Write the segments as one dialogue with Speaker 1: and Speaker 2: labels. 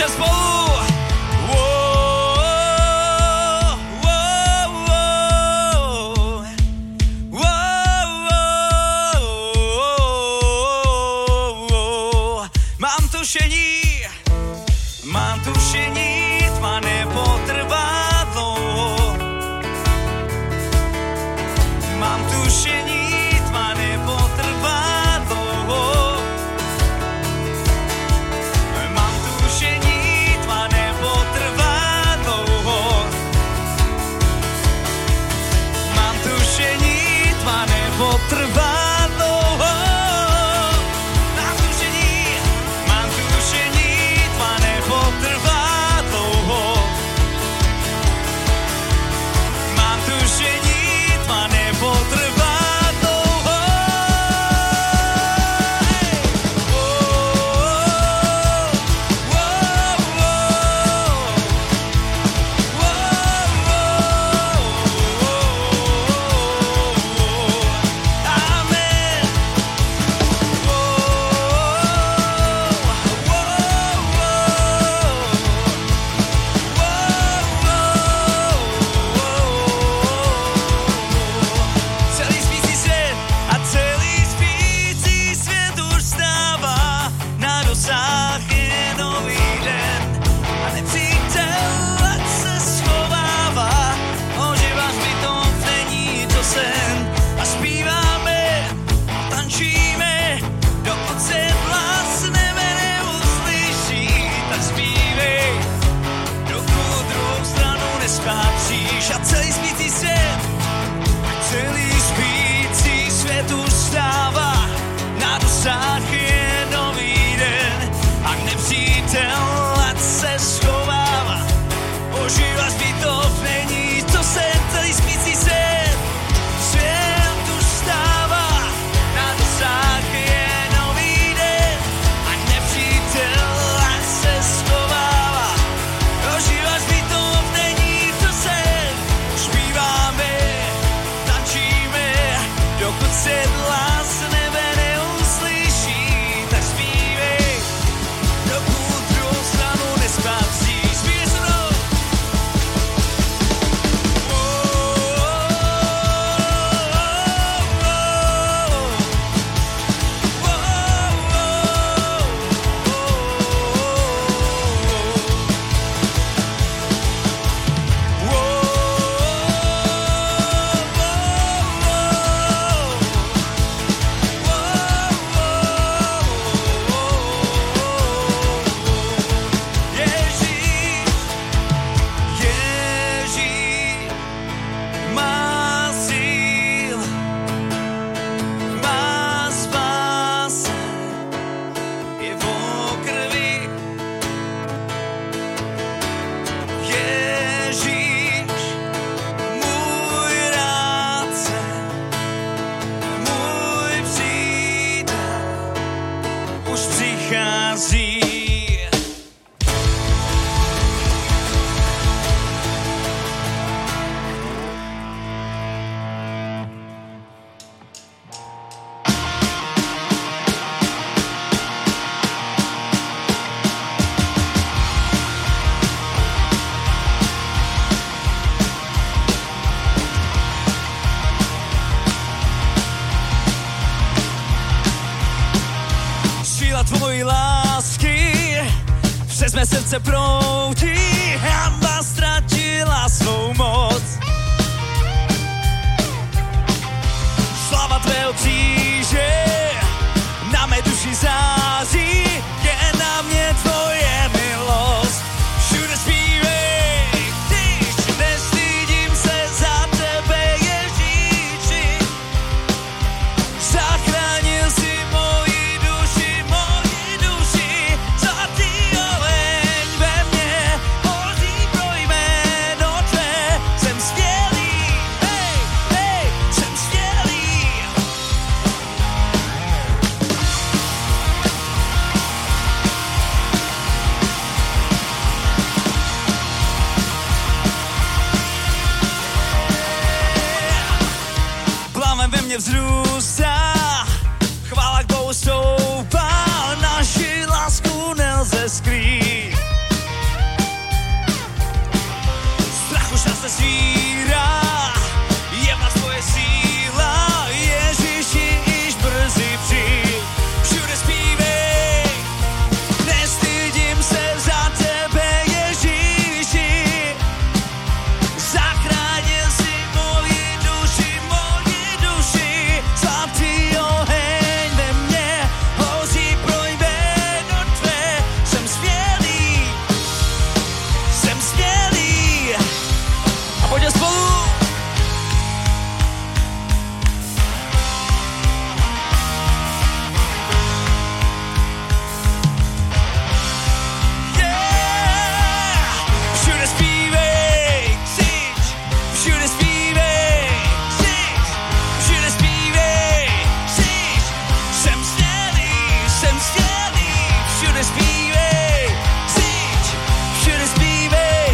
Speaker 1: Jako Boa! Uou, uou, uou, uou. Mám tušení, mám tušení, tma nepotrvá dlouho. Mám tušení, tma nepotrvá dlouho. Mám tušení, tma nepotrvá dlouho. Mám tušení, tma nepotrvá dlouho. Mám tušení, mám tušení, tma nepotrvá dlouho. Mám tušení, tma nepotrvá dlouho. Hey! Celý spící svět a celý spící svět už stává na dosách je nový den. A nepřítel ať se schovává, oživáš mi to, není to sen. A zpíváme, a tančíme, dokud se hlas nebe neuslyší, tak zpívej, dokud druhou stranu nespátříš. A celý spící svět Celý spící svět už stává, na dosách je nový den. A nepřítel ať se schovává, ožívá zbytov, není to sen. Celý spící svět, svět už stává, na dosách je nový den. A nepřítel ať se schovává, ožívá zbytov, není to sen. Zpíváme, tančíme, dokud se hlas nebe neuslyší, tak zpívej, dokud druhou stranu nespatří. Zpívej se mnou. Ježíš, Ježíš má síl, má spáse, jeho krvi. Ježíš, můj rádce, můj přítel, už přichází. Síla tvojí lásky přes mé srdce proutí, hamba ztratila svou moc. Slava tvého kříže na mé duši září, je na mě tvoje milost. Všude zpívej, když nestydím se za tebe, Ježíši, Zachránil si moji duši, moji duši, zlatý oheň ve mně, hoří pro jméno tvé. Jsem skvělý, hej, hej, jsem skvělý. všude zpívej, síť, všude zpívej,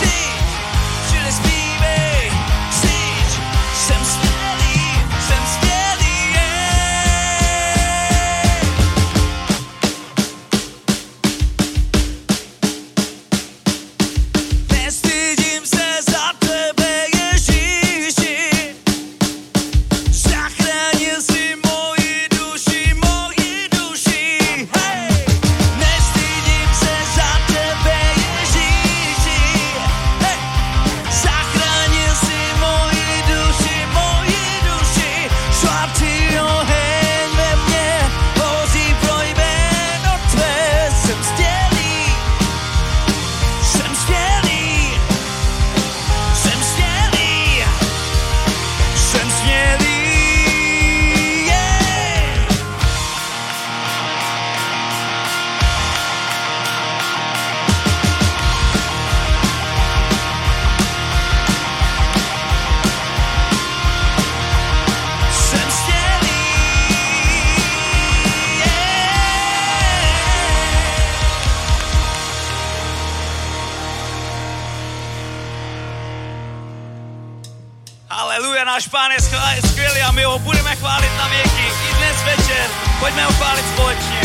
Speaker 1: síť, všude zpívej, síť, jsem skvělý, jsem skvělý, yeah. Nestydím se za tebe, Ježíši. Zachránil si moji duši, moji duši. Hej! Nestydím se za tebe, Ježíši. Hej! Zachránil si moji duši, moji duši. Svatý oheň ve mně hoří pro jméno tvé. Jsem stělý, jsem smělý, jsem smělý, jsem smělý. Yeah. Jsem smělý. Yeah. Aleluja, náš pán je skvělý- skvělý a my ho budeme chválit na věky. I dnes večer pojďme ho chválit společně.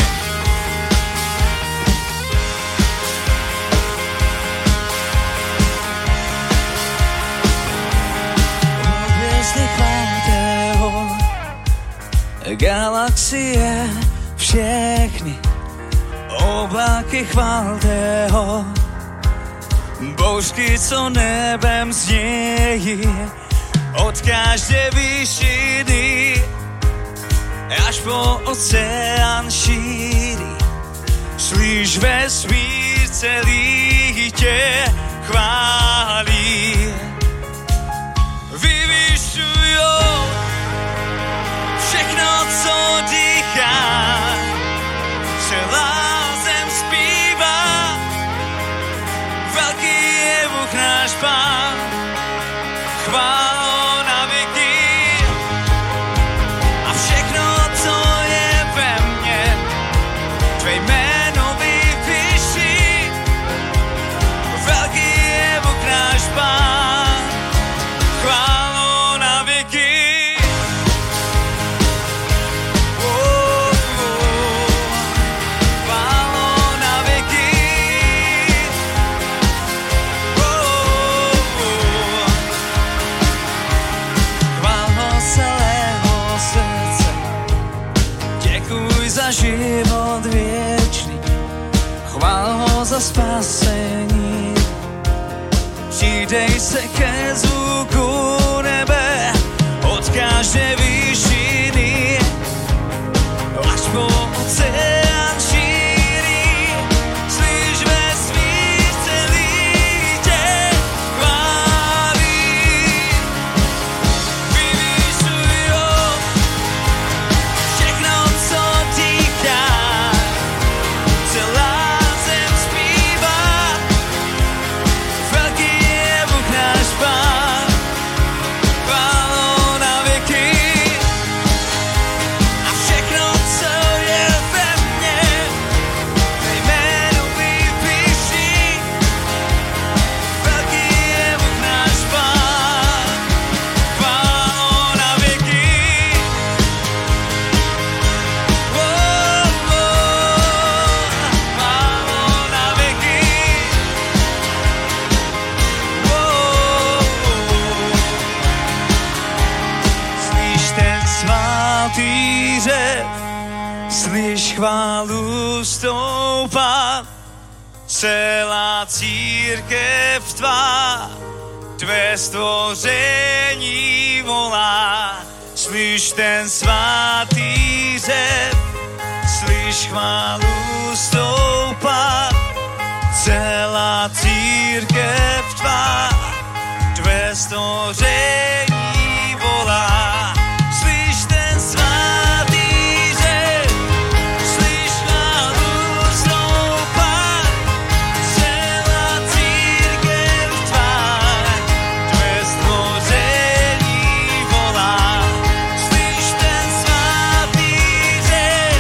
Speaker 1: Galaxie všechny, oblaky chválte ho. Božky, co nebem znějí, od každé výšiny až po oceán šíří. Slyš vesmír celý tě chválí. Vyvyšujou všechno, co dýchá. Celá zem zpívá, velký je Bůh náš pán. Chválo na věky a všechno, co je ve mně, tvé jméno vyvyší. Velký je Bůh náš pán. Chválo na věky. Oh, oh. Chválo na věky. Uh, Chválo celého srdce, děkuj za život věčný, chválo za spasení. Přidej se ke zvuku nebe od každé výšiny, až po oceán šíří. Slyš vesmír celý tě chválí. Vyvyšujou všechno, co dýchá. Celá zem zpívá. Velký je Bůh náš Pán. Chválou na věky. A všechno, co je ve mně, tvé jméno vypíší. Velký je Bůh náš Pán, chválou na věky. Oh, oh, chválou na věky. Oh, oh, oh. Slyš ten svatý řev, slyš chválu stoupá, celá církev tvá, tvé stvoření volá. Slyš ten svatý řev, slyš chválu stoupá, celá církev tvá, tvé stvoření volá. Slyš ten svatý řev, slyš nálů stoupá, celá církev tvá, tvé stvoření volá. Slyš ten svatý řev,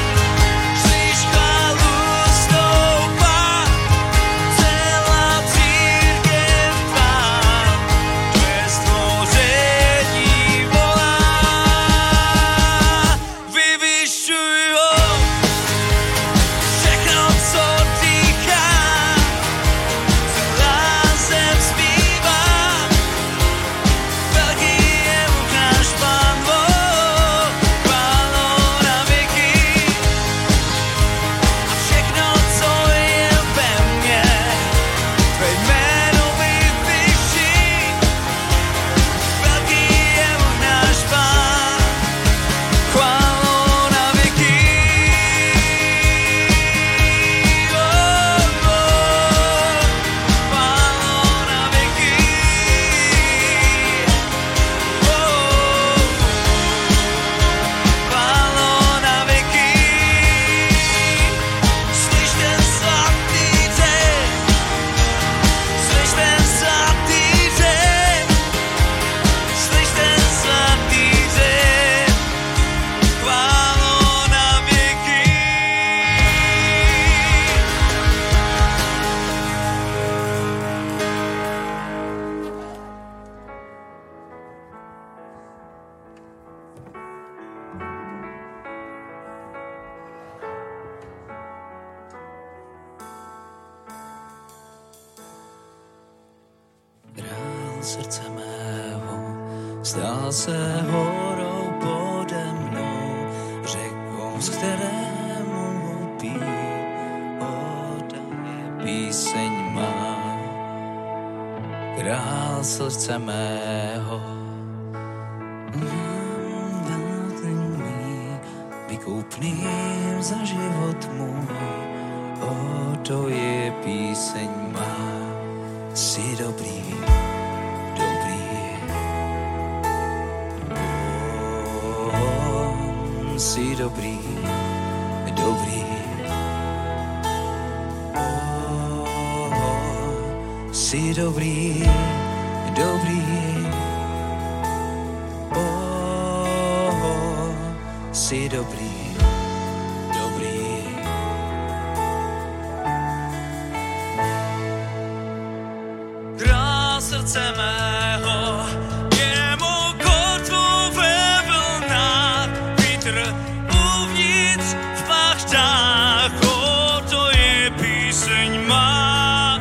Speaker 1: slyš nálů stoupá, Oh, srdce mého, stal se horou pode mnou, řekou, z které mu pí, oddaje píseň má. Král srdce mého, Mm, velkým mý, vykupným za život můj, o to je píseň má. Jsi dobrý, dobrý, on jsi dobrý, dobrý, on jsi dobrý, dobrý. Oh, jsi dobrý, dobrý. Král srdce mého, jemu kotvu ve vlnách, vítr uvnitř v pachtách, o to je píseň má.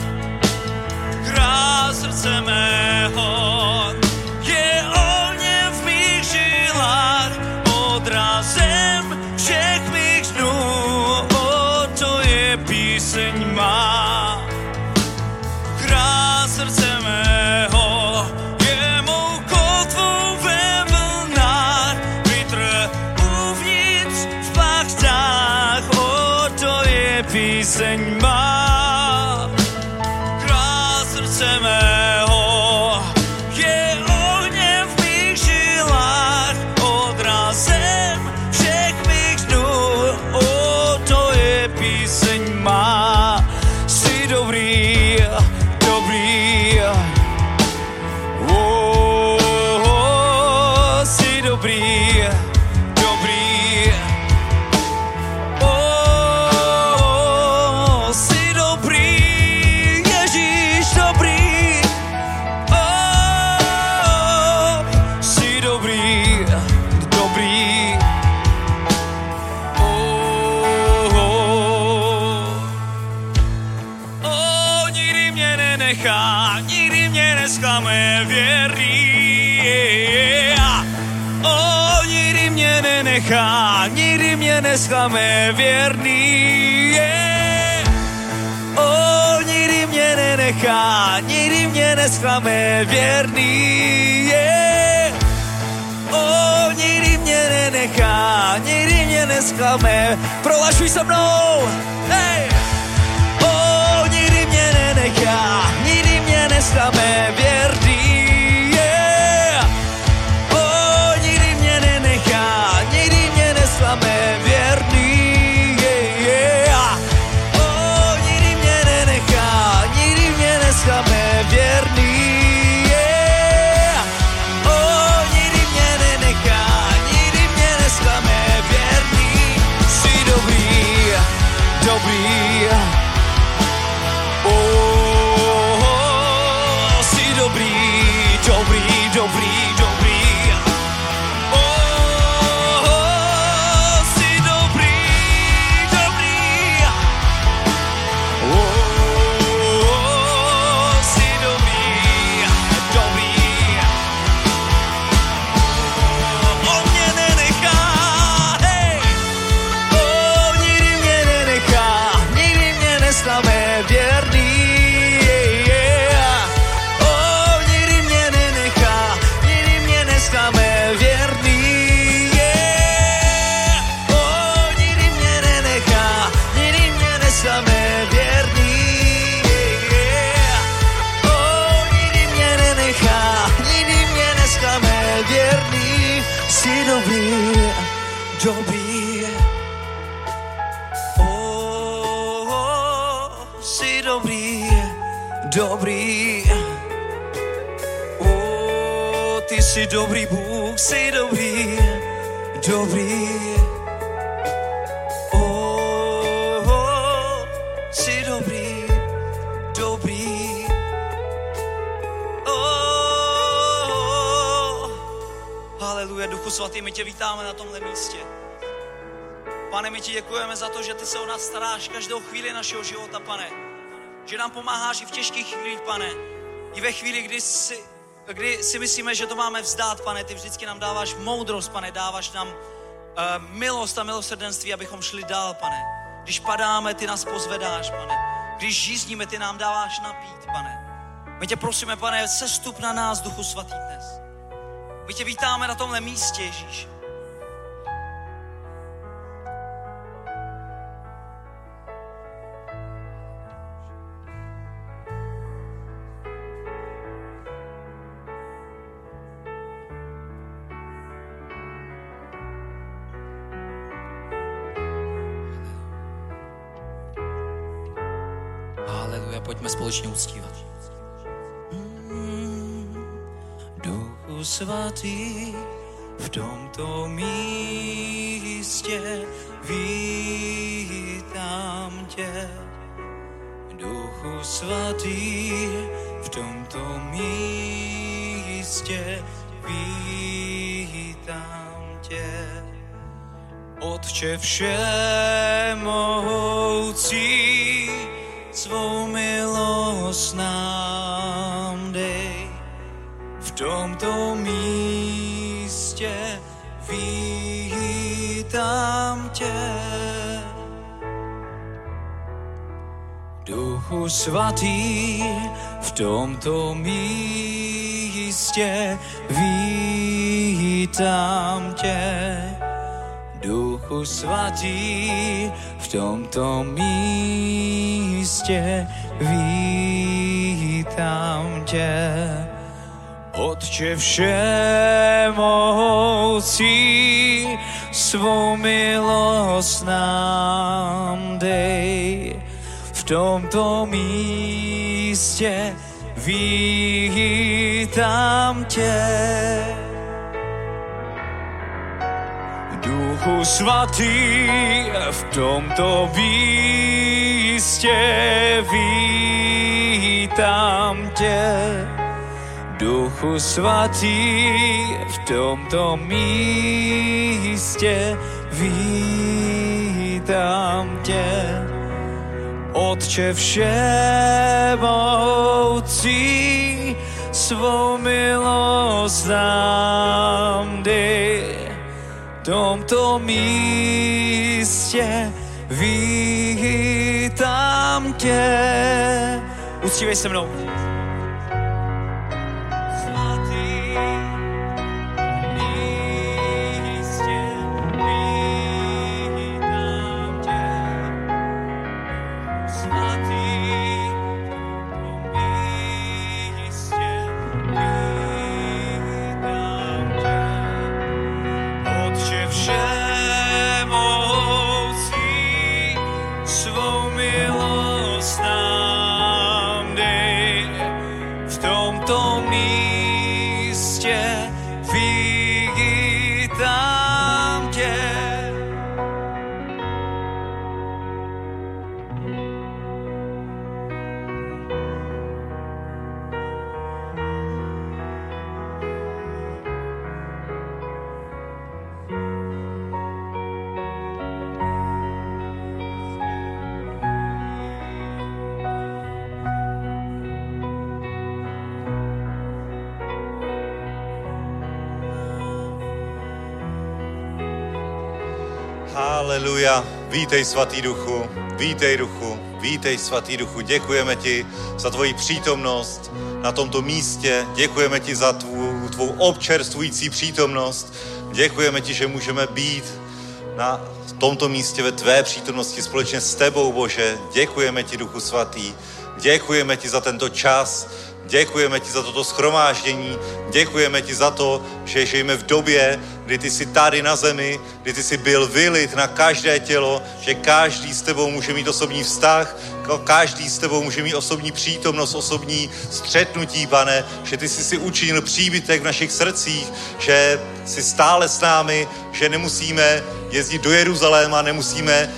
Speaker 1: Král srdce mého je ohně v mých žilách, odrazem všech mých snů, o to je píseň má. Král srdce mého je mou kotvou ve vlnách, vítr uvnitř v pachtách, o to je píseň má král srdce mého. Je ohně v mých žilách, odrazem všech mých snů. O, to je píseň má. Jsi dobrý, dobrý. O, jsi dobrý, dobrý. Oh, jsi dobrý, Ježíš dobrý. Oh, jsi dobrý, dobrý. Oh, O, nikdy mě nenechá, nikdy mě nesklame, věří. O, nikdy mě nenechá, nikdy mě nesklame, věrný. O, nikdy mě nenechá, nikdy mě nesklame, věrný. O, nikdy mě nenechá, nikdy mě nesklame, prohlašuj se mnou. Hey! Oh, nikdy mě nenechá, nikdy mě nesklame, věrný je. Oh, nikdy mě nenechá, nikdy mě nesklame, věrný je, je. Oh, nikdy mě nenechá, nikdy mě nesklame, věrný je. Oh, nikdy mě nenechá, nikdy mě nesklame, věrný. Jsi dobrý, dobrý. Oh, jsi dobrý, dobrý, dobrý, dobrý. Oh, jsi dobrý, dobrý. Oh, jsi dobrý, dobrý. On mě nenechá, hej. Oh, nikdy mě nenechá, nikdy mě nesklame, věrný. je, je. Oh, nikdy mě nenechá, nikdy mě nesklame, věrný. je. Oh, nikdy mě nenechá, nikdy mě nesklame, věrný. je, je. Oh, nikdy mě nenechá, nikdy mě nesklame, věrný. Jsi dobrý, dobrý. Oh, jsi dobrý, dobrý. Oh, ty jsi dobrý Bůh, jsi dobrý, dobrý. Oh, jsi dobrý, dobrý. Oh, haleluja, Duchu Svatý, my tě vítáme na tomhle místě. Pane, my ti děkujeme za to, že ty se o nás staráš každou chvíli našeho života, pane. Že nám pomáháš i v těžkých chvílích, pane. I ve chvíli, kdy jsi kdy si myslíme, že to máme vzdát, pane, ty vždycky nám dáváš moudrost, pane, dáváš nám eh, milost a milosrdenství, abychom šli dál, pane. Když padáme, ty nás pozvedáš, pane. Když žízníme, ty nám dáváš napít, pane. My tě prosíme, pane, sestup na nás, Duchu Svatý dnes. My tě vítáme na tomhle místě, Ježíš. Haleluja, pojďme společně uctívat. Mm, Duchu svatý, v tomto místě vítám tě. Duchu svatý, v tomto místě vítám tě. Otče všemohoucí, svou milost nám dej. V tomto místě vítám tě. Duchu svatý, v tomto místě vítám tě. Duchu svatý, v tomto místě vítám tě. Otče všemohoucí, svou milost nám dej. V tomto místě vítám tě. Duchu svatý v tomto místě vítám tě. Duchu svatý v tomto místě vítám tě. Otče všemohoucí, svou milost nám dej tomto místě vítám tě. Uctívej se mnou. Svatý místě vítám tě. Svatý místě vítám tě. Otče všemohoucí, svou milost nám dej. V tomto místě vítám tě.
Speaker 2: Haleluja. Vítej, svatý duchu. Vítej, duchu. Vítej, svatý duchu. Děkujeme ti za tvoji přítomnost na tomto místě. Děkujeme ti za tvou, tvou občerstvující přítomnost. Děkujeme ti, že můžeme být na tomto místě ve tvé přítomnosti společně s tebou, Bože. Děkujeme ti, Duchu Svatý. Děkujeme ti za tento čas. Děkujeme ti za toto schromáždění. Děkujeme ti za to, že žijeme v době, kdy ty jsi tady na zemi, kdy ty jsi byl vylit na každé tělo, že každý s tebou může mít osobní vztah, ka- každý s tebou může mít osobní přítomnost, osobní střetnutí, pane, že ty jsi si učinil příbytek v našich srdcích, že jsi stále s námi, že nemusíme jezdit do Jeruzaléma, nemusíme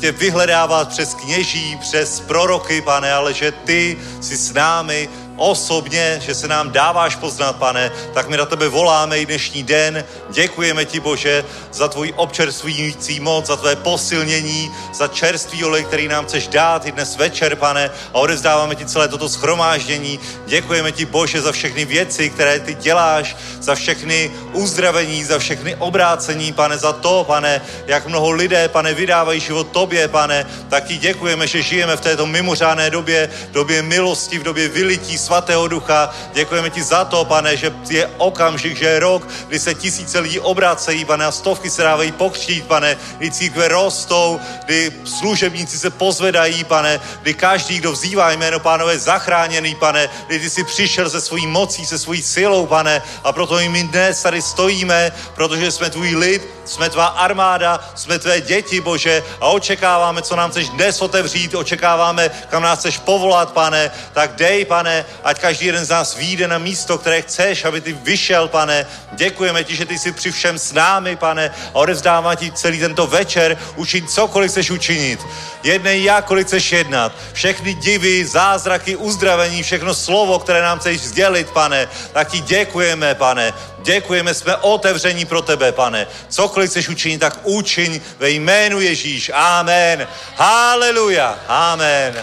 Speaker 2: tě vyhledávat přes kněží, přes proroky, pane, ale že ty jsi s námi, osobně, že se nám dáváš poznat, pane, tak my na tebe voláme i dnešní den. Děkujeme ti, Bože, za tvůj občerstvující moc, za tvé posilnění, za čerstvý olej, který nám chceš dát i dnes večer, pane, a odevzdáváme ti celé toto schromáždění. Děkujeme ti, Bože, za všechny věci, které ty děláš, za všechny uzdravení, za všechny obrácení, pane, za to, pane, jak mnoho lidé, pane, vydávají život tobě, pane, tak ti děkujeme, že žijeme v této mimořádné době, době milosti, v době vylití svatého ducha. Děkujeme ti za to, pane, že je okamžik, že je rok, kdy se tisíce lidí obracejí, pane, a stovky se dávají pokřtít, pane, kdy církve rostou, kdy služebníci se pozvedají, pane, kdy každý, kdo vzývá jméno pánové, je zachráněný, pane, kdy ty jsi přišel se svojí mocí, se svojí silou, pane, a proto i my dnes tady stojíme, protože jsme tvůj lid, jsme tvá armáda, jsme tvé děti, Bože, a očekáváme, co nám chceš dnes otevřít, očekáváme, kam nás chceš povolat, pane, tak dej, pane, ať každý jeden z nás vyjde na místo, které chceš, aby ty vyšel, pane. Děkujeme ti, že ty jsi při všem s námi, pane, a odevzdáváme ti celý tento večer, učin cokoliv chceš učinit. Jednej jakkoliv chceš jednat. Všechny divy, zázraky, uzdravení, všechno slovo, které nám chceš sdělit, pane, tak ti děkujeme, pane. Děkujeme, jsme otevření pro tebe, pane. Cokoliv chceš učinit, tak učiň ve jménu Ježíš. Amen. Haleluja. Amen.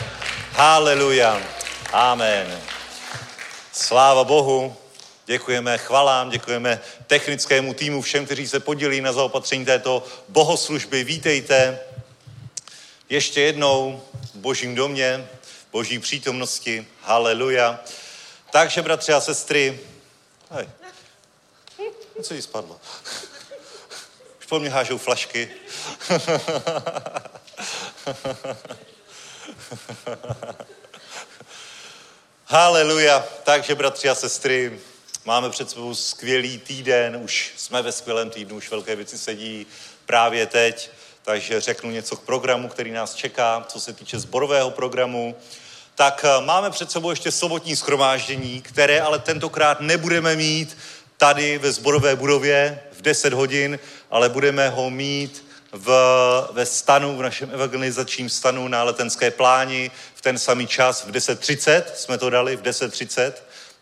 Speaker 2: Haleluja. Amen. Sláva Bohu. Děkujeme chvalám, děkujeme technickému týmu, všem, kteří se podělí na zaopatření této bohoslužby. Vítejte ještě jednou v božím domě, v boží přítomnosti. Haleluja. Takže, bratři a sestry, hej, něco jí spadlo. Už po mně hážou flašky. Haleluja. Takže, bratři a sestry, máme před sebou skvělý týden, už jsme ve skvělém týdnu, už velké věci sedí právě teď, takže řeknu něco k programu, který nás čeká, co se týče zborového programu. Tak eh, máme před sebou ještě sobotní schromáždění, které ale tentokrát nebudeme mít tady ve zborové budově v 10 hodin, ale budeme ho mít v, ve stanu, v našem evangelizačním stanu na letenské pláni v ten samý čas, v 10.30 jsme to dali, v 10.30.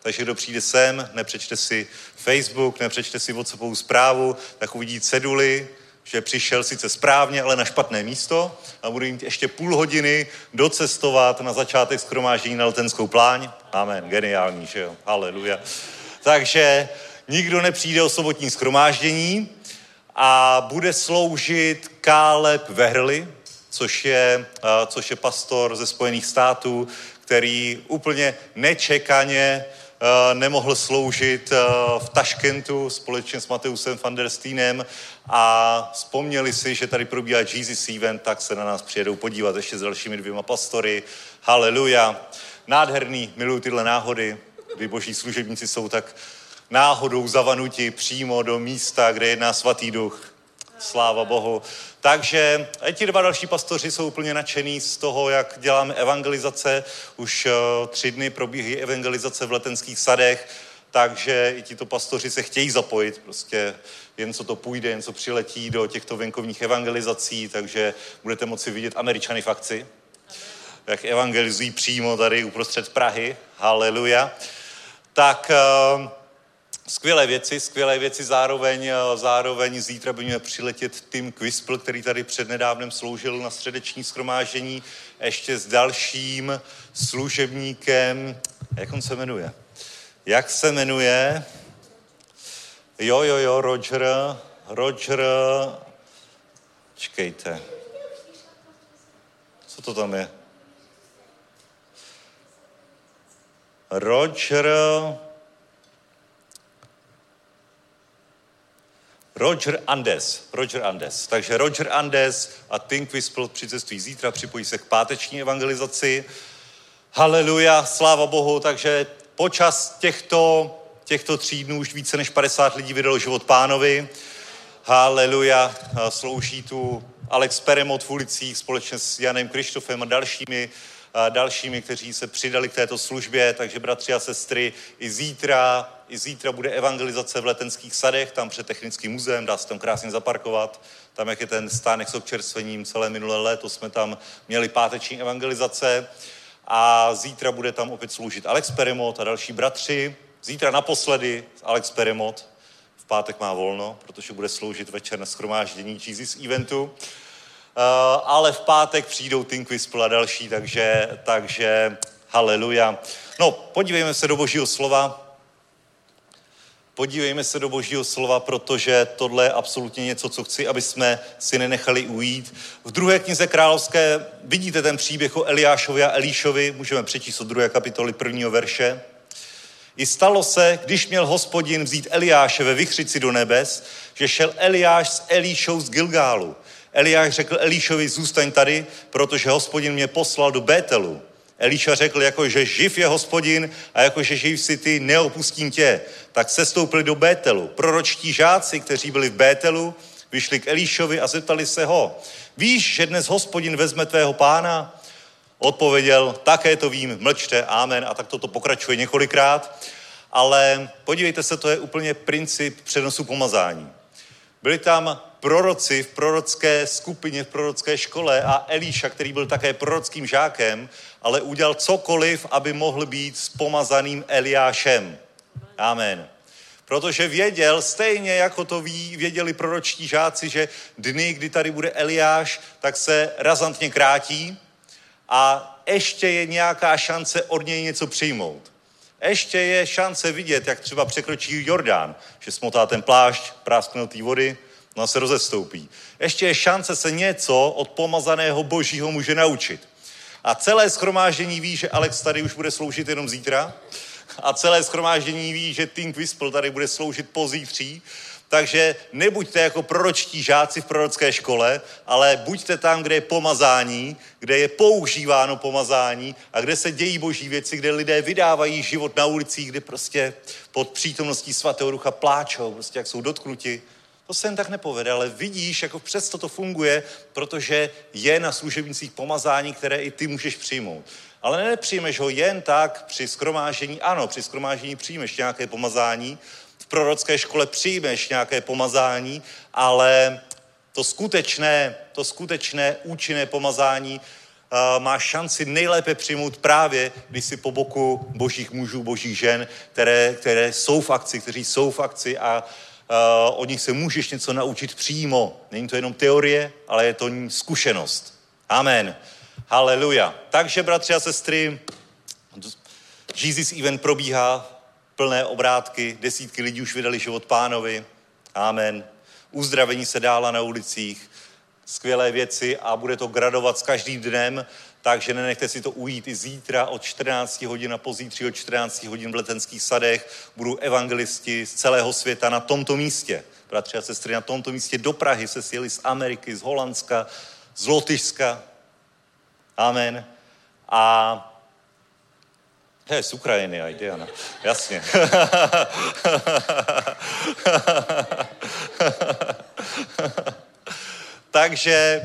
Speaker 2: Takže kdo přijde sem, nepřečte si Facebook, nepřečte si WhatsAppovou zprávu, tak uvidí ceduly, že přišel sice správně, ale na špatné místo a bude mít ještě půl hodiny docestovat na začátek schromáždění na letenskou pláň. Amen, geniální, že jo? Haleluja. Takže nikdo nepřijde o sobotní schromáždění a bude sloužit Káleb Vehrli, což je, eh, což je pastor ze Spojených států, který úplně nečekaně eh, nemohl sloužit eh, v Taškentu společně s Mateusem van der Steinem a vzpomněli si, že tady probíhá Jesus event, tak se na nás přijedou podívat ještě s dalšími dvěma pastory. Haleluja. Nádherný, miluju tyhle náhody, kdy boží služebníci jsou tak náhodou zavanuti přímo do místa, kde jedná svatý duch. Sláva Bohu. Takže eh, ti dva další pastoři jsou úplně nadšený z toho, jak děláme evangelizace. Už eh, tři dny probíhají evangelizace v letenských sadech, takže i tito pastoři se chtějí zapojit prostě jen co to půjde, jen co přiletí do těchto venkovních evangelizací, takže budete moci vidět Američany v akci, jak evangelizují přímo tady uprostřed Prahy. Haleluja. Tak eh, Skvělé věci, skvělé věci, zároveň, eh, zároveň zítra by měl přiletět Tim Quispel, který tady přednedávnem sloužil na středeční schromáždění, ještě s dalším služebníkem, jak on se jmenuje? Jak se jmenuje? Jo, jo, jo, Roger, Roger, čekejte. Co to tam je? Roger, Roger Andes, Roger Andes. Takže Roger Andes a Tim Quispel přicestují zítra, připojí se k páteční evangelizaci. Haleluja, sláva Bohu, takže počas těchto, těchto tří dnů už více než 50 lidí vydalo život pánovi. Haleluja, A slouží tu Alex Peremot v ulicích společně s Janem Krištofem a dalšími, a dalšími, kteří se přidali k této službě, takže bratři a sestry, i zítra, i zítra bude evangelizace v letenských sadech, tam před technickým muzeem, dá se tam krásně zaparkovat, tam jak je ten stánek s občerstvením, celé minulé léto jsme tam měli páteční evangelizace a zítra bude tam opět sloužit Alex Peremot a další bratři. Zítra naposledy Alex Peremot. V pátek má volno, protože bude sloužit večer na schromáždění Jesus eventu. Eh, ale v pátek přijdou Tim Quispel a další, takže, takže haleluja. No, podívejme se do božího slova. Podívejme se do božího slova, protože tohle je absolutně něco, co chci, aby jsme si nenechali ujít. V druhé knize královské vidíte ten příběh o Eliášovi a Elíšovi, můžeme přečíst od druhé kapitoly prvního verše. I stalo se, když měl hospodin vzít Eliáše ve vychřici do nebes, že šel Eliáš s Elíšou z Gilgálu. Eliáš řekl Elíšovi, zůstaň tady, protože hospodin mě poslal do Bételu. Elíša řekl, jakože živ je hospodin a jakože živ si ty, neopustím tě. Tak se stoupili do Bételu. Proročtí žáci, kteří byli v Bételu, vyšli k Elíšovi a zeptali se ho, víš, že dnes hospodin vezme tvého pána? Odpověděl, také to vím, mlčte, amen. A tak toto pokračuje několikrát. Ale podívejte se, to je úplně princip přenosu pomazání. Byli tam proroci v prorocké skupině, v prorocké škole a Elíša, který byl také prorockým žákem, ale udělal cokoliv, aby mohl být s pomazaným Eliášem. Amen. Protože věděl, stejně jako to ví, věděli proročtí žáci, že dny, kdy tady bude Eliáš, tak se razantně krátí a ještě je nějaká šance od něj něco přijmout. Ještě je šance vidět, jak třeba překročí Jordán, že smotá ten plášť, práskne do té vody, no a se rozestoupí. Ještě je šance se něco od pomazaného božího muže naučit. A celé schromáždění ví, že Alex tady už bude sloužit jenom zítra. A celé schromáždění ví, že Tink Wispel tady bude sloužit pozítří. Takže nebuďte jako proročtí žáci v prorocké škole, ale buďte tam, kde je pomazání, kde je používáno pomazání a kde se dějí boží věci, kde lidé vydávají život na ulicích, kde prostě pod přítomností svatého ducha pláčou, prostě jak jsou dotknuti. To se jen tak nepovede, ale vidíš, jako přesto to funguje, protože je na služebnicích pomazání, které i ty můžeš přijmout. Ale nepřijmeš ho jen tak při skromážení. Ano, při skromážení přijmeš nějaké pomazání, v prorocké škole přijmeš nějaké pomazání, ale to skutečné, to skutečné účinné pomazání eh, má šanci nejlépe přijmout právě, když si po boku božích mužů, božích žen, které, které jsou v akci, kteří jsou v akci a eh, od nich se můžeš něco naučit přímo. Není to jenom teorie, ale je to zkušenost. Amen. Haleluja. Takže, bratři a sestry, Jesus Event probíhá plné obrátky, desítky lidí už vydali život pánovi. Amen. Uzdravení se dála na ulicích, skvělé věci a bude to gradovat s každým dnem, takže nenechte si to ujít i zítra od 14 hodin a pozítří od 14 hodin v letenských sadech. Budou evangelisti z celého světa na tomto místě. Bratři a sestry, na tomto místě do Prahy se sjeli z Ameriky, z Holandska, z Lotyšska. Amen. A Hej, z Ukrajiny, aj Diana. Jasně. Takže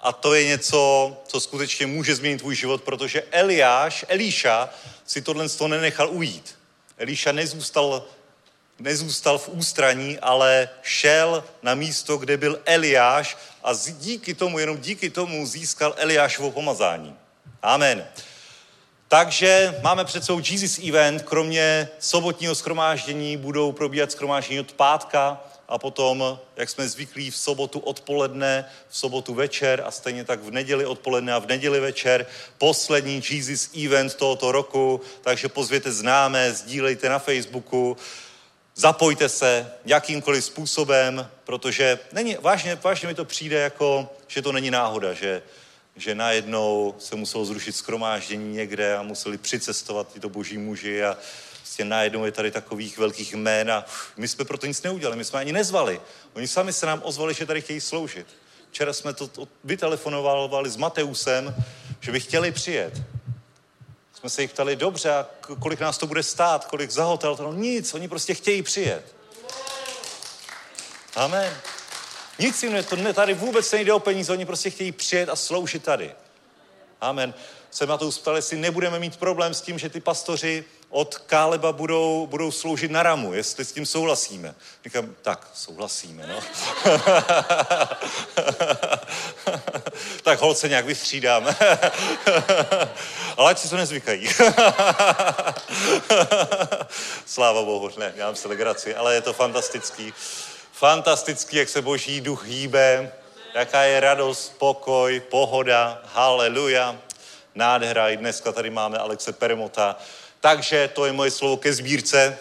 Speaker 2: a to je něco, co skutečně může změnit tvůj život, protože Eliáš, Elíša si tohle z toho nenechal ujít. Elíša nezůstal, nezůstal v ústraní, ale šel na místo, kde byl Eliáš a z- díky tomu, jenom díky tomu získal Eliášovo pomazání. Amen. Takže máme před sebou Jesus Event, kromě sobotního schromáždění budou probíhat schromáždění od pátka a potom, jak jsme zvyklí, v sobotu odpoledne, v sobotu večer a stejně tak v neděli odpoledne a v neděli večer, poslední Jesus Event tohoto roku, takže pozvěte známé, sdílejte na Facebooku, Zapojte se jakýmkoliv způsobem, protože není, vážně, vážně mi to přijde jako, že to není náhoda, že, že najednou se muselo zrušit skromáždění někde a museli přicestovat tyto boží muži a prostě najednou je tady takových velkých jmén a my jsme proto nic neudělali, my jsme ani nezvali. Oni sami se nám ozvali, že tady chtějí sloužit. Včera jsme to to vytelefonovali s Mateusem, že by chtěli přijet jsme se jich ptali, dobře, a k- kolik nás to bude stát, kolik za hotel, to no nic, oni prostě chtějí přijet. Amen. Nic jim ne, to ne, tady vůbec nejde o peníze, oni prostě chtějí přijet a sloužit tady. Amen. se na to ptal, jestli nebudeme mít problém s tím, že ty pastoři od Káleba budou, budou sloužit na ramu, jestli s tím souhlasíme. Říkám, tak, souhlasíme, no. tak holce nějak vystřídáme. Ale ať si to nezvykají. Sláva Bohu, ne, dělám se legraci, ale je to fantastický. Fantastický, jak se boží duch hýbe, jaká je radost, pokoj, pohoda, haleluja. Nádhera, i dneska tady máme Alexe Peremota. Takže to je moje slovo ke sbírce.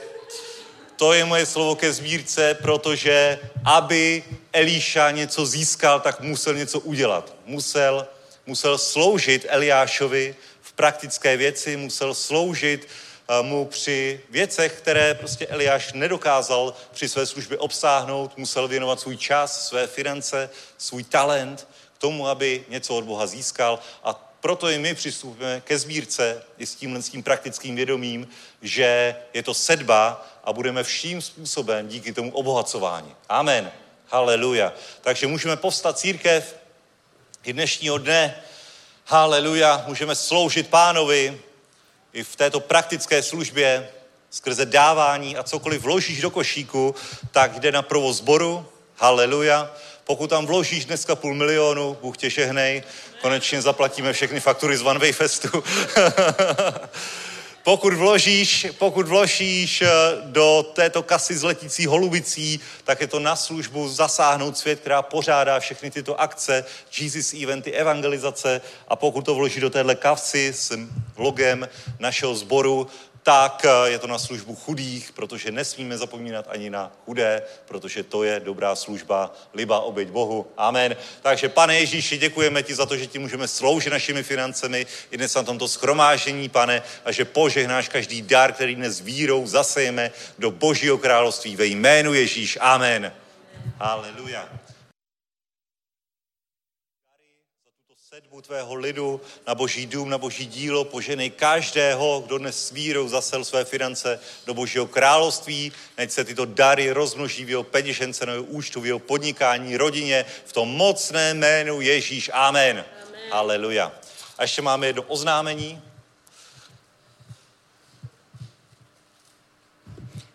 Speaker 2: To je moje slovo ke sbírce, protože aby Elíša něco získal, tak musel něco udělat. Musel, musel sloužit Eliášovi v praktické věci, musel sloužit eh, mu při věcech, které prostě Eliáš nedokázal při své službě obsáhnout, musel věnovat svůj čas, své finance, svůj talent k tomu, aby něco od Boha získal a proto i my přistupujeme ke sbírce i s tímhle s tím praktickým vědomím, že je to sedba a budeme vším způsobem díky tomu obohacováni. Amen. Haleluja. Takže můžeme povstat církev i dnešního dne. Haleluja. Můžeme sloužit pánovi i v této praktické službě skrze dávání a cokoliv vložíš do košíku, tak jde na provoz sboru. Haleluja. Pokud tam vložíš dneska půl milionu, Bůh tě žehnej, konečně zaplatíme všechny faktury z One Way Festu. pokud vložíš, pokud vložíš eh, do této kasy z letící holubicí, tak je to na službu zasáhnout svět, která pořádá všechny tyto akce, Jesus eventy, evangelizace a pokud to vloží do téhle kavci s logem našeho sboru, tak eh, je to na službu chudých, protože nesmíme zapomínat ani na chudé, protože to je dobrá služba, liba oběť Bohu. Amen. Takže pane Ježíši, děkujeme ti za to, že ti můžeme sloužit našimi financemi i dnes na tomto schromážení, pane, a že požehnáš každý dar, který dnes vírou zasejeme do Božího království ve jménu Ježíš. Amen. Haleluja. sedbu tvého lidu, na boží dům, na boží dílo, poženej každého, kdo dnes s vírou zasel své finance do božího království, neď se tyto dary rozmnoží v jeho peněžence, na jeho účtu, v jeho podnikání, rodině, v tom mocném jménu Ježíš. Amen. Amen. Haleluja. A ještě máme jedno oznámení.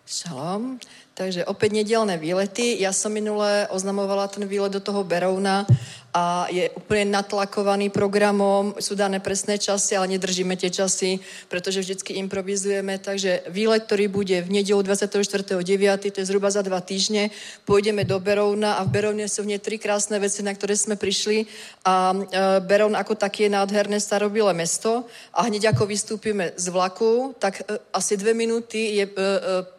Speaker 3: Šalom. Takže opět nedělné výlety. Já jsem minule oznamovala ten výlet do toho Berouna a je úplně natlakovaný programom, jsou dané presné časy, ale nedržíme tie časy, protože vždycky improvizujeme. Takže výlet, který bude v nedělu 24.9., to je zhruba za dva týždne, půjdeme do Berouna a v Berouně jsou hneď tri krásné věci, na které jsme prišli a e, Beroun jako taky je nádherné starobilé mesto a jako hneď ako vystúpime z vlaku, tak e, asi dve minuty je e,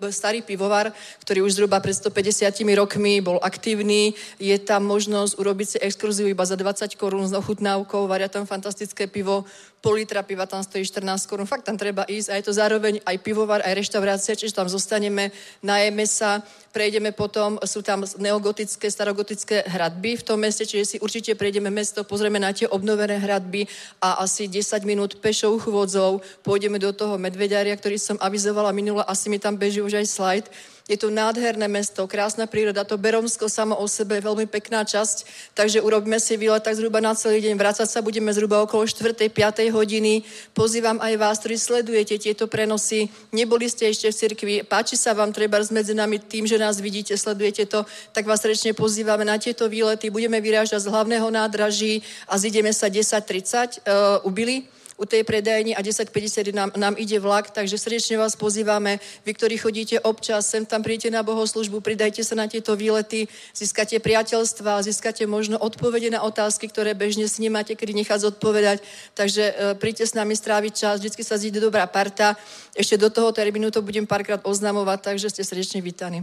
Speaker 3: e, starý pivovar, ktorý už zhruba pred 150 rokmi bol aktívny. Je tam možnosť urobiť si exkurziu iba za 20 korún s ochutnávkou, varia tam fantastické pivo, pol litra piva tam stojí 14 korun. Fakt tam treba ísť a je to zároveň aj pivovar, aj reštaurácia, čiže tam zostaneme, najeme sa, prejdeme potom, sú tam neogotické, starogotické hradby v tom meste, čiže si určite prejdeme mesto, pozrieme na tie obnovené hradby a asi 10 minút pešou chôdzou pôjdeme do toho medveďaria, ktorý som avizovala minula, asi mi tam beží už aj slide. Je to nádherné mesto, krásna príroda, to Beromsko samo o sebe je veľmi pekná časť, takže urobíme si výlet tak zhruba na celý deň. Vrácať sa budeme zhruba okolo 4. 5. hodiny. Pozývam aj vás, ktorí sledujete tieto prenosy. Neboli ste ešte v cirkvi, páči sa vám treba medzi nami tým, že nás vidíte, sledujete to, tak vás srdečne pozývame na tieto výlety. Budeme vyrážať z hlavného nádraží a zídeme sa 10.30 uh, u Billy u tej predajni a 10.50 nám, nám ide vlak, takže srdečne vás pozývame. Vy, ktorí chodíte občas, sem tam príjete na bohoslužbu, pridajte sa na tieto výlety, získate priateľstva, získate možno odpovede na otázky, ktoré bežne snímate, kedy nechá zodpovedať. Takže e, príďte s nami stráviť čas, vždycky sa zíde dobrá parta. Ešte do toho termínu to budem párkrát oznamovať, takže ste srdečne vítaní.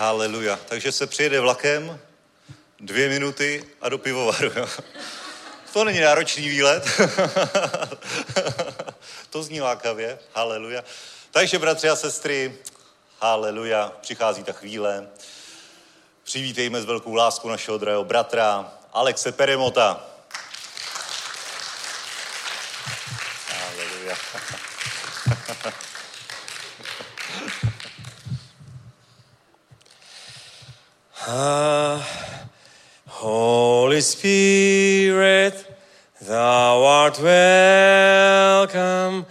Speaker 2: Haleluja. Takže se přijede vlakem, dvě minuty a do pivovaru. jo. To není náročný výlet. to zní lákavě. Haleluja. Takže, bratři a sestry, haleluja, přichází ta chvíle. Přivítejme s velkou láskou našeho drahého bratra Alexe Peremota. Haleluja.
Speaker 4: Ah,
Speaker 5: Holy Spirit, thou art welcome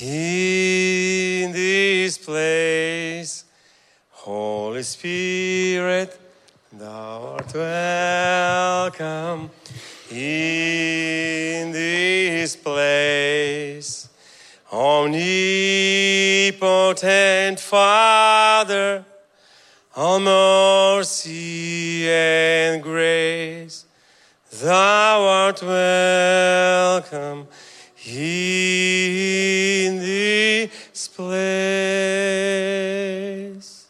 Speaker 5: in this place. Holy Spirit, thou art welcome in this place. Omnipotent Father, all mercy and grace, thou art welcome in this place.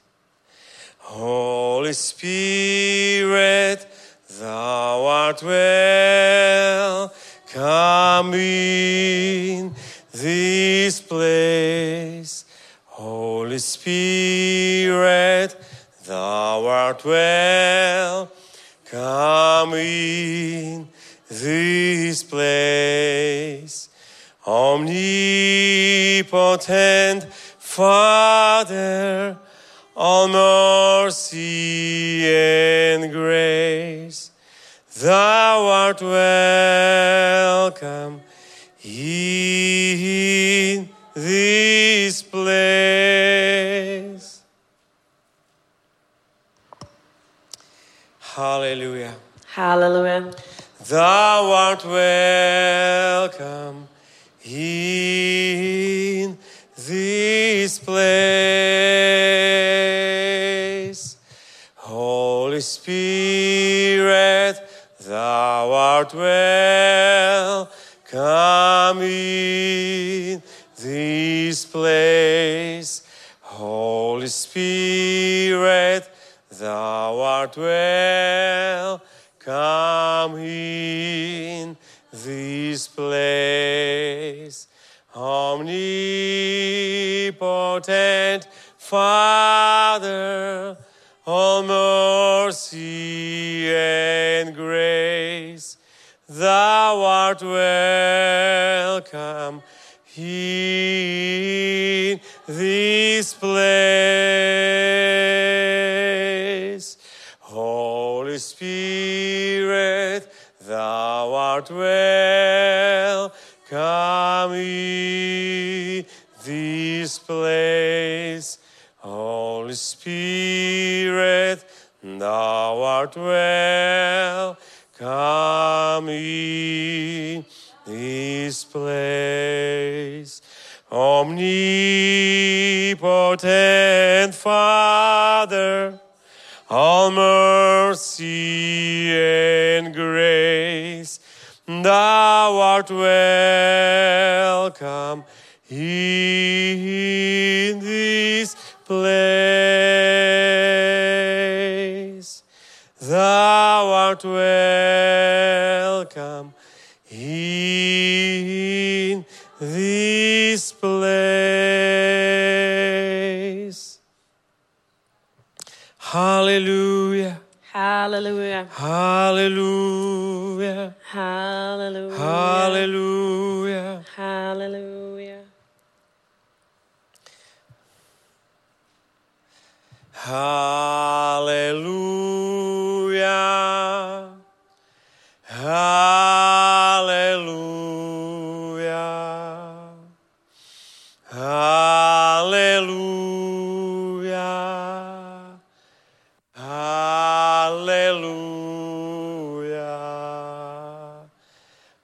Speaker 5: Holy Spirit, thou art welcome in this place. Holy Spirit, thou art welcome in this place. Omnipotent Father, all mercy and grace, thou art welcome in this place. Hallelujah.
Speaker 6: Hallelujah.
Speaker 5: Thou art welcome in this place. Holy Spirit, thou art welcome in this place. Holy Spirit, thou art welcome in this place. Omnipotent Father, all mercy and grace, thou art welcome in this place. Holy Spirit, thou art welcome in this place. Holy Spirit, thou art welcome in this place. Omnipotent Father, all mercy and grace, thou art welcome in this place. Thou art welcome in this place. Hallelujah.
Speaker 6: Hallelujah.
Speaker 5: Hallelujah.
Speaker 6: Hallelujah.
Speaker 5: Hallelujah.
Speaker 6: Hallelujah.
Speaker 5: Hallelujah. Hallelujah. Hallelujah.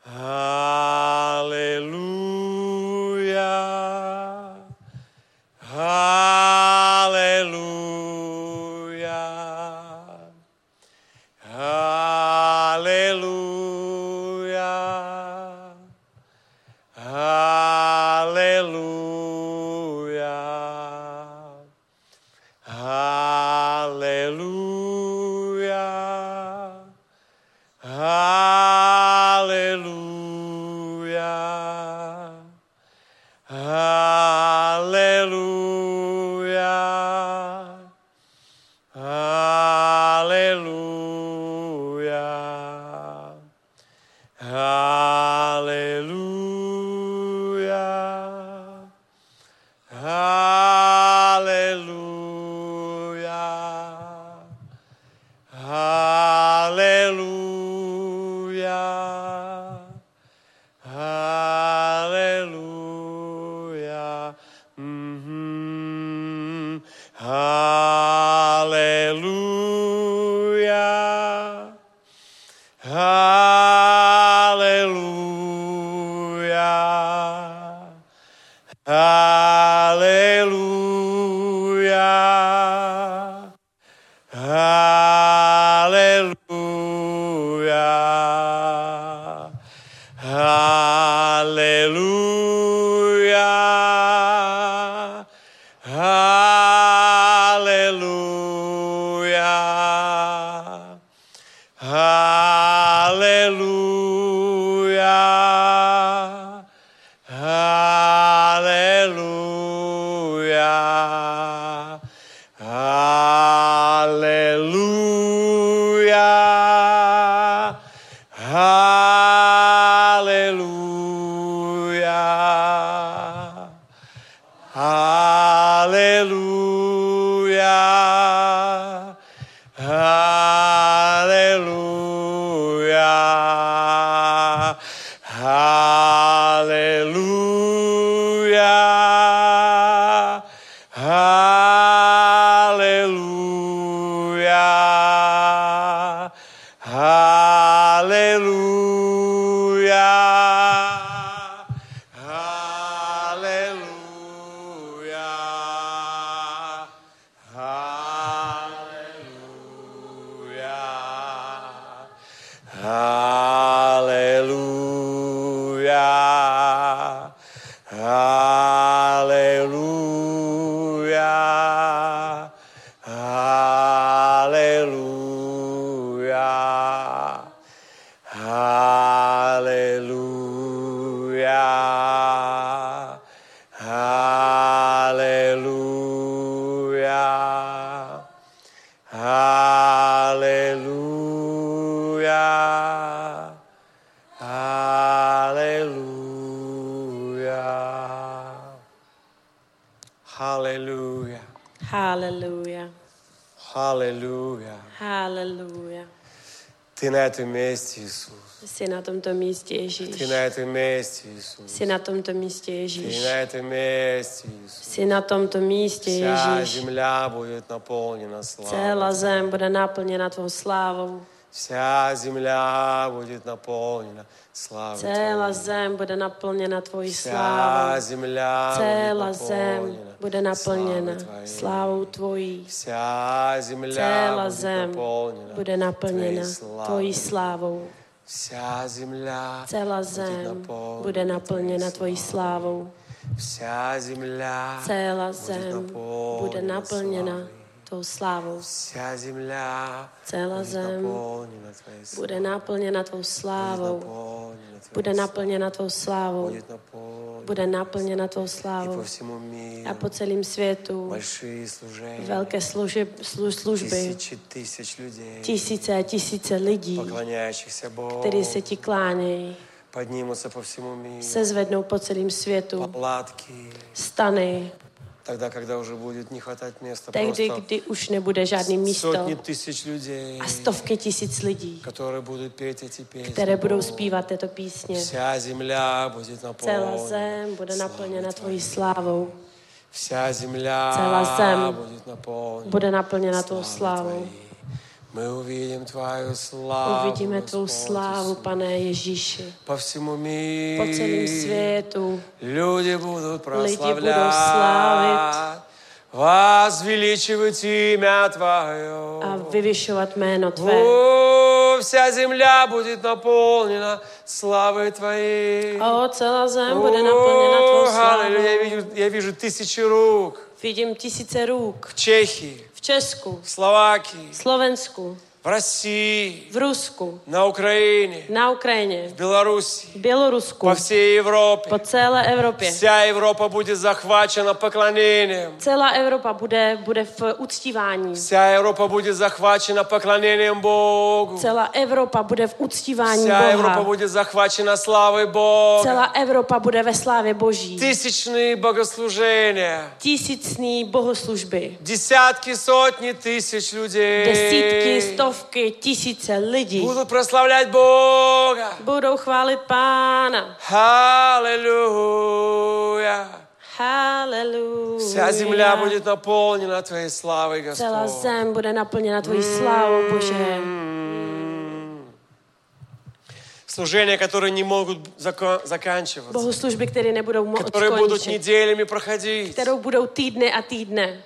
Speaker 5: Hallelujah. Hallelujah. Hallelujah. Hallelujah. Hallelujah. Hallelujah. Hallelujah. Hallelujah. Hallelujah. Hallelujah. Hallelujah. Hallelujah. Hallelujah. Mhm. Hallelujah. Hallelujah. Hallelujah. Hallelujah. Hallelujah. Hallelujah. Hallelujah. Hallelujah. Hallelujah. Hallelujah. Hallelujah. Hallelujah. Hallelujah. Hallelujah. Hallelujah. Hallelujah. Hallelujah. Hallelujah. Hallelujah. Hallelujah. Hallelujah. Hallelujah. Hallelujah. Hallelujah. Hallelujah.
Speaker 6: Hallelujah.
Speaker 5: Hallelujah.
Speaker 6: Hallelujah.
Speaker 5: Ty na tom městě, Isus.
Speaker 6: Jsi na tomto místě, Ježíš.
Speaker 5: Ty na tom městě, Isus.
Speaker 6: Jsi na tomto místě,
Speaker 5: Ty
Speaker 6: Ježíš.
Speaker 5: на этом месте, Иисус.
Speaker 6: Jsi na tomto místě,
Speaker 5: Вся
Speaker 6: Ježíš.
Speaker 5: земля будет наполнена славой.
Speaker 6: Celá zem bude naplněna tvou slávou.
Speaker 5: Вся земля будет наполнена славой
Speaker 6: Celá
Speaker 5: Твоей.
Speaker 6: zem bude naplněna tvojí
Speaker 5: Вся
Speaker 6: slávou.
Speaker 5: земля
Speaker 6: Celá
Speaker 5: будет
Speaker 6: zem bude
Speaker 5: наполнена славой
Speaker 6: naplněna
Speaker 5: Твоей.
Speaker 6: slávou tvojí.
Speaker 5: Вся земля
Speaker 6: Celá
Speaker 5: будет
Speaker 6: zem
Speaker 5: наполнена
Speaker 6: bude
Speaker 5: Твоей
Speaker 6: naplněna
Speaker 5: славой.
Speaker 6: tvojí slávou.
Speaker 5: Вся земля
Speaker 6: Celá
Speaker 5: будет
Speaker 6: zem
Speaker 5: наполнена
Speaker 6: bude naplněna
Speaker 5: Твоей
Speaker 6: tvojí slávou.
Speaker 5: Вся земля
Speaker 6: Celá
Speaker 5: будет
Speaker 6: zem bude
Speaker 5: наполнена
Speaker 6: naplněna
Speaker 5: славой.
Speaker 6: tou slávou.
Speaker 5: Вся земля
Speaker 6: Celá
Speaker 5: будет
Speaker 6: zem
Speaker 5: наполнена Твоей славой.
Speaker 6: Bude naplněna tvou slávou.
Speaker 5: наполнена Твоей
Speaker 6: Bude
Speaker 5: славой.
Speaker 6: naplněna tvou slávou.
Speaker 5: Будет наполнена.
Speaker 6: Bude naplněna tvou
Speaker 5: И
Speaker 6: slávou.
Speaker 5: по всему миру
Speaker 6: A po celém světu
Speaker 5: большие служения,
Speaker 6: velké služeb, slu, služby,
Speaker 5: тысячи тысяч людей,
Speaker 6: tisíce a tisíce lidí,
Speaker 5: поклоняющихся Богу,
Speaker 6: kteří se ti klánějí,
Speaker 5: поднимутся по всему миру,
Speaker 6: se zvednou po celém světu.
Speaker 5: палатки,
Speaker 6: Stany,
Speaker 5: тогда, когда уже будет не хватать места,
Speaker 6: tehdy,
Speaker 5: просто
Speaker 6: kdy už nebude žádný místo
Speaker 5: сотни тысяч людей,
Speaker 6: a stovky tisíc lidí,
Speaker 5: которые будут петь эти песни.
Speaker 6: které budou
Speaker 5: Богу.
Speaker 6: zpívat tyto písně.
Speaker 5: Вся земля будет
Speaker 6: Celá
Speaker 5: наполнена.
Speaker 6: zem bude
Speaker 5: славой
Speaker 6: naplněna
Speaker 5: Твоей.
Speaker 6: tvojí slávou.
Speaker 5: Вся земля
Speaker 6: Целая зем
Speaker 5: будет наполнена.
Speaker 6: Bude naplněna tvou
Speaker 5: славой
Speaker 6: slávou.
Speaker 5: Твоей. Мы увидим Твою славу.
Speaker 6: Uvidíme tvou
Speaker 5: Господь
Speaker 6: slávu,
Speaker 5: Иисус.
Speaker 6: pane Ježíši.
Speaker 5: По всему
Speaker 6: Po celém
Speaker 5: миру.
Speaker 6: světu
Speaker 5: Люди будут прославлять.
Speaker 6: славить.
Speaker 5: Возвеличивать имя Твое.
Speaker 6: a vyvyšovat jméno tvé.
Speaker 5: Oh. О, вся земля будет наполнена славой Твоей.
Speaker 6: O, celá zem bude naplněna tvou
Speaker 5: О,
Speaker 6: slávou.
Speaker 5: аллилуйя. Я вижу- Я вижу тысячи рук
Speaker 6: Vidím tisíce růk
Speaker 5: в Чехии,
Speaker 6: v Česku,
Speaker 5: в Словакии,
Speaker 6: v Slovensku,
Speaker 5: в России,
Speaker 6: v Rusku,
Speaker 5: на Украине,
Speaker 6: na Ukrajině,
Speaker 5: в Беларуси,
Speaker 6: v Bělorusku,
Speaker 5: по всей
Speaker 6: po
Speaker 5: Европе.
Speaker 6: celé Evropě.
Speaker 5: Вся Европа будет захвачена поклонением.
Speaker 6: Celá Evropa bude, bude v uctívání.
Speaker 5: Вся Европа будет захвачена поклонением Богу.
Speaker 6: Celá Evropa bude v uctívání
Speaker 5: Вся Европа
Speaker 6: Boha.
Speaker 5: будет захвачена славой Бога.
Speaker 6: Celá Evropa bude ve slávě Boží.
Speaker 5: Тысячные богослужения.
Speaker 6: Tisícný bohoslužby.
Speaker 5: Десятки, сотни тысяч людей.
Speaker 6: Desítky, stovky, tisíce lidí
Speaker 5: Будут прославлять Бога.
Speaker 6: budou chválit Pána.
Speaker 5: Аллилуйя. Вся земля
Speaker 6: Haleluja.
Speaker 5: будет наполнена Твоей славой,
Speaker 6: Celá
Speaker 5: Господь.
Speaker 6: zem bude naplněna tvojí slávou, Bože.
Speaker 5: Служения, которые не могут зако- заканчиваться.
Speaker 6: Bohoslužby, které nebudou moc
Speaker 5: Которые будут
Speaker 6: končit,
Speaker 5: неделями проходить.
Speaker 6: kterou budou týdny a týdne.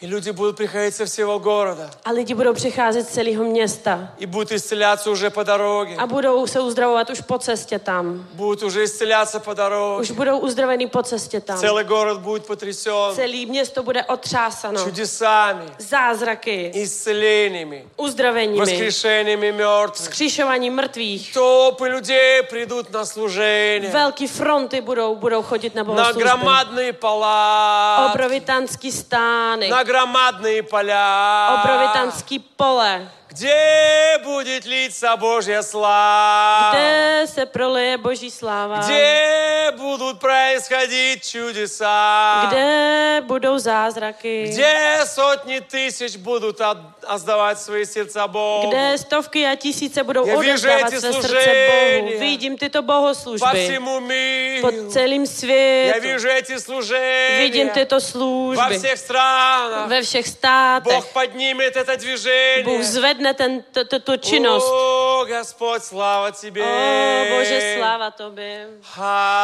Speaker 5: И люди будут приходить со всего города.
Speaker 6: A lidi budou přicházet z celého města.
Speaker 5: И будут исцеляться уже по дороге.
Speaker 6: A budou se uzdravovat už po cestě tam.
Speaker 5: Будут уже исцеляться по
Speaker 6: Už
Speaker 5: дороге.
Speaker 6: budou uzdravený po cestě tam.
Speaker 5: Целый город будет потрясен
Speaker 6: Celý město bude otřásano.
Speaker 5: чудесами,
Speaker 6: Zázraky,
Speaker 5: исцелениями,
Speaker 6: uzdraveními,
Speaker 5: воскрешениями мертвых.
Speaker 6: kříšování mrtvých.
Speaker 5: Толпы людей придут на служение,
Speaker 6: Velký fronty budou, budou chodit na
Speaker 5: на
Speaker 6: bohoslužby.
Speaker 5: громадные поля,
Speaker 6: Obrovitánský stány,
Speaker 5: на громадные поля,
Speaker 6: obrovitánský pole,
Speaker 5: где будет литься Божья слава,
Speaker 6: kde se proleje boží sláva,
Speaker 5: где будут происходить чудеса,
Speaker 6: kde budou zázraky,
Speaker 5: где сотни тысяч будут от- отдавать свои сердца Богу
Speaker 6: kde stovky a tisíce budou
Speaker 5: Je
Speaker 6: odevzdávat
Speaker 5: věřící
Speaker 6: své srdce
Speaker 5: služení.
Speaker 6: Bohu. Vidím tyto
Speaker 5: по
Speaker 6: bohoslužby
Speaker 5: всему
Speaker 6: po
Speaker 5: миру.
Speaker 6: celém
Speaker 5: Я
Speaker 6: světě.
Speaker 5: вижу эти
Speaker 6: Vidím
Speaker 5: служения
Speaker 6: tyto
Speaker 5: во
Speaker 6: služby
Speaker 5: всех странах.
Speaker 6: ve všech
Speaker 5: Бог
Speaker 6: státech.
Speaker 5: поднимет это
Speaker 6: Bůh
Speaker 5: движение.
Speaker 6: zvedne ten, t- t- tu činnost.
Speaker 5: О, Господь, слава Тебе!
Speaker 6: O Bože, sláva Tobě.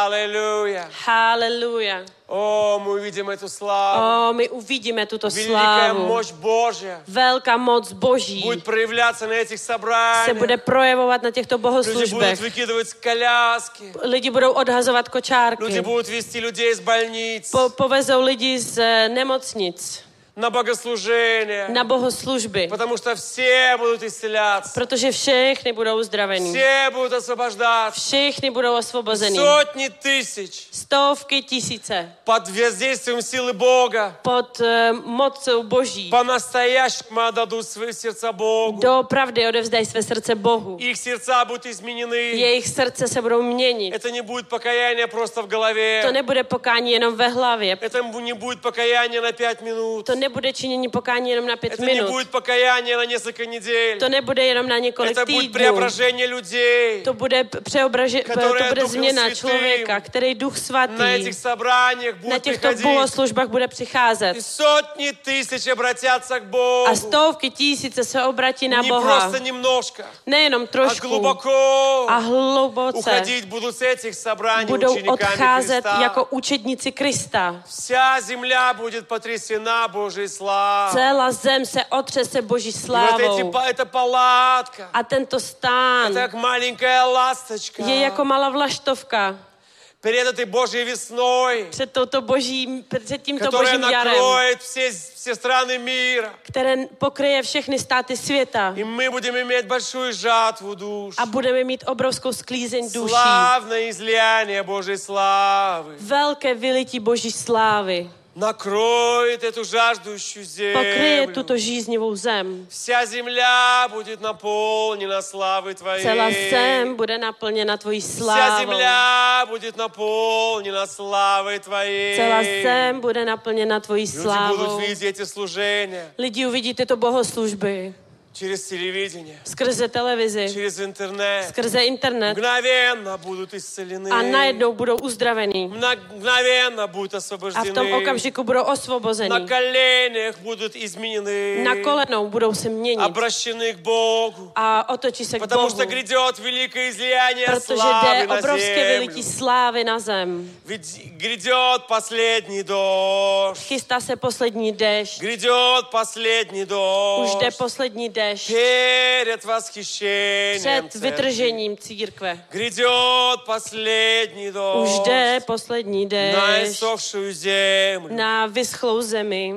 Speaker 5: Аллилуйя!
Speaker 6: Haleluja.
Speaker 5: О, мы увидим эту славу!
Speaker 6: O, my uvidíme tuto
Speaker 5: Великая
Speaker 6: slávu.
Speaker 5: мощь Божья
Speaker 6: Velká moc Boží
Speaker 5: будет проявляться на этих
Speaker 6: se bude
Speaker 5: собраниях.
Speaker 6: projevovat na těchto
Speaker 5: Люди будут
Speaker 6: bohoslužbách.
Speaker 5: выкидывать коляски.
Speaker 6: Lidi budou odhazovat
Speaker 5: Люди
Speaker 6: kočárky.
Speaker 5: будут вести людей из больниц
Speaker 6: Po, povezou lidi z eh, nemocnic
Speaker 5: на богослужение.
Speaker 6: na bohoslužby,
Speaker 5: Потому что все будут исцеляться.
Speaker 6: protože všechny budou uzdravení.
Speaker 5: Все будут освобождаться.
Speaker 6: Všechny budou osvobozeni.
Speaker 5: Сотни тысяч
Speaker 6: Stovky tisíce
Speaker 5: под воздействием силы Бога
Speaker 6: pod eh, mocou Boží
Speaker 5: по-настоящему отдадут свои сердца Богу.
Speaker 6: doopravdy odevzdají své srdce Bohu.
Speaker 5: Их сердца будут изменены.
Speaker 6: Jejich srdce se budou měnit.
Speaker 5: Это не будет покаяние просто в
Speaker 6: To
Speaker 5: голове.
Speaker 6: nebude pokání jenom ve hlavě.
Speaker 5: Это не будет покаяние на пять минut.
Speaker 6: To nebude činění pokání jenom na pět
Speaker 5: Это не
Speaker 6: minut.
Speaker 5: будет покаяние на несколько недель.
Speaker 6: To nebude jenom na několik
Speaker 5: Это будет
Speaker 6: týdnů.
Speaker 5: преображение людей
Speaker 6: To bude přeobraže,
Speaker 5: Které
Speaker 6: to bude
Speaker 5: Duch
Speaker 6: změna
Speaker 5: Svatý
Speaker 6: člověka, který duch
Speaker 5: на
Speaker 6: svatý
Speaker 5: этих собраниях
Speaker 6: na
Speaker 5: будут
Speaker 6: těchto
Speaker 5: приходить.
Speaker 6: bohoslužbách bude přicházet.
Speaker 5: И Сотни тысяч обратятся к Богу.
Speaker 6: A stovky tisíce se obratí na
Speaker 5: Не
Speaker 6: Boha.
Speaker 5: просто немножко,
Speaker 6: Nejenom
Speaker 5: а
Speaker 6: trošku.
Speaker 5: глубоко.
Speaker 6: A hluboce
Speaker 5: Уходить будут с этих собраний
Speaker 6: budou
Speaker 5: учениками
Speaker 6: odcházet jako
Speaker 5: Христа.
Speaker 6: učedníci Krista.
Speaker 5: Вся земля будет потрясена Божьей славой.
Speaker 6: Celá zem se otřese Boží
Speaker 5: И вот эти,
Speaker 6: slávou.
Speaker 5: па- эта палатка,
Speaker 6: A tento stán
Speaker 5: так маленькая ласточка,
Speaker 6: je jako malá vlaštovka
Speaker 5: перед этой Божьей весной,
Speaker 6: před, touto boží, před tímto
Speaker 5: которая
Speaker 6: božím jarem,
Speaker 5: накроет все, все страны мира.
Speaker 6: které pokryje všechny státy světa.
Speaker 5: И мы будем иметь большую жатву душ.
Speaker 6: a budeme mít obrovskou sklízeň duší.
Speaker 5: Славное излияние Божьей славы
Speaker 6: Velké vylití Boží slávy
Speaker 5: накроет эту жаждущую
Speaker 6: pokryje
Speaker 5: землю.
Speaker 6: tuto žíznivou zem.
Speaker 5: Вся земля будет наполнена славой Твоей.
Speaker 6: Celá zem bude naplněna tvojí
Speaker 5: Вся
Speaker 6: slávou.
Speaker 5: земля будет наполнена славой Твоей.
Speaker 6: Celá zem bude naplněna tvojí
Speaker 5: Люди
Speaker 6: slávou.
Speaker 5: будут видеть эти служения
Speaker 6: Lidi uvidí tyto bohoslužby
Speaker 5: через телевидение,
Speaker 6: skrze televizi,
Speaker 5: через интернет.
Speaker 6: skrze internet
Speaker 5: Мгновенно будут исцелены.
Speaker 6: a najednou budou uzdravení.
Speaker 5: Мна- Мгновенно будут
Speaker 6: A v tom
Speaker 5: освобождены.
Speaker 6: okamžiku budou
Speaker 5: На
Speaker 6: osvobozeni.
Speaker 5: коленях будут изменены.
Speaker 6: Na kolenou budou se měnit
Speaker 5: Обращены к Богу.
Speaker 6: a otočí se k
Speaker 5: Потому
Speaker 6: Bohu,
Speaker 5: что грядет великое излияние
Speaker 6: protože
Speaker 5: славы
Speaker 6: jde
Speaker 5: на
Speaker 6: obrovské
Speaker 5: землю.
Speaker 6: vylití slávy na zem.
Speaker 5: Ведь грядет последний дождь.
Speaker 6: Chystá se poslední déšť.
Speaker 5: Грядет последний
Speaker 6: Už jde
Speaker 5: дождь.
Speaker 6: poslední déšť
Speaker 5: Перед восхищением.
Speaker 6: před
Speaker 5: церкви.
Speaker 6: vytržením církve.
Speaker 5: Грядет последний
Speaker 6: Už jde
Speaker 5: дождь.
Speaker 6: poslední
Speaker 5: На
Speaker 6: déšť
Speaker 5: иссохшую землю.
Speaker 6: na vyschlou zemi.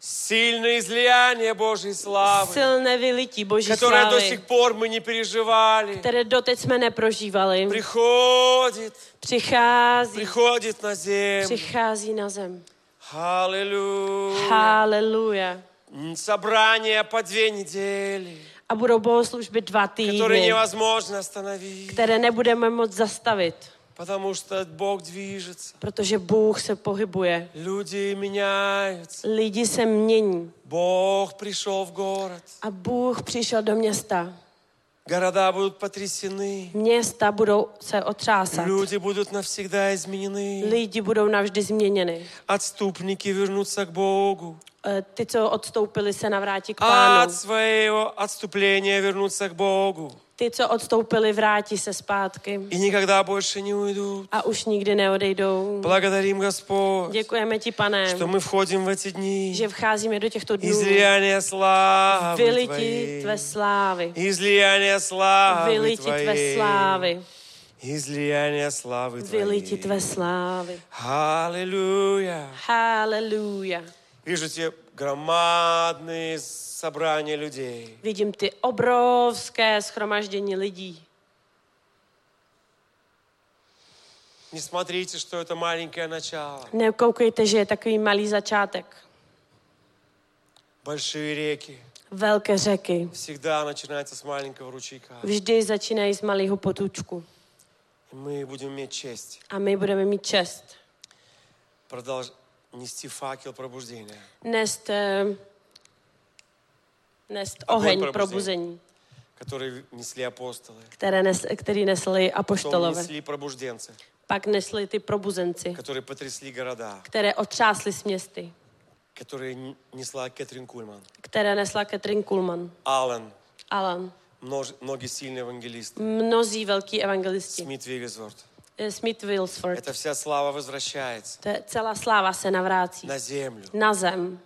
Speaker 5: Сильное излияние Божьей славы,
Speaker 6: Silné vylití Boží
Speaker 5: которое до
Speaker 6: slávy,
Speaker 5: сих пор мы не переживали,
Speaker 6: které doteď jsme neprožívali,
Speaker 5: приходит,
Speaker 6: přichází,
Speaker 5: приходит на землю.
Speaker 6: přichází na zem.
Speaker 5: Аллилуйя.
Speaker 6: Haleluja.
Speaker 5: Собрание по две недели.
Speaker 6: A budou bohoslužby dva
Speaker 5: которые
Speaker 6: týdny,
Speaker 5: невозможно остановить.
Speaker 6: které nebudeme moc zastavit.
Speaker 5: потому что Бог движется.
Speaker 6: protože Bůh se pohybuje.
Speaker 5: Люди меняются.
Speaker 6: Lidi se mění
Speaker 5: Бог пришел в город.
Speaker 6: a Bůh přišel do města.
Speaker 5: Города будут потрясены.
Speaker 6: Města budou se otřásat.
Speaker 5: Люди будут навсегда изменены.
Speaker 6: Lidi budou navždy změněny.
Speaker 5: Отступники вернутся к Богу.
Speaker 6: E, Ty, co odstoupili, se navrátí k pánu.
Speaker 5: От своего отступления вернутся к Богу.
Speaker 6: Ty, co odstoupili, vrátí se zpátky.
Speaker 5: И никогда больше не уйдут.
Speaker 6: A už nikdy neodejdou.
Speaker 5: Благодарим Господь,
Speaker 6: Děkujeme ti, pane,
Speaker 5: что мы входим в эти дни.
Speaker 6: že vcházíme do těchto dnů.
Speaker 5: Излияние славы
Speaker 6: Vylití
Speaker 5: Твоей.
Speaker 6: tvé slávy.
Speaker 5: Излияние славы
Speaker 6: Vylití tvé
Speaker 5: Твоей.
Speaker 6: slávy.
Speaker 5: Излияние славы
Speaker 6: Vylití tvé
Speaker 5: Твоей.
Speaker 6: slávy.
Speaker 5: Аллилуйя.
Speaker 6: Haleluja.
Speaker 5: Вижу те громадные собрания людей.
Speaker 6: Vidím ty obrovské schromaždění lidí.
Speaker 5: Не смотрите, что это маленькое начало.
Speaker 6: Nekoukejte, že je takový malý začátek.
Speaker 5: Большие реки
Speaker 6: Velké řeky
Speaker 5: всегда начинаются с маленького ручейка.
Speaker 6: vždy začínají z malého potůčku.
Speaker 5: И мы будем иметь честь
Speaker 6: A my budeme mít čest
Speaker 5: продолж... нести факел пробуждения.
Speaker 6: nést, eh, nést
Speaker 5: Огонь
Speaker 6: oheň
Speaker 5: probuzení.
Speaker 6: probuzení,
Speaker 5: которые несли апостолы,
Speaker 6: které nes, který nesli
Speaker 5: потом
Speaker 6: apoštolové.
Speaker 5: несли пробужденцы,
Speaker 6: Pak nesli ty probuzenci,
Speaker 5: которые потрясли города,
Speaker 6: které otřásly s městy,
Speaker 5: которые н- несла Кэтрин Кульман,
Speaker 6: které nesla Katrin Kulman,
Speaker 5: Аллен,
Speaker 6: Alan,
Speaker 5: множ- многие сильные евангелисты,
Speaker 6: mnozí velký evangelisti,
Speaker 5: Смит Виггсворт.
Speaker 6: eh, Smith Wilsford.
Speaker 5: Эта вся слава возвращается
Speaker 6: To je, celá sláva se navrácí
Speaker 5: на землю.
Speaker 6: na zem.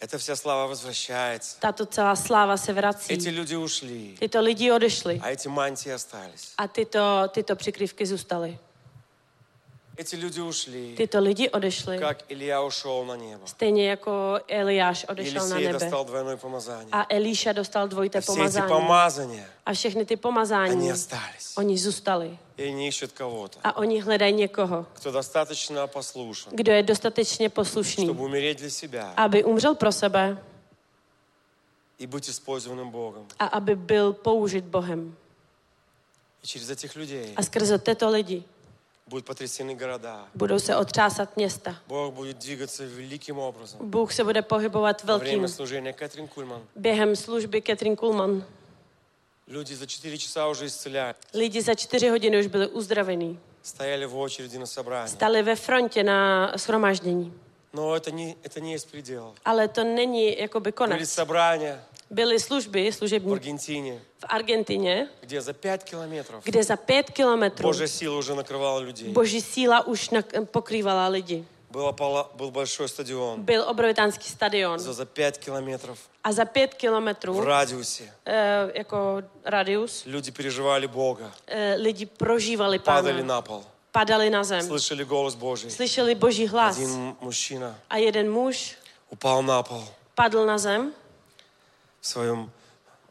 Speaker 5: Эта вся слава возвращается.
Speaker 6: Tato celá sláva se vrací.
Speaker 5: Эти люди ушли,
Speaker 6: Tyto lidi odešli
Speaker 5: а эти мантии остались.
Speaker 6: a tyto, tyto přikryvky zůstaly.
Speaker 5: Эти люди ушли,
Speaker 6: Tyto lidi odešli,
Speaker 5: как Илья ушел на небо.
Speaker 6: stejně jako Eliáš odešel na
Speaker 5: Елисей
Speaker 6: nebe.
Speaker 5: достал двойное помазание.
Speaker 6: A Elíša dostal dvojité
Speaker 5: А все эти
Speaker 6: pomazání.
Speaker 5: помазания,
Speaker 6: A všechny ty
Speaker 5: они
Speaker 6: pomazání,
Speaker 5: остались.
Speaker 6: oni zůstali.
Speaker 5: И они ищут кого-то,
Speaker 6: A oni hledají někoho,
Speaker 5: кто достаточно послушан.
Speaker 6: kdo je dostatečně poslušný,
Speaker 5: чтобы умереть для себя
Speaker 6: aby umřel pro sebe
Speaker 5: и быть использованным Богом.
Speaker 6: a aby byl použit Bohem.
Speaker 5: И через этих людей
Speaker 6: A skrze tyto lidi
Speaker 5: будут потрясены города.
Speaker 6: budou se otřásat města.
Speaker 5: Bůh bude двигаться великим образом.
Speaker 6: Bůh se bude pohybovat
Speaker 5: Во время
Speaker 6: velkým.
Speaker 5: служения Кэтрин Кульман
Speaker 6: Během služby Katrin Kulman
Speaker 5: люди за 4 часа уже исцеляли,
Speaker 6: lidi za čtyři hodiny už byli uzdravení.
Speaker 5: стояли в очереди на собрании.
Speaker 6: Stali ve frontě na shromáždění.
Speaker 5: Но это не, это не из пределов.
Speaker 6: Ale to není jakoby
Speaker 5: Были
Speaker 6: konec.
Speaker 5: собрания
Speaker 6: Byly služby,
Speaker 5: в
Speaker 6: služební
Speaker 5: Аргентине,
Speaker 6: v Argentině,
Speaker 5: где за 5 километров
Speaker 6: kde za pět kilometrů
Speaker 5: Божья сила уже накрывала людей.
Speaker 6: boží síla už nak- pokrývala lidi.
Speaker 5: Было пола- был большой стадион.
Speaker 6: Byl obrovitánský stadion
Speaker 5: За, за 5 километров
Speaker 6: a za
Speaker 5: в
Speaker 6: pět kilometrů
Speaker 5: радиусе
Speaker 6: eh, jako radius
Speaker 5: люди переживали Бога,
Speaker 6: eh, lidi prožívali
Speaker 5: падали
Speaker 6: pána,
Speaker 5: на пол,
Speaker 6: padali na zem,
Speaker 5: слышали голос Божий.
Speaker 6: slyšeli boží hlas
Speaker 5: Один мужчина
Speaker 6: a jeden muž
Speaker 5: упал на пол
Speaker 6: padl na zem,
Speaker 5: в своем...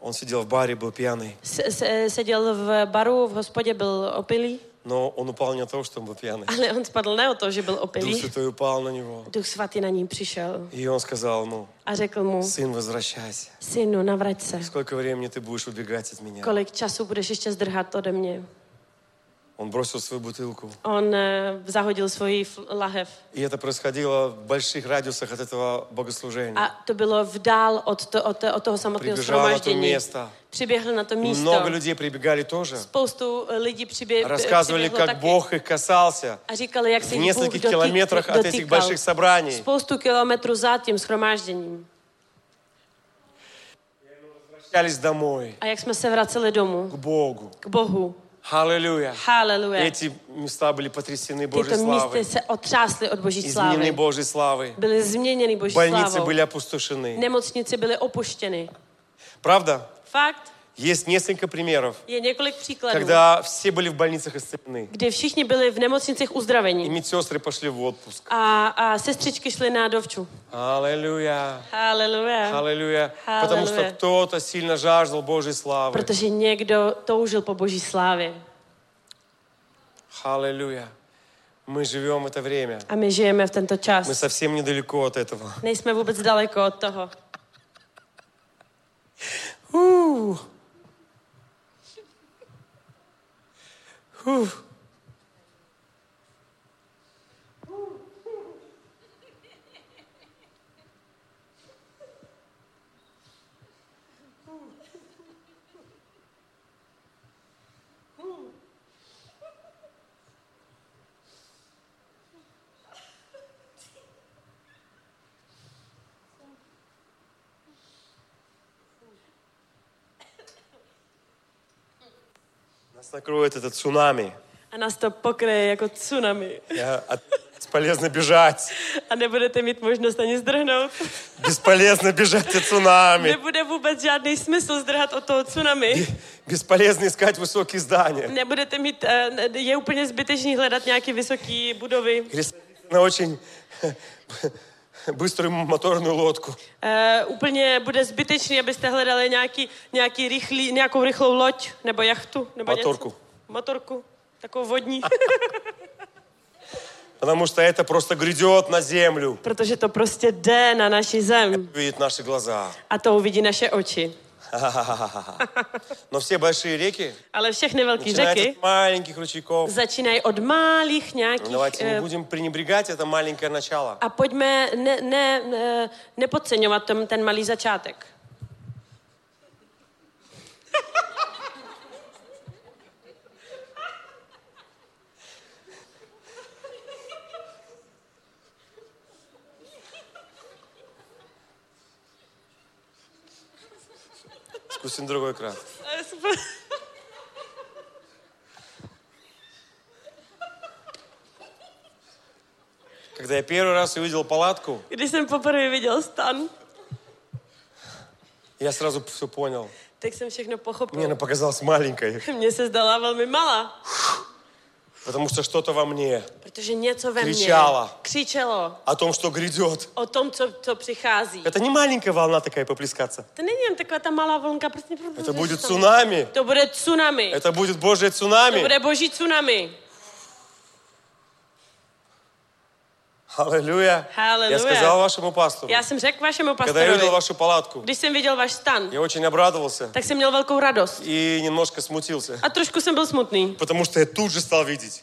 Speaker 5: Он сидел в баре, был пьяный.
Speaker 6: se, se, seděl v baru, v hospodě byl opilý,
Speaker 5: Но он упал не от того, что он был пьяный.
Speaker 6: ale on spadl ne o to, že byl
Speaker 5: Дух
Speaker 6: opilý.
Speaker 5: Святой упал на него.
Speaker 6: Duch svatý na ní přišel
Speaker 5: И он сказал ему,
Speaker 6: a řekl mu,
Speaker 5: сын, возвращайся.
Speaker 6: synu, navrať se.
Speaker 5: Сколько времени ты будешь убегать от меня?
Speaker 6: Kolik času budeš ještě zdrhat ode mě?
Speaker 5: Он бросил свою бутылку.
Speaker 6: On eh, zahodil svoji fl- lahev.
Speaker 5: И это происходило в больших радиусах от этого
Speaker 6: A
Speaker 5: богослужения.
Speaker 6: to bylo vdál od, to, od, od toho samotného
Speaker 5: Přiběžela na to
Speaker 6: shromáždění.
Speaker 5: město.
Speaker 6: Přiběhl na to místo.
Speaker 5: Много людей прибегали тоже.
Speaker 6: Spoustu eh, lidí přibě,
Speaker 5: Рассказывали,
Speaker 6: přiběhlo
Speaker 5: как
Speaker 6: taky.
Speaker 5: Бог их касался.
Speaker 6: a říkali, jak se
Speaker 5: В
Speaker 6: jich Bůh
Speaker 5: нескольких
Speaker 6: dotyk,
Speaker 5: километрах от этих
Speaker 6: dotýkal.
Speaker 5: больших собраний.
Speaker 6: Spoustu kilometrů za tím shromážděním.
Speaker 5: Возвращались домой,
Speaker 6: A jak jsme se vraceli domů?
Speaker 5: к Богу.
Speaker 6: K Bohu.
Speaker 5: Аллилуйя.
Speaker 6: Haleluja.
Speaker 5: Эти места были потрясены Божьей
Speaker 6: Tyto místy
Speaker 5: славой.
Speaker 6: se otřásly od boží
Speaker 5: Изменены
Speaker 6: slávy.
Speaker 5: Божьей славой.
Speaker 6: Byly změněny boží
Speaker 5: Больницы
Speaker 6: slávou.
Speaker 5: были опустошены.
Speaker 6: Nemocnice byly opuštěny.
Speaker 5: Правда?
Speaker 6: Fakt
Speaker 5: Есть несколько примеров,
Speaker 6: je několik příkladů,
Speaker 5: когда все были в больницах исцелены.
Speaker 6: kdy všichni byli v nemocnicích
Speaker 5: И
Speaker 6: uzdravení
Speaker 5: медсестры пошли в отпуск.
Speaker 6: a, a sestřičky šly na dovču.
Speaker 5: Аллилуйя.
Speaker 6: Haleluja.
Speaker 5: Аллилуйя.
Speaker 6: Аллилуйя.
Speaker 5: Потому что кто-то сильно жаждал Божьей славы.
Speaker 6: Protože někdo toužil po boží slávě.
Speaker 5: Аллилуйя. Мы живем в это время.
Speaker 6: A my žijeme v tento čas.
Speaker 5: Мы совсем недалеко от этого.
Speaker 6: Nejsme vůbec daleko od toho.
Speaker 5: Ух. Ух. Нас накроет это цунами.
Speaker 6: a nás to pokryje jako tsunami.
Speaker 5: Я- от- Бесполезно бежать.
Speaker 6: A nebudete mít možnost ani zdrhnout.
Speaker 5: Бесполезно бежать от цунами.
Speaker 6: Nebude vůbec žádný smysl zdrhat od toho tsunami.
Speaker 5: Бесполезно искать высокие здания.
Speaker 6: Nebudete mít, eh, ne- je úplně zbytečný hledat nějaké vysoké budovy.
Speaker 5: Или на очень быструю моторную лодку.
Speaker 6: Eh, úplně bude zbytečný, abyste hledali nějaký, nějaký rychlý, nějakou rychlou loď nebo jachtu. Nebo
Speaker 5: Motorku.
Speaker 6: Něco. Motorku. Takovou vodní.
Speaker 5: Потому что это просто грядет на землю.
Speaker 6: Protože to prostě jde na naši zem.
Speaker 5: Видит наши глаза.
Speaker 6: A to uvidí naše oči.
Speaker 5: Но все большие реки
Speaker 6: Ale všechny velké
Speaker 5: начинаются
Speaker 6: řeky
Speaker 5: от маленьких ручейков.
Speaker 6: začínají od malých nějakých...
Speaker 5: Давайте не
Speaker 6: eh,
Speaker 5: будем пренебрегать это маленькое начало.
Speaker 6: A pojďme ne, ne, ne, nepodceňovat ten, ten malý začátek.
Speaker 5: Вкусен другой крат. Когда я первый раз увидел палатку,
Speaker 6: Když jsem poprvé viděl stan,
Speaker 5: я сразу все понял.
Speaker 6: tak jsem všechno pochopil.
Speaker 5: Мне она показалась маленькой,
Speaker 6: Mně se zdala velmi malá,
Speaker 5: потому что что-то во мне
Speaker 6: protože něco ve mně
Speaker 5: Křičála.
Speaker 6: křičelo
Speaker 5: о том, что грядет.
Speaker 6: o tom, co, co přichází.
Speaker 5: Это не маленькая волна такая поплескаться.
Speaker 6: To není jen taková ta malá vlnka, prostě...
Speaker 5: Это будет цунами.
Speaker 6: To bude tsunami.
Speaker 5: Это будет Божье
Speaker 6: To
Speaker 5: цунами.
Speaker 6: bude boží tsunami.
Speaker 5: Аллилуйя. Я
Speaker 6: Аллилуйя.
Speaker 5: сказал вашему пастору,
Speaker 6: Já jsem řekl vašemu
Speaker 5: когда я
Speaker 6: pastorovi,
Speaker 5: увидел вашу палатку,
Speaker 6: když jsem viděl váš stan,
Speaker 5: я очень обрадовался
Speaker 6: tak jsem měl velkou radost.
Speaker 5: и немножко смутился.
Speaker 6: A trošku jsem byl smutný,
Speaker 5: Потому что я тут же стал видеть.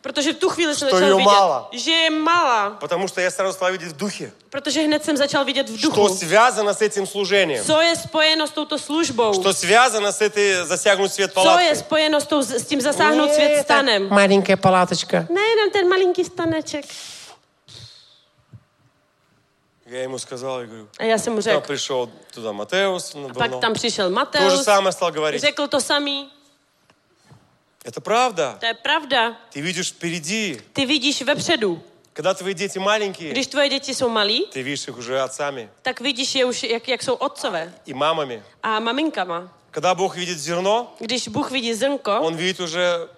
Speaker 6: protože v tu chvíli jsem
Speaker 5: To
Speaker 6: začal
Speaker 5: je
Speaker 6: vidět,
Speaker 5: malá.
Speaker 6: že je malá,
Speaker 5: Потому что я сразу стал видеть в духе,
Speaker 6: protože hned jsem začal vidět v
Speaker 5: что
Speaker 6: duchu,
Speaker 5: связано с этим служением.
Speaker 6: co je spojeno s toutou službou,
Speaker 5: Что связано с этой засягнуть свет
Speaker 6: co je
Speaker 5: палатки.
Speaker 6: spojeno s, tou, s tím zasáhnout svět stanem.
Speaker 5: Маленькая палаточка.
Speaker 6: Nejenom ten malinký staneček.
Speaker 5: Я ему сказал, я говорю,
Speaker 6: A já jsem mu
Speaker 5: там
Speaker 6: řekl.
Speaker 5: пришел туда Матеус, он был,
Speaker 6: Pak
Speaker 5: но-
Speaker 6: tam přišel
Speaker 5: то же
Speaker 6: Mateus,
Speaker 5: самое стал говорить.
Speaker 6: řekl to samý.
Speaker 5: Это правда.
Speaker 6: To je pravda.
Speaker 5: Ты видишь впереди,
Speaker 6: Ty vidíš vepředu.
Speaker 5: когда твои дети маленькие,
Speaker 6: Když tvoje děti jsou malí,
Speaker 5: ты vidишь их уже отцами
Speaker 6: tak vidíš je už, jak, jak jsou otcové
Speaker 5: и мамами.
Speaker 6: a maminkama.
Speaker 5: Когда Бог видит зерно,
Speaker 6: Když Bůh vidí zrnko,
Speaker 5: Он видит уже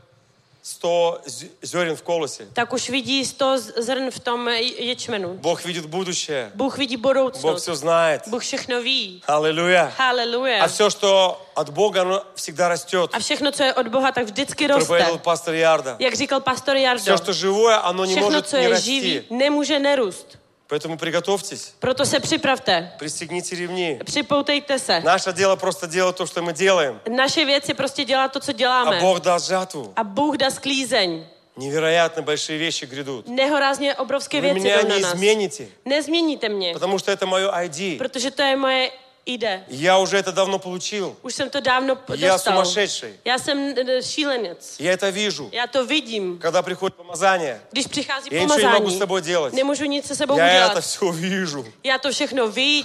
Speaker 5: 100 зе- зерен в колосе.
Speaker 6: tak už vidí sto z- zrn v tom je- ječmenu.
Speaker 5: Бог видит будущее.
Speaker 6: Bůh vidí
Speaker 5: Бог
Speaker 6: budoucnost.
Speaker 5: все знает.
Speaker 6: Bůh všechno ví.
Speaker 5: Аллилуйя.
Speaker 6: Haleluja.
Speaker 5: А все, что от Бога, оно всегда растет.
Speaker 6: A všechno, co je od Boha, tak vždycky roste.
Speaker 5: Проповедовал пастор Ярда.
Speaker 6: Jak říkal pastor Jardo,
Speaker 5: Все, что живое, оно не
Speaker 6: všechno,
Speaker 5: может
Speaker 6: co
Speaker 5: не
Speaker 6: je živý,
Speaker 5: расти.
Speaker 6: nemůže nerůst.
Speaker 5: Поэтому приготовьтесь,
Speaker 6: Proto se připravte.
Speaker 5: пристегните ремни.
Speaker 6: Připoutejte se.
Speaker 5: Наше дело просто делать то, что мы делаем.
Speaker 6: Naše věc je prostě dělat to, co děláme.
Speaker 5: А Бог даст жатву.
Speaker 6: A Bůh dá sklízeň.
Speaker 5: Невероятно большие вещи грядут.
Speaker 6: Nehorázně obrovské
Speaker 5: Вы
Speaker 6: věci
Speaker 5: меня
Speaker 6: jdou na
Speaker 5: не
Speaker 6: nás.
Speaker 5: измените,
Speaker 6: Nezměníte mě,
Speaker 5: потому что это мое ID.
Speaker 6: protože to je moje ide.
Speaker 5: Я уже это давно получил.
Speaker 6: Už jsem to dávno p-
Speaker 5: Já
Speaker 6: dostal.
Speaker 5: sumасшедший.
Speaker 6: Já jsem eh, šílenec.
Speaker 5: Я это вижу.
Speaker 6: Já to vidím.
Speaker 5: Когда приходит помазание,
Speaker 6: Když přichází
Speaker 5: Já nic nemohu
Speaker 6: pomazání,
Speaker 5: s tebou dělat.
Speaker 6: nemůžu nic se sebou
Speaker 5: я
Speaker 6: udělat.
Speaker 5: это все вижу.
Speaker 6: Já to všechno vidím.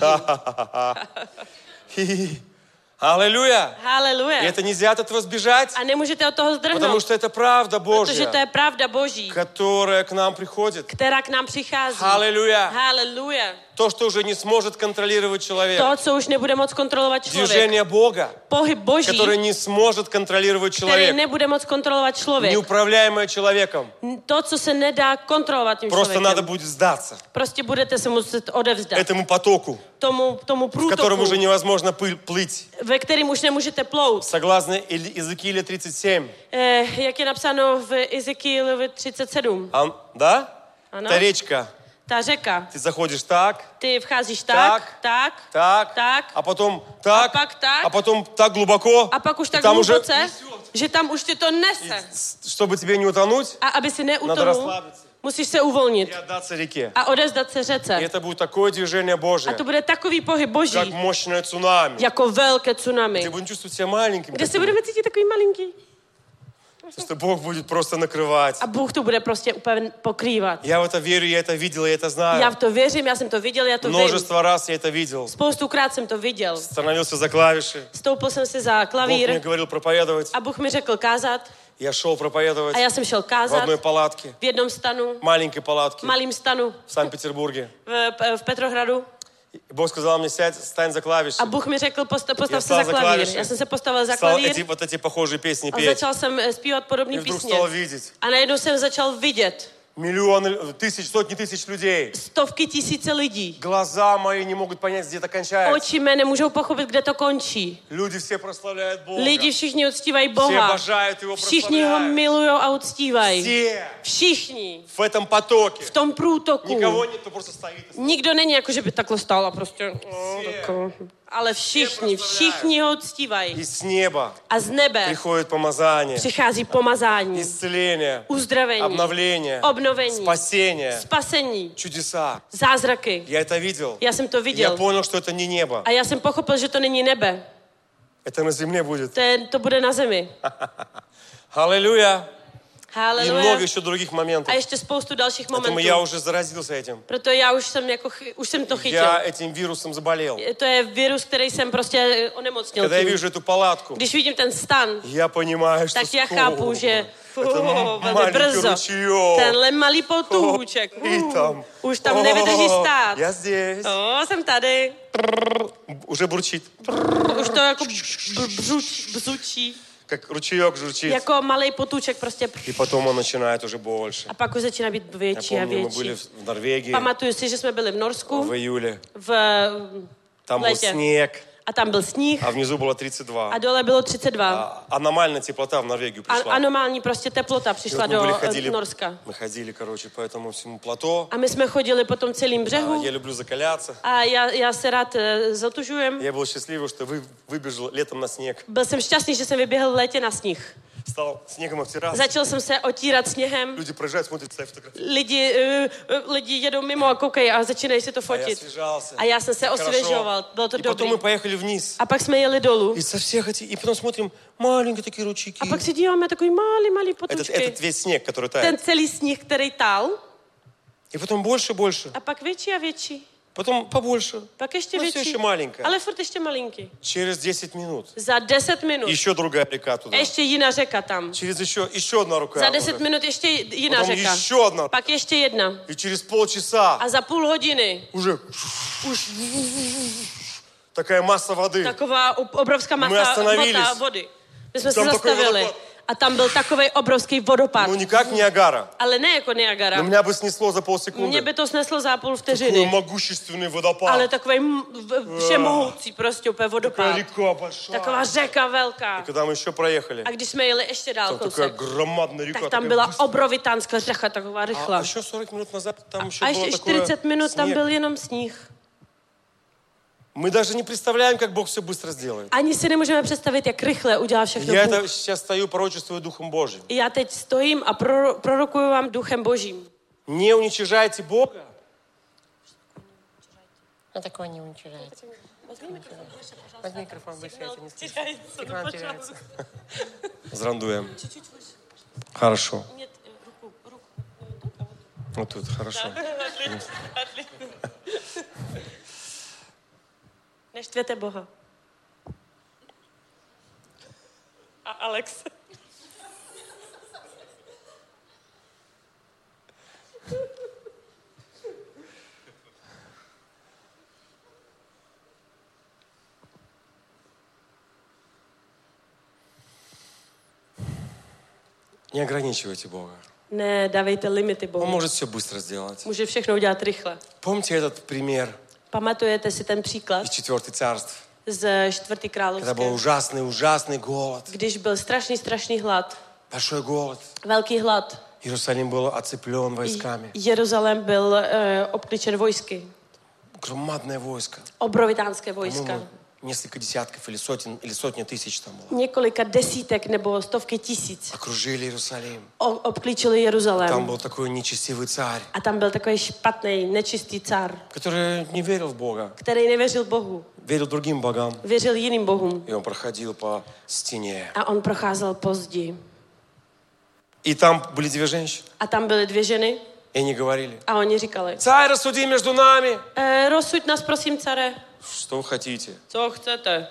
Speaker 5: Хи-хи. Аллилуйя.
Speaker 6: Haleluja.
Speaker 5: И это нельзя от этого сбежать,
Speaker 6: A nemůžete od toho zdrhnout,
Speaker 5: потому что это правда
Speaker 6: protože to je
Speaker 5: Божья,
Speaker 6: pravda Boží,
Speaker 5: которая к нам приходит.
Speaker 6: která k nám přichází.
Speaker 5: Аллилуйя.
Speaker 6: Haleluja.
Speaker 5: То, что уже не сможет контролировать человек.
Speaker 6: To, co už nebude moc kontrolovat člověk.
Speaker 5: Движение Бога,
Speaker 6: Pohyb Boží,
Speaker 5: которое не sможет контролировать
Speaker 6: který
Speaker 5: человек.
Speaker 6: nebude moc kontrolovat člověk.
Speaker 5: Неуправляемое человеком.
Speaker 6: To, co se nedá kontrolovat tím
Speaker 5: Просто
Speaker 6: člověkem.
Speaker 5: надо будет сдаться
Speaker 6: Prostě budete se muset odevzdat
Speaker 5: этому потоку,
Speaker 6: tomu, tomu
Speaker 5: в котором
Speaker 6: průtoku,
Speaker 5: уже невозможно пы- плыть.
Speaker 6: ve kterým už nemůžete plout.
Speaker 5: Согласно Иль- Иезекииле 37.
Speaker 6: Eh, jak je napsáno v Ezekielovi 37.
Speaker 5: Ан- Да?
Speaker 6: Она?
Speaker 5: Это речка.
Speaker 6: Ta řeka.
Speaker 5: Ты заходишь так,
Speaker 6: Ty vcházíš tak, tak,
Speaker 5: так,
Speaker 6: tak,
Speaker 5: а потом так,
Speaker 6: А пак так. А
Speaker 5: а потом так глубоко,
Speaker 6: a pak už
Speaker 5: и
Speaker 6: tak
Speaker 5: там уже
Speaker 6: hluboce, že tam už tě to nese.
Speaker 5: С- чтобы тебе не утонуть
Speaker 6: A aby si
Speaker 5: Надо
Speaker 6: neutonul,
Speaker 5: расслабиться.
Speaker 6: musíš se uvolnit
Speaker 5: и отдаться реке.
Speaker 6: a odezdat se řece.
Speaker 5: И это будет такое движение
Speaker 6: A
Speaker 5: Божье,
Speaker 6: to bude takový pohyb
Speaker 5: как
Speaker 6: boží,
Speaker 5: мощное цунами.
Speaker 6: jako velké
Speaker 5: Ты
Speaker 6: tsunami,
Speaker 5: будешь чувствовать себя маленьким.
Speaker 6: kde se
Speaker 5: таким.
Speaker 6: budeme cítit takový malinký.
Speaker 5: что Бог будет просто накрывать.
Speaker 6: A Bůh to bude prostě úplně pokrývat.
Speaker 5: Я в это верю, я это видел, я это
Speaker 6: Já
Speaker 5: знаю.
Speaker 6: v to věřím, já jsem to viděl, já to vím.
Speaker 5: Множество раз я это видел.
Speaker 6: Spoustukrát jsem to viděl.
Speaker 5: Становился за клавиши.
Speaker 6: Stoupil jsem si za
Speaker 5: Бог мне
Speaker 6: klavír
Speaker 5: говорил проповедовать.
Speaker 6: a Bůh mi řekl kázat
Speaker 5: А Я шел проповедовать
Speaker 6: a já jsem šel
Speaker 5: в
Speaker 6: kázat
Speaker 5: одной палатке,
Speaker 6: v jednom stanu,
Speaker 5: маленькой палатке
Speaker 6: malým stanu
Speaker 5: в Санкт-Петербурге.
Speaker 6: v, v Petrohradu
Speaker 5: И Бог сказал мне, сядь, стань за клавиши.
Speaker 6: a Bůh mi řekl, posta,
Speaker 5: Я
Speaker 6: postav se
Speaker 5: встал
Speaker 6: za
Speaker 5: за
Speaker 6: klavír.
Speaker 5: клавиши.
Speaker 6: Já jsem se postavil za
Speaker 5: Стал эти,
Speaker 6: klavír
Speaker 5: вот эти похожие песни
Speaker 6: a
Speaker 5: петь.
Speaker 6: začal jsem eh, zpívat
Speaker 5: И
Speaker 6: podobné
Speaker 5: вдруг
Speaker 6: písně.
Speaker 5: стал видеть.
Speaker 6: A najednou jsem začal vidět
Speaker 5: Миллионы, тысяч, сотни тысяч людей.
Speaker 6: stovky tisíce lidí.
Speaker 5: Глаза мои не могут понять, где это кончается.
Speaker 6: Oči mé nemůžou pochopit, kde to končí.
Speaker 5: Люди все прославляют Бога.
Speaker 6: Lidi všichni uctívají
Speaker 5: все
Speaker 6: Boha.
Speaker 5: обожают Его,
Speaker 6: Všichni ho
Speaker 5: прославляют.
Speaker 6: milují a uctívají.
Speaker 5: Все
Speaker 6: Všichni.
Speaker 5: в этом потоке.
Speaker 6: V tom průtoku.
Speaker 5: Никого нет, кто просто стоит. и
Speaker 6: Nikdo není jako, že by takhle stál a prostě... No, tak, eh. ale všichni, všichni ho uctívají.
Speaker 5: И с неба
Speaker 6: A z nebe
Speaker 5: приходит помазание,
Speaker 6: přichází pomazání,
Speaker 5: исцеление,
Speaker 6: uzdravení,
Speaker 5: обновление,
Speaker 6: obnovení,
Speaker 5: спасение,
Speaker 6: spasení,
Speaker 5: чудеса.
Speaker 6: zázraky.
Speaker 5: Я это видел. А
Speaker 6: Já jsem to
Speaker 5: И Я
Speaker 6: viděl.
Speaker 5: понял, что это не небо.
Speaker 6: A já jsem pochopil, že to není nebe.
Speaker 5: Это на земле будет.
Speaker 6: To, je, to bude na zemi.
Speaker 5: Аллилуйя. И много
Speaker 6: Haleluja.
Speaker 5: А еще других
Speaker 6: A
Speaker 5: моментов.
Speaker 6: ještě spoustu dalších
Speaker 5: Поэтому
Speaker 6: momentů.
Speaker 5: я уже заразился этим.
Speaker 6: Proto já už jsem, jako, chy- už jsem to chytil.
Speaker 5: Я этим vírусом заболел.
Speaker 6: To je virus, který jsem prostě eh, onemocnil.
Speaker 5: Когда я
Speaker 6: tím.
Speaker 5: вижу эту палатку,
Speaker 6: Když vidím ten stan,
Speaker 5: я понимаю, что
Speaker 6: tak já
Speaker 5: скоро
Speaker 6: chápu, že
Speaker 5: это
Speaker 6: Fuh, velmi
Speaker 5: маленький
Speaker 6: brzo.
Speaker 5: ручеёк.
Speaker 6: Tenhle malý potůček.
Speaker 5: О, И
Speaker 6: uh,
Speaker 5: там.
Speaker 6: Už tam Oh,
Speaker 5: О,
Speaker 6: nevydrží stát.
Speaker 5: Я здесь.
Speaker 6: O, jsem tady.
Speaker 5: Уже бурчит.
Speaker 6: Už to jako br- břuč, bzučí.
Speaker 5: Как ручеек журчит.
Speaker 6: Jako malý potůček prostě.
Speaker 5: И потом он начинает уже больше.
Speaker 6: A pak už začíná být
Speaker 5: Я
Speaker 6: větší a
Speaker 5: помню, мы были
Speaker 6: větší.
Speaker 5: в Норвегии
Speaker 6: Pamatuju si, že jsme byli v Norsku
Speaker 5: в июле.
Speaker 6: v,
Speaker 5: Там был
Speaker 6: Летя.
Speaker 5: снег,
Speaker 6: a tam byl sníh
Speaker 5: а внизу было
Speaker 6: a
Speaker 5: 32.
Speaker 6: dole bylo 32.
Speaker 5: А- Аномальная теплота в Норвегию
Speaker 6: A,
Speaker 5: пришла.
Speaker 6: anomální prostě teplota
Speaker 5: И
Speaker 6: přišla
Speaker 5: вот мы были,
Speaker 6: do
Speaker 5: ходили,
Speaker 6: eh, Norska.
Speaker 5: мы ходили, короче, по этому всему плато.
Speaker 6: A my jsme chodili po tom celém
Speaker 5: А,
Speaker 6: břehu
Speaker 5: Я люблю закаляться.
Speaker 6: a já, já se rád eh, zatužujem.
Speaker 5: Я был счастливый, что вы, выбежал летом на снег.
Speaker 6: Byl jsem šťastný, že jsem vyběhl v létě na sníh.
Speaker 5: Стал снегом обтираться.
Speaker 6: Začal jsem se otírat sněhem.
Speaker 5: Люди проезжают, смотрят, ставят фотографии.
Speaker 6: Lidi, eh, eh, lidi jedou mimo a koukají a začínají si to
Speaker 5: А я
Speaker 6: fotit.
Speaker 5: освежался.
Speaker 6: A já jsem se
Speaker 5: Хорошо.
Speaker 6: osvěžoval, bylo to
Speaker 5: И потом
Speaker 6: dobrý.
Speaker 5: мы поехали вниз.
Speaker 6: A pak jsme jeli dolů.
Speaker 5: И со всех этих... И потом смотрим, маленькие такие ручейки.
Speaker 6: A pak si díváme takový malý, malý
Speaker 5: Этот,
Speaker 6: potučky.
Speaker 5: этот весь снег, который
Speaker 6: Ten
Speaker 5: тает.
Speaker 6: celý sníh, který tál.
Speaker 5: И потом больше, больше.
Speaker 6: A pak větší a větší.
Speaker 5: Потом побольше.
Speaker 6: Pak ještě
Speaker 5: No,
Speaker 6: větší.
Speaker 5: ještě malinká.
Speaker 6: Ale furt ještě malinký.
Speaker 5: Через 10 минут.
Speaker 6: Za 10 minut.
Speaker 5: Еще другая река туда.
Speaker 6: Ještě jiná řeka tam.
Speaker 5: Через еще, еще одна рука.
Speaker 6: Za
Speaker 5: уже.
Speaker 6: 10 minut ještě jiná
Speaker 5: Потом
Speaker 6: řeka.
Speaker 5: еще одна.
Speaker 6: Pak ještě jedna.
Speaker 5: И через полчаса
Speaker 6: A za půl hodiny
Speaker 5: уже такая масса воды. Ну,
Speaker 6: taková ob- obrovská
Speaker 5: My
Speaker 6: masa
Speaker 5: zastavili.
Speaker 6: vota, vody. My jsme se
Speaker 5: Tam takový No,
Speaker 6: zastavili.
Speaker 5: vodopád.
Speaker 6: A tam byl takový obrovský vodopád.
Speaker 5: Ну, не как Ниагара.
Speaker 6: Ale ne jako Niagara.
Speaker 5: Но меня бы снесло за
Speaker 6: Mě by
Speaker 5: полсекунды.
Speaker 6: to sneslo za půl
Speaker 5: Такой
Speaker 6: vteřiny.
Speaker 5: могущественный водопад.
Speaker 6: Ale takový m-
Speaker 5: No.
Speaker 6: v- všemohoucí prostě úplně
Speaker 5: Такая
Speaker 6: vodopád.
Speaker 5: река большая.
Speaker 6: Taková řeka velká.
Speaker 5: Когда мы еще проехали,
Speaker 6: A když jsme jeli ještě dál
Speaker 5: там такая
Speaker 6: kousek,
Speaker 5: громадная река.
Speaker 6: tak
Speaker 5: такая
Speaker 6: tam byla
Speaker 5: быстрая.
Speaker 6: obrovitánská řecha taková
Speaker 5: А,
Speaker 6: rychlá.
Speaker 5: еще 40 минут назад там еще
Speaker 6: A
Speaker 5: было
Speaker 6: ještě
Speaker 5: такое
Speaker 6: 40 minut tam
Speaker 5: снег.
Speaker 6: byl jenom sníh.
Speaker 5: Мы даже не представляем, как Бог все быстро сделает.
Speaker 6: Ani si nemůžeme představit, jak rychle udělal všechno
Speaker 5: Я
Speaker 6: Bůh.
Speaker 5: это сейчас стою, пророчествую Духом Божьим.
Speaker 6: Já teď stojím a proro- prorokuju vám duchem božím.
Speaker 5: Не уничижайте Бога.
Speaker 7: Ну такое не уничижается. Возьми микрофон выше, я это не слышу. Экран теряется.
Speaker 5: Зрандуем. Хорошо.
Speaker 6: Нет, руку, руку.
Speaker 5: Вот тут, хорошо.
Speaker 6: Neštvete Boha. A Alex.
Speaker 5: Не ограничивайте Бога.
Speaker 6: Ne, dávejte limity
Speaker 5: Он
Speaker 6: Bohu.
Speaker 5: может все быстро сделать.
Speaker 6: Může všechno udělat rychle.
Speaker 5: Помните этот пример
Speaker 6: Pamatujete si ten příklad
Speaker 5: из четвертый царств,
Speaker 6: z čtvrtý
Speaker 5: когда
Speaker 6: královské?
Speaker 5: был ужасный, ужасный голод,
Speaker 6: Když byl strašný, strašný hlad,
Speaker 5: большой голод.
Speaker 6: velký hlad,
Speaker 5: Иерусалим был оцеплен войсками.
Speaker 6: Jeruzalém byl uh, obkličen vojsky,
Speaker 5: Громадное войско.
Speaker 6: obrovitánské
Speaker 5: По-моему,
Speaker 6: vojska.
Speaker 5: несколько десятков или сотен, или сотни тысяч там было.
Speaker 6: Několika desítek nebo stovky tisíc
Speaker 5: Окружили Иерусалим.
Speaker 6: o- obklíčili
Speaker 5: Там
Speaker 6: Jeruzalém.
Speaker 5: был такой нечестивый царь,
Speaker 6: A tam byl takový špatný, nečistý cár,
Speaker 5: который не верил в Бога,
Speaker 6: který nevěřil Bohu,
Speaker 5: верил другим богам.
Speaker 6: věřil jiným bohům.
Speaker 5: И он проходил по стене.
Speaker 6: A on procházel pozdě.
Speaker 5: И там были две женщины.
Speaker 6: A tam byly dvě ženy
Speaker 5: И они говорили,
Speaker 6: a oni říkali,
Speaker 5: царь, рассуди между нами.
Speaker 6: e, rozsuď nás prosím, care,
Speaker 5: Что вы хотите?
Speaker 6: co chcete.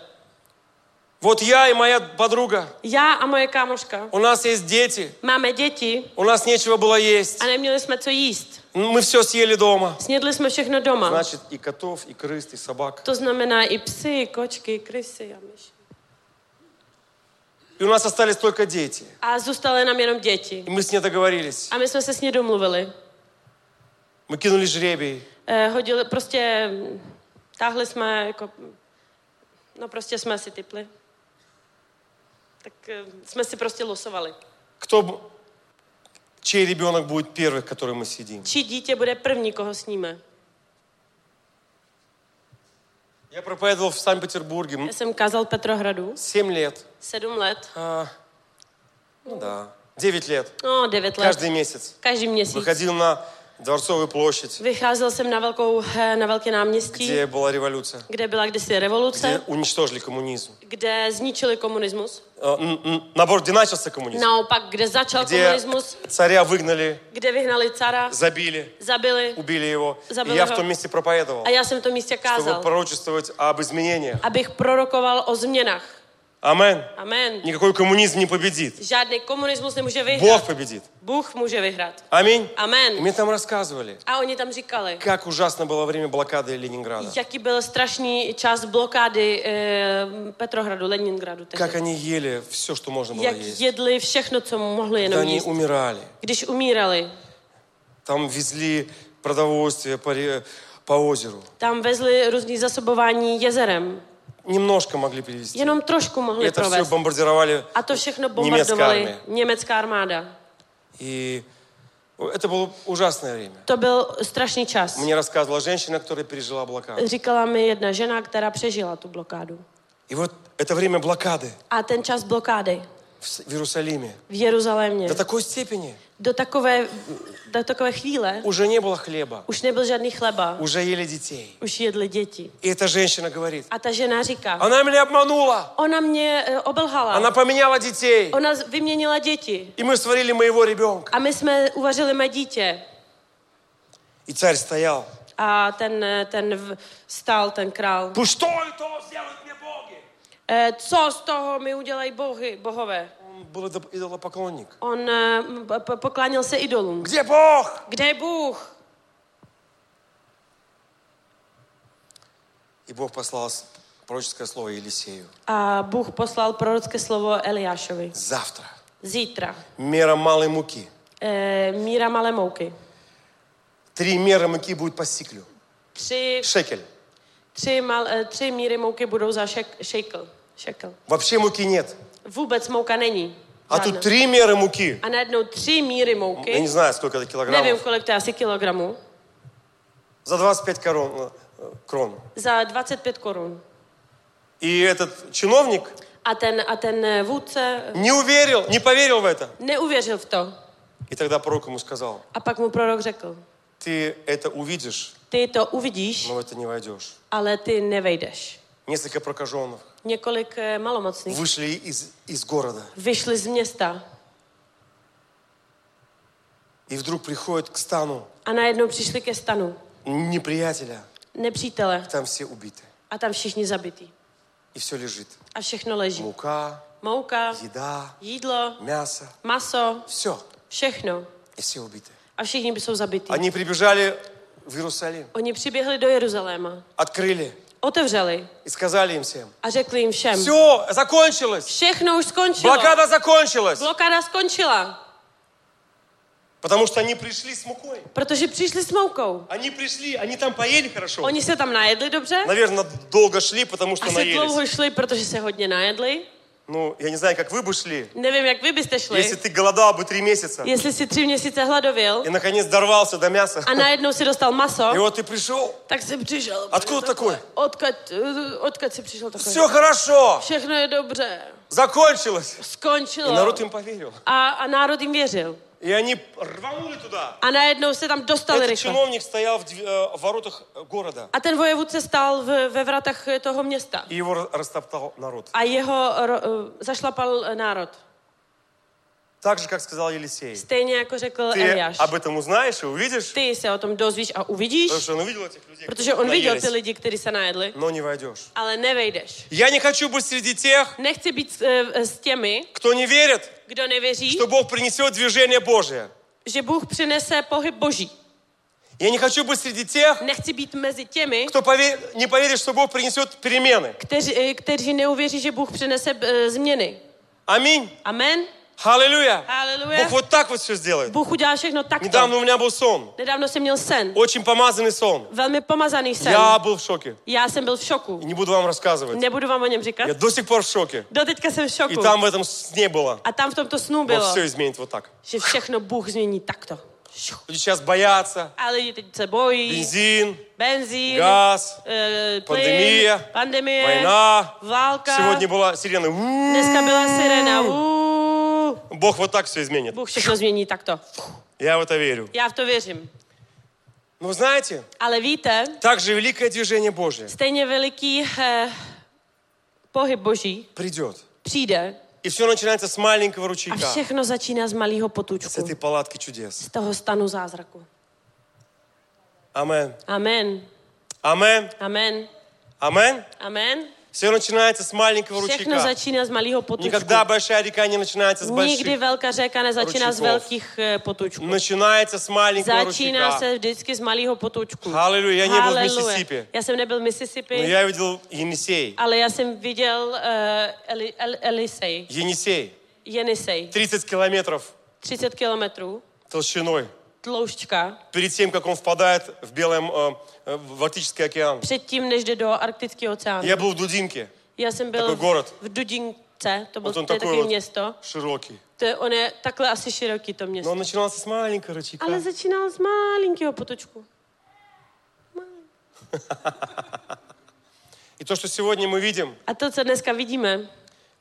Speaker 5: Вот я и моя подруга,
Speaker 6: Já a moje kámoška
Speaker 5: у нас есть дети,
Speaker 6: máme děti
Speaker 5: у нас нечего было есть.
Speaker 6: a neměli jsme co jíst.
Speaker 5: Мы все съели дома.
Speaker 6: Snědli jsme všechno doma.
Speaker 5: Значит, и котов, и крыс, и собак.
Speaker 6: To znamená i psy, kočky, krysy a myši.
Speaker 5: И у нас остались только дети.
Speaker 6: A zůstaly nám jenom děti.
Speaker 5: И мы с ней договорились.
Speaker 6: A my jsme se s ní domluvili.
Speaker 5: Мы кинули жребий.
Speaker 6: Eh, hodili, prostě mm, táhli jsme jako, no prostě jsme si typli. Tak eh, jsme si prostě losovali.
Speaker 5: Кто, б- чей ребенок будет первый, который мы съедим?
Speaker 6: Čí dítě bude první, koho sníme.
Speaker 5: Я проповедовал в Санкт-Петербурге м,
Speaker 6: Já jsem kázal Petrohradu,
Speaker 5: семь лет.
Speaker 6: sedm let,
Speaker 5: А, ну да, 9 лет.
Speaker 6: no devět let,
Speaker 5: Каждый месяц.
Speaker 6: každý měsíc.
Speaker 5: Выходил на Дворцовую площадь,
Speaker 6: Vycházel jsem na, velkou, eh, na velké náměstí,
Speaker 5: где была революция,
Speaker 6: kde byla kdysi
Speaker 5: где
Speaker 6: revoluce,
Speaker 5: уничтожили коммунизм.
Speaker 6: kde zničili komunismus.
Speaker 5: Э, н- н- Наоборот, где начался коммунизм.
Speaker 6: Naopak, kde začal
Speaker 5: Где
Speaker 6: komunismus,
Speaker 5: царя выгнали,
Speaker 6: kde vyhnali cara,
Speaker 5: забили,
Speaker 6: zabili.
Speaker 5: убили его. И
Speaker 6: Забыл
Speaker 5: я в
Speaker 6: его. А
Speaker 5: том месте проповедовал,
Speaker 6: A já jsem v tom místě
Speaker 5: чтобы
Speaker 6: kázal.
Speaker 5: пророчествовать об изменениях.
Speaker 6: abych prorokoval o změnách.
Speaker 5: Амен.
Speaker 6: Amen.
Speaker 5: Никакой коммунизм не победит.
Speaker 6: Žádný komunismus nemůže vyhrát.
Speaker 5: Бог победит.
Speaker 6: Bůh může vyhrát.
Speaker 5: Аминь.
Speaker 6: Amen.
Speaker 5: И Мне там рассказывали,
Speaker 6: A oni tam říkali,
Speaker 5: как ужасно было время блокады Ленинграда.
Speaker 6: jaký byl strašný čas blokády eh, Petrohradu, Leningradu. tehdy.
Speaker 5: Как они ели все, что можно было
Speaker 6: Jak
Speaker 5: есть.
Speaker 6: jedli všechno, co mohli
Speaker 5: Когда
Speaker 6: jenom
Speaker 5: они
Speaker 6: jíst.
Speaker 5: умирали.
Speaker 6: Když umírali,
Speaker 5: Там везли продовольствие по, ре- по озеру.
Speaker 6: tam vezli různý zasobování jezerem.
Speaker 5: Немножко могли привезти.
Speaker 6: Jenom trošku
Speaker 5: И
Speaker 6: mohli
Speaker 5: это все
Speaker 6: provést.
Speaker 5: бомбардировали
Speaker 6: A to všechno
Speaker 5: немецкая
Speaker 6: bombardovali
Speaker 5: армия.
Speaker 6: německá armáda.
Speaker 5: И это было ужасное время.
Speaker 6: To byl strašný čas.
Speaker 5: Мне рассказывала женщина, которая пережила блокаду.
Speaker 6: Říkala mi jedna žena, která přežila tu blokádu.
Speaker 5: И вот это время блокады
Speaker 6: A ten čas blokády
Speaker 5: в С- в Иерусалиме
Speaker 6: v Jeruzalémě.
Speaker 5: до такой степени
Speaker 6: Do takové, do takové chvíle
Speaker 5: уже не было хлеба,
Speaker 6: už nebyl žádný chleba,
Speaker 5: уже ели детей.
Speaker 6: už jedli děti.
Speaker 5: И эта женщина говорит,
Speaker 6: A ta žena říká,
Speaker 5: она меня обманула,
Speaker 6: ona mě eh,
Speaker 5: она
Speaker 6: obelhala,
Speaker 5: поменяла детей.
Speaker 6: ona z- vyměnila děti.
Speaker 5: И мы сварили моего ребенка.
Speaker 6: A my jsme uvařili mé dítě.
Speaker 5: И царь стоял.
Speaker 6: A ten, eh, ten v- stál, ten král.
Speaker 5: Ну что это сделают мне боги?
Speaker 6: Eh, co z toho mi udělají bohy, bohové?
Speaker 5: Он был идо- идолопоклонник.
Speaker 6: On eh, p- p- poklánil se idolům.
Speaker 5: Где Бог?
Speaker 6: Kde je Bůh?
Speaker 5: И Бог послал с- пророческое слово Елисею.
Speaker 6: A Bůh poslal prorocké slovo Eliášovi.
Speaker 5: Завтра
Speaker 6: Zítra.
Speaker 5: мера малой муки.
Speaker 6: Eh, míra malé mouky.
Speaker 5: Три меры муки будет по сиклю.
Speaker 6: Tři
Speaker 5: Шекель.
Speaker 6: Tři, mal, eh, tři míry mouky budou za šek, šekl. šekl.
Speaker 5: Вообще муки нет.
Speaker 6: Vůbec mouka není.
Speaker 5: А
Speaker 6: Žádná.
Speaker 5: тут три меры муки.
Speaker 6: A najednou tři míry mouky,
Speaker 5: Я не знаю, сколько это
Speaker 6: nevím,
Speaker 5: килограммов.
Speaker 6: kolik to je, asi kilogramů,
Speaker 5: За 25 корон, э, крон.
Speaker 6: za 25 korun.
Speaker 5: И этот чиновник
Speaker 6: A ten, a ten eh, vůdce eh,
Speaker 5: не уверил, не поверил в это.
Speaker 6: neuvěřil v to.
Speaker 5: И тогда пророк ему сказал,
Speaker 6: A pak mu prorok řekl,
Speaker 5: ты это увидишь,
Speaker 6: ty to uvidíš,
Speaker 5: но в это не войдешь.
Speaker 6: ale ty nevejdeš.
Speaker 5: Несколько прокаженных
Speaker 6: Několik eh, malomocných
Speaker 5: вышли из, из города.
Speaker 6: vyšli z města
Speaker 5: И вдруг приходят к стану
Speaker 6: a najednou přišli ke stanu
Speaker 5: неприятеля.
Speaker 6: nepřítele
Speaker 5: Там все убиты.
Speaker 6: a tam všichni zabití.
Speaker 5: И все лежит.
Speaker 6: A všechno leží.
Speaker 5: Мука,
Speaker 6: Mouka,
Speaker 5: еда,
Speaker 6: jídlo,
Speaker 5: мясо.
Speaker 6: maso,
Speaker 5: Все.
Speaker 6: všechno.
Speaker 5: И все убиты.
Speaker 6: A všichni jsou zabití.
Speaker 5: Они прибежали в Иерусалим,
Speaker 6: Oni přiběhli do Jeruzaléma,
Speaker 5: открыли
Speaker 6: otevřeli
Speaker 5: и сказали им всем.
Speaker 6: a řekli jim všem,
Speaker 5: Все, закончилось.
Speaker 6: všechno už skončilo.
Speaker 5: Блокада закончилась.
Speaker 6: Blokáda skončila,
Speaker 5: Потому что они пришли с мукой.
Speaker 6: protože přišli s moukou.
Speaker 5: Они пришли, они там поели хорошо.
Speaker 6: Oni se tam najedli dobře,
Speaker 5: Наверное, долго шли, потому что
Speaker 6: asi dlouho
Speaker 5: наелись.
Speaker 6: šli, protože se hodně najedli.
Speaker 5: Ну, я не знаю, как вы бы шли,
Speaker 6: Nevím, jak vy byste šli,
Speaker 5: если ты голодал бы три месяца
Speaker 6: jestli si tři měsíce hladověl
Speaker 5: и наконец дорвался до мяса.
Speaker 6: a najednou si dostal maso,
Speaker 5: И вот ты пришел,
Speaker 6: tak si přišel.
Speaker 5: Odkud takový?
Speaker 6: Odkud, eh, odkud si přišel takový?
Speaker 5: все хорошо,
Speaker 6: Všechno je dobře,
Speaker 5: закончилось. И
Speaker 6: skončilo.
Speaker 5: народ им поверил.
Speaker 6: A, a národ jim věřil.
Speaker 5: И они рванули туда.
Speaker 6: A najednou se tam dostali
Speaker 5: Этот
Speaker 6: rychle.
Speaker 5: чиновник стоял в дв- э, в воротах э, города.
Speaker 6: A ten vojevůdce stál v, ve vratách eh, toho města.
Speaker 5: И
Speaker 6: А-
Speaker 5: его ра- растоптал народ.
Speaker 6: A jeho ro, eh, zašlapal eh, národ.
Speaker 5: Так же, как сказал Елисей.
Speaker 6: Stejně jako řekl
Speaker 5: Ты
Speaker 6: Eliáš.
Speaker 5: об этом узнаешь и увидишь,
Speaker 6: Ty se o tom dozvíš a uvidíš,
Speaker 5: потому что он увидел этих людей,
Speaker 6: protože on
Speaker 5: которые
Speaker 6: viděl
Speaker 5: наелись,
Speaker 6: ty lidi, kteří se najedli,
Speaker 5: но не войдешь.
Speaker 6: ale nevejdeš.
Speaker 4: Я не хочу быть среди тех,
Speaker 6: Nechci být eh, s těmi,
Speaker 5: Кто не верит,
Speaker 6: kdo nevěří,
Speaker 5: что Бог принесет движение Божие.
Speaker 6: že Bůh přinese pohyb boží.
Speaker 5: Я не хочу быть среди тех,
Speaker 6: Nechci být mezi těmi,
Speaker 5: кто пове- не поверит, что Бог принесет перемены.
Speaker 6: kteří, eh, kteří neuvěří, že Bůh přinese eh, změny.
Speaker 5: Аминь.
Speaker 6: Amen.
Speaker 5: Аллилуйя.
Speaker 6: Аллилуйя.
Speaker 5: Бог вот так вот все сделает.
Speaker 6: Bůh udělá všechno takto.
Speaker 5: Недавно у меня был сон.
Speaker 6: Nedávno jsem měl sen.
Speaker 5: Очень помазанный сон.
Speaker 6: Velmi pomazaný sen.
Speaker 5: Я был в шоке.
Speaker 6: Já jsem byl v šoku.
Speaker 5: И не буду вам рассказывать.
Speaker 6: Nebudu vám o něm říkat.
Speaker 5: Я до сих пор в шоке.
Speaker 6: Doteďka jsem v
Speaker 5: И
Speaker 6: šoku.
Speaker 5: там в этом сне было.
Speaker 6: A tam v tomto snu
Speaker 5: Бог
Speaker 6: bylo,
Speaker 5: все изменит вот так.
Speaker 6: že všechno Bůh změní takto. Šuch.
Speaker 5: Люди сейчас боятся.
Speaker 6: A lidi teď se bojí.
Speaker 5: Бензин,
Speaker 6: Benzín.
Speaker 5: газ,
Speaker 6: eh, plyn,
Speaker 5: Pandemie.
Speaker 6: Pandemie.
Speaker 5: война.
Speaker 6: Válka.
Speaker 5: Сегодня была сирена. У-у-у.
Speaker 6: Dneska byla sirena. Uuu.
Speaker 5: Бог вот так все изменит.
Speaker 6: Bůh všechno změní takto.
Speaker 5: Я в это верю.
Speaker 6: Já v to věřím.
Speaker 5: Но вы Ну, знаете,
Speaker 6: Ale víte,
Speaker 5: также великое движение Божье
Speaker 6: stejně veliký eh, pohyb boží
Speaker 5: придет.
Speaker 6: přijde
Speaker 5: И все начинается с маленького
Speaker 6: a
Speaker 5: ручейка.
Speaker 6: všechno začíná z malého
Speaker 5: С
Speaker 6: potůčku.
Speaker 5: этой палатки чудес.
Speaker 6: Z toho stanu zázraku.
Speaker 5: Амен.
Speaker 6: Amen.
Speaker 5: Амен.
Speaker 6: Amen.
Speaker 5: Амен.
Speaker 6: Amen.
Speaker 5: Все начинается с маленького
Speaker 6: Všechno
Speaker 5: ручейка.
Speaker 6: začíná z malého potůčku.
Speaker 5: Никогда большая река не начинается с
Speaker 6: Nikdy
Speaker 5: больших.
Speaker 6: velká řeka nezačíná z
Speaker 5: Ručikov.
Speaker 6: velkých eh, potůčků.
Speaker 5: Начинается с маленького
Speaker 6: Začíná
Speaker 5: ручейка.
Speaker 6: se vždycky z malého potůčku.
Speaker 5: Haleluja, já nebyl v
Speaker 6: Haleluja.
Speaker 5: Mississippi. No
Speaker 6: Já jsem nebyl v
Speaker 5: Но
Speaker 6: Mississippi,
Speaker 5: Ну, я видел Енисей.
Speaker 6: ale já jsem viděl uh, Eli, El, Elisej,
Speaker 5: Енисей.
Speaker 6: Jenisej,
Speaker 5: 30 километров
Speaker 6: 30 kilometrů,
Speaker 5: толщиной.
Speaker 6: tloušťka,
Speaker 5: Перед тем, как он впадает в Белом, э, э, в Арктический океан.
Speaker 6: předtím, než jde do Arktického oceánu.
Speaker 5: Я был в Дудинке.
Speaker 6: Já jsem byl
Speaker 5: Takový
Speaker 6: v,
Speaker 5: gorod.
Speaker 6: v Dudince, to bylo
Speaker 5: Вот он
Speaker 6: to je
Speaker 5: такой
Speaker 6: takové
Speaker 5: вот
Speaker 6: město.
Speaker 5: широкий.
Speaker 6: To je, on je takhle asi široký to město.
Speaker 5: Но он начинался с маленького ручейка.
Speaker 6: Ale začínal z malinkého potočku.
Speaker 5: И то, что сегодня мы видим,
Speaker 6: A to, co dneska vidíme,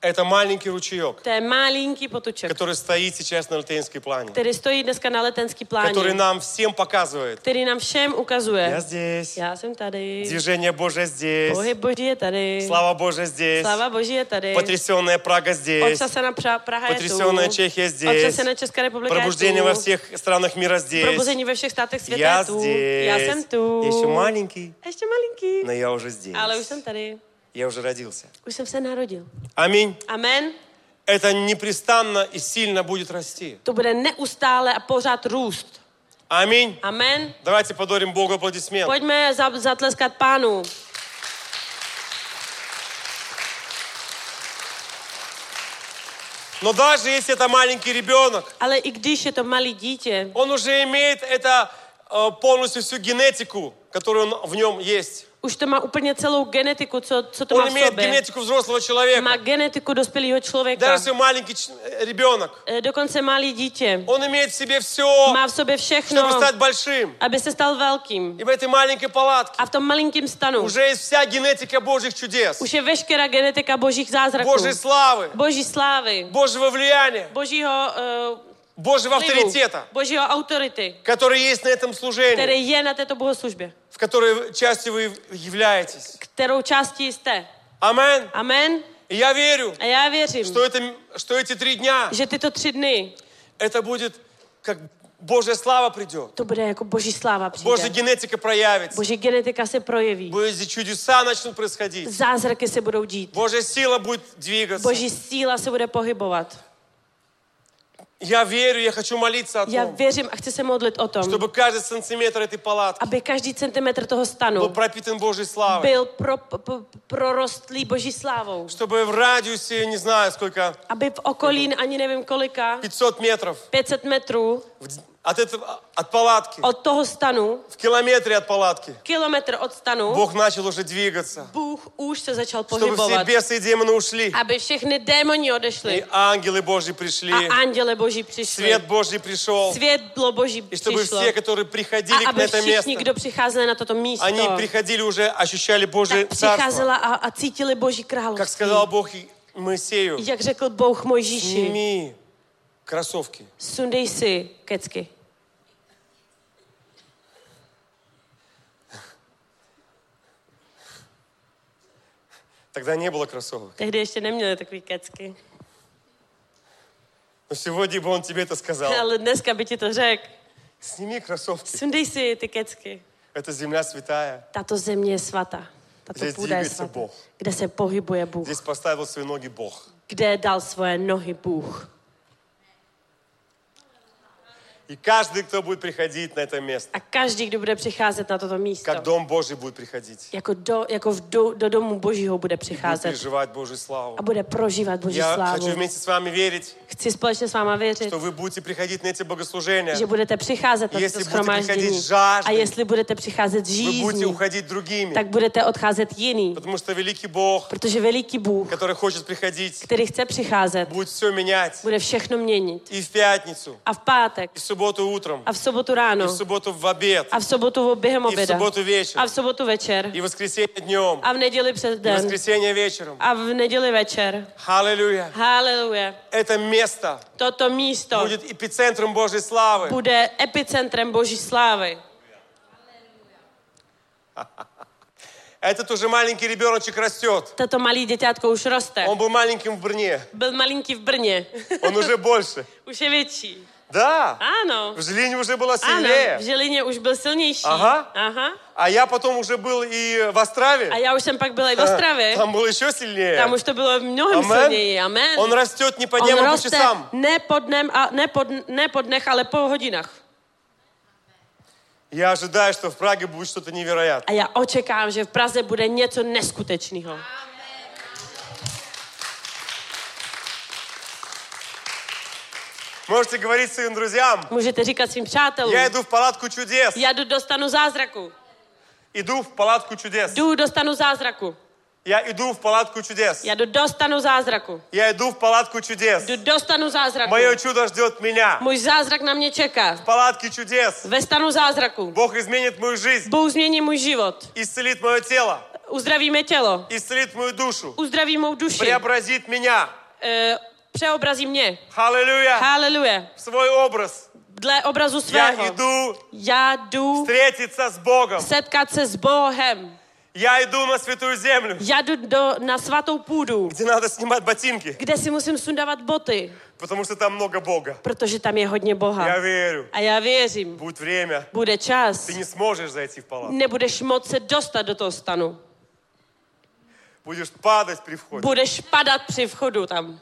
Speaker 5: это маленький ручеек,
Speaker 6: to je malinký potoček,
Speaker 5: который стоит сейчас на Латинской плане.
Speaker 6: který stojí dneska na letenský
Speaker 5: Который
Speaker 6: pláně,
Speaker 5: нам всем показывает.
Speaker 6: který nám všem ukazuje.
Speaker 5: Я здесь.
Speaker 6: Já jsem tady.
Speaker 5: Движение Божье здесь.
Speaker 6: Pohyb boží je tady.
Speaker 5: Слава Божья здесь.
Speaker 6: Slava boží je tady.
Speaker 5: Потрясенная Прага здесь.
Speaker 6: Otřasená pra- Praha je tu.
Speaker 5: Потрясенная Чехия здесь.
Speaker 6: Otřasená Česká republika je
Speaker 5: Пробуждение
Speaker 6: tu.
Speaker 5: во всех странах мира здесь.
Speaker 6: Probuzení ve všech státech světa
Speaker 5: Я
Speaker 6: je tu. Já jsem
Speaker 5: здесь.
Speaker 6: tu.
Speaker 5: Я еще маленький,
Speaker 6: A ještě malinký.
Speaker 5: но я уже здесь.
Speaker 6: Ale už jsem tady.
Speaker 5: Я уже родился.
Speaker 6: Už jsem se narodil.
Speaker 5: Аминь.
Speaker 6: Amen.
Speaker 5: Это непрестанно и сильно будет расти.
Speaker 6: To bude neustále a pořád růst.
Speaker 5: Аминь.
Speaker 6: Amen.
Speaker 5: Давайте подарим Богу аплодисмент.
Speaker 6: Pojďme za- zatleskat pánu.
Speaker 5: Но даже если это маленький ребенок,
Speaker 6: Ale i když je to malý dítě,
Speaker 5: он уже имеет это э, полностью всю генетику, которая он- в нем есть.
Speaker 6: už to má úplně celou genetiku, co, co to má
Speaker 5: Он
Speaker 6: v
Speaker 5: имеет
Speaker 6: sobě.
Speaker 5: генетику взрослого
Speaker 6: Má
Speaker 5: человека.
Speaker 6: genetiku dospělého člověka.
Speaker 5: Даже если маленький ч- э, ребенок,
Speaker 6: Eh, Dokonce malý dítě.
Speaker 5: он имеет в себе все,
Speaker 6: Má v sobě všechno,
Speaker 5: чтобы стать большим.
Speaker 6: aby se stal velkým.
Speaker 5: И в этой маленькой палатке
Speaker 6: A v tom malinkém stanu
Speaker 5: уже есть вся генетика Божьих чудес,
Speaker 6: už je veškerá genetika božích zázraků,
Speaker 5: Божьей славы,
Speaker 6: boží slávy,
Speaker 5: Божьего влияния,
Speaker 6: božího
Speaker 5: Божьего
Speaker 6: uh,
Speaker 5: авторитета,
Speaker 6: božího autority,
Speaker 5: который есть на этом служении.
Speaker 6: který je na této bohoslužbě,
Speaker 5: в которой частью вы являетесь.
Speaker 6: kterou částí jste.
Speaker 5: Amen.
Speaker 6: Amen.
Speaker 5: И я верю,
Speaker 6: A já věřím,
Speaker 5: что, это, что эти три дня,
Speaker 6: že tyto tři dny
Speaker 5: это будет, как Божья слава придет.
Speaker 6: to bude jako boží sláva
Speaker 5: Божья
Speaker 6: přijde.
Speaker 5: генетика проявится.
Speaker 6: Boží genetika se projeví.
Speaker 5: Божьи чудеса начнут происходить.
Speaker 6: Zázraky se budou dít.
Speaker 5: Божья сила будет двигаться.
Speaker 6: Boží síla se bude pohybovat.
Speaker 5: Я верю, я хочу молиться о
Speaker 6: Já
Speaker 5: том,
Speaker 6: věřím a chci se modlit o tom,
Speaker 5: чтобы каждый сантиметр этой палатки
Speaker 6: aby každý centimetr toho stanu
Speaker 5: был пропитан Божьей славой.
Speaker 6: byl pro, pro, prorostlý boží slávou.
Speaker 5: Чтобы в радиусе, не знаю сколько,
Speaker 6: Aby v okolí, ani nevím kolika,
Speaker 5: 500 метров
Speaker 6: 500 metrů
Speaker 5: в- от, этого, от палатки,
Speaker 6: od toho stanu,
Speaker 5: в километре от палатки,
Speaker 6: kilometr od stanu,
Speaker 5: Бог начал уже двигаться.
Speaker 6: Bůh už se začal
Speaker 5: Чтобы все
Speaker 6: pohybovat.
Speaker 5: бесы и демоны ушли.
Speaker 6: Aby všechny démoni
Speaker 5: И
Speaker 6: odešli
Speaker 5: А ангелы Божьи пришли.
Speaker 6: a anděle boží přišli.
Speaker 5: Свет Божий пришел.
Speaker 6: Světlo boží
Speaker 5: И чтобы
Speaker 6: přišlo.
Speaker 5: все, которые приходили на
Speaker 6: A aby
Speaker 5: это
Speaker 6: všichni,
Speaker 5: место,
Speaker 6: kdo přicházeli na toto místo,
Speaker 5: они приходили уже, ощущали Божье
Speaker 6: tak
Speaker 5: царство.
Speaker 6: přicházela a, a cítili boží
Speaker 5: Как
Speaker 6: království.
Speaker 5: сказал Бог и- Моисею,
Speaker 6: Jak řekl Bůh Mojžíši,
Speaker 5: сними кроссовки.
Speaker 6: sundej si kecky.
Speaker 5: Тогда не было кроссовок.
Speaker 6: Tehdy ještě neměli takový kecky.
Speaker 5: Но сегодня бы он тебе это сказал.
Speaker 6: Ale dneska by ti to řekl.
Speaker 5: Сними кроссовки.
Speaker 6: Sundej si ty kecky.
Speaker 5: Это земля святая.
Speaker 6: Tato země je svatá. Tato
Speaker 5: Kde
Speaker 6: půda je
Speaker 5: dívej se
Speaker 6: svatá.
Speaker 5: Boh.
Speaker 6: Kde se pohybuje Bůh.
Speaker 5: Здесь поставил свои ноги Бог.
Speaker 6: Kde dal svoje nohy Bůh.
Speaker 5: И каждый, кто будет приходить на это место,
Speaker 6: A každý, kdo bude přicházet na toto místo,
Speaker 5: как Дом Божий будет приходить.
Speaker 6: jako, do, jako v do, do domu Božího bude
Speaker 5: Будет
Speaker 6: přicházet
Speaker 5: переживать Божью
Speaker 6: a
Speaker 5: славу.
Speaker 6: bude prožívat Boží
Speaker 5: Я
Speaker 6: slávu.
Speaker 5: хочу вместе с вами верить,
Speaker 6: Chci společně s váma věřit,
Speaker 5: что вы будете приходить на эти богослужения.
Speaker 6: že budete přicházet na
Speaker 5: Jestli
Speaker 6: toto
Speaker 5: budete
Speaker 6: schromáždění
Speaker 5: přicházet žáždý,
Speaker 6: a jestli budete přicházet
Speaker 5: Вы будете
Speaker 6: žízní,
Speaker 5: уходить другими.
Speaker 6: tak budete odcházet jiný.
Speaker 5: Потому что великий Бог,
Speaker 6: Protože veliký Bůh,
Speaker 5: который хочет приходить,
Speaker 6: který chce přicházet,
Speaker 5: будет все менять.
Speaker 6: bude všechno měnit.
Speaker 5: И в пятницу,
Speaker 6: A v pátek,
Speaker 5: и в субботу утром,
Speaker 6: a v sobotu
Speaker 5: и в
Speaker 6: ráno,
Speaker 5: субботу в обед,
Speaker 6: a v sobotu během
Speaker 5: и в
Speaker 6: oběda,
Speaker 5: субботу
Speaker 6: a
Speaker 5: вечером,
Speaker 6: v sobotu večer,
Speaker 5: и в воскресенье днем,
Speaker 6: a v neděli přes
Speaker 5: и в
Speaker 6: den,
Speaker 5: воскресенье вечером.
Speaker 6: a v neděli večer.
Speaker 5: Аллилуйя!
Speaker 6: Haleluja.
Speaker 5: Это место
Speaker 6: Toto místo
Speaker 5: будет эпицентром Божьей славы.
Speaker 6: bude epicentrem Boží slávy.
Speaker 5: Этот уже маленький ребеночек растет.
Speaker 6: Tato malý děťátko už roste.
Speaker 5: Он был маленьким в Брне.
Speaker 6: Byl malinký v Brně.
Speaker 5: Он уже больше.
Speaker 6: Už je větší.
Speaker 5: Да. А,
Speaker 6: Ano.
Speaker 5: В Жилине уже было
Speaker 6: Ano, v
Speaker 5: сильнее.
Speaker 6: Žilině už byl silnější.
Speaker 5: Aha.
Speaker 6: Aha.
Speaker 5: А я потом уже был и в Острове.
Speaker 6: A já už jsem pak byla i v Ostravě.
Speaker 5: Там было еще сильнее.
Speaker 6: Tam už to bylo mnohem silněji. Amen.
Speaker 5: Он растет не по
Speaker 6: On prostě
Speaker 5: дням, а по
Speaker 6: roste
Speaker 5: часам.
Speaker 6: ne po, dnem a, ne, po, ne po dnech, ale po hodinách.
Speaker 5: Я ожидаю, что в Праге будет что-то невероятное.
Speaker 6: A já očekávám, že v Praze bude něco neskutečného.
Speaker 5: Можете говорить своим друзьям.
Speaker 6: Můžete říkat svým přátelům,
Speaker 5: Я иду в палатку чудес.
Speaker 6: já jdu do stanu zázraku.
Speaker 5: Иду в палатку чудес.
Speaker 6: Jdu do stanu zázraku.
Speaker 5: Я иду в палатку чудес.
Speaker 6: Já jdu do stanu zázraku.
Speaker 5: Я иду в палатку чудес.
Speaker 6: Jdu do stanu zázraku.
Speaker 5: Мое чудо ждет меня.
Speaker 6: Můj zázrak na mě čeká.
Speaker 5: В палатке чудес.
Speaker 6: Ve stanu zázraku.
Speaker 5: Бог изменит мою жизнь.
Speaker 6: Bůh změní můj život.
Speaker 5: Исцелит мое тело.
Speaker 6: Uzdraví mé tělo.
Speaker 5: Исцелит мою душу.
Speaker 6: Uzdraví mou duši.
Speaker 5: Преобразит меня.
Speaker 6: Eh, Přeobrazí mě.
Speaker 5: Аллилуйя.
Speaker 6: Haleluja.
Speaker 5: В Свой образ.
Speaker 6: Dle obrazu
Speaker 5: Я
Speaker 6: svého.
Speaker 5: иду
Speaker 6: Já jdu
Speaker 5: встретиться с Богом.
Speaker 6: setkat se s Bohem.
Speaker 5: Я иду на святую землю.
Speaker 6: Já jdu do, na svatou půdu,
Speaker 5: где надо снимать ботинки,
Speaker 6: kde si musím sundávat boty,
Speaker 5: потому что там много Бога.
Speaker 6: protože tam je hodně Boha.
Speaker 5: Я верю,
Speaker 6: A já věřím,
Speaker 5: будет время,
Speaker 6: bude čas.
Speaker 5: ты не сможешь зайти в палату.
Speaker 6: Nebudeš moc se dostat do toho stanu.
Speaker 5: Будешь падать при входе.
Speaker 6: Budeš padat při vchodu tam.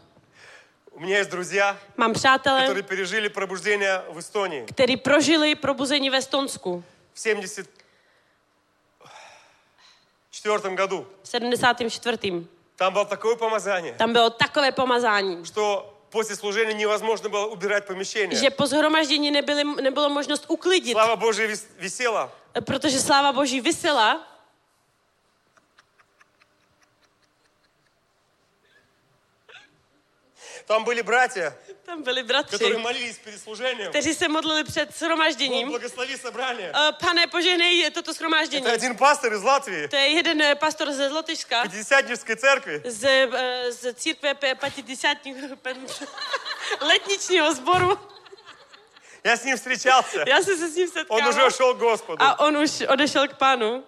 Speaker 5: У меня есть друзья,
Speaker 6: Mám přátele,
Speaker 5: которые пережили пробуждение в Эстонии.
Speaker 6: kteří prožili probuzení ve Stonsku
Speaker 5: В 74 году
Speaker 6: v 74.
Speaker 5: там было такое помазание,
Speaker 6: Tam bylo takové pomazání,
Speaker 5: что после служения невозможно было убирать
Speaker 6: že
Speaker 5: помещение.
Speaker 6: po zhromaždění nebyly, nebylo možnost uklidit,
Speaker 5: Слава Божия вис- висела.
Speaker 6: protože sláva Boží vysela.
Speaker 5: Tam были братья,
Speaker 6: Tam byli bratři,
Speaker 5: которые молились перед служением.
Speaker 6: kteří se modlili před
Speaker 5: Бог,
Speaker 6: shromažděním.
Speaker 5: благослови собрание.
Speaker 6: Eh, Pane, požehnej toto shromáždění.
Speaker 5: Это один пастор из Латвии,
Speaker 6: To je jeden eh, pastor ze Lotyšska,
Speaker 5: Jako Пятидесятнической церкви.
Speaker 6: z, eh, z církve P- 50 pen- letničního sboru.
Speaker 5: Я с ним встречался.
Speaker 6: Já jsem se s ním setkala.
Speaker 5: Он уже ушел к Господу.
Speaker 6: A on už odešel k pánu.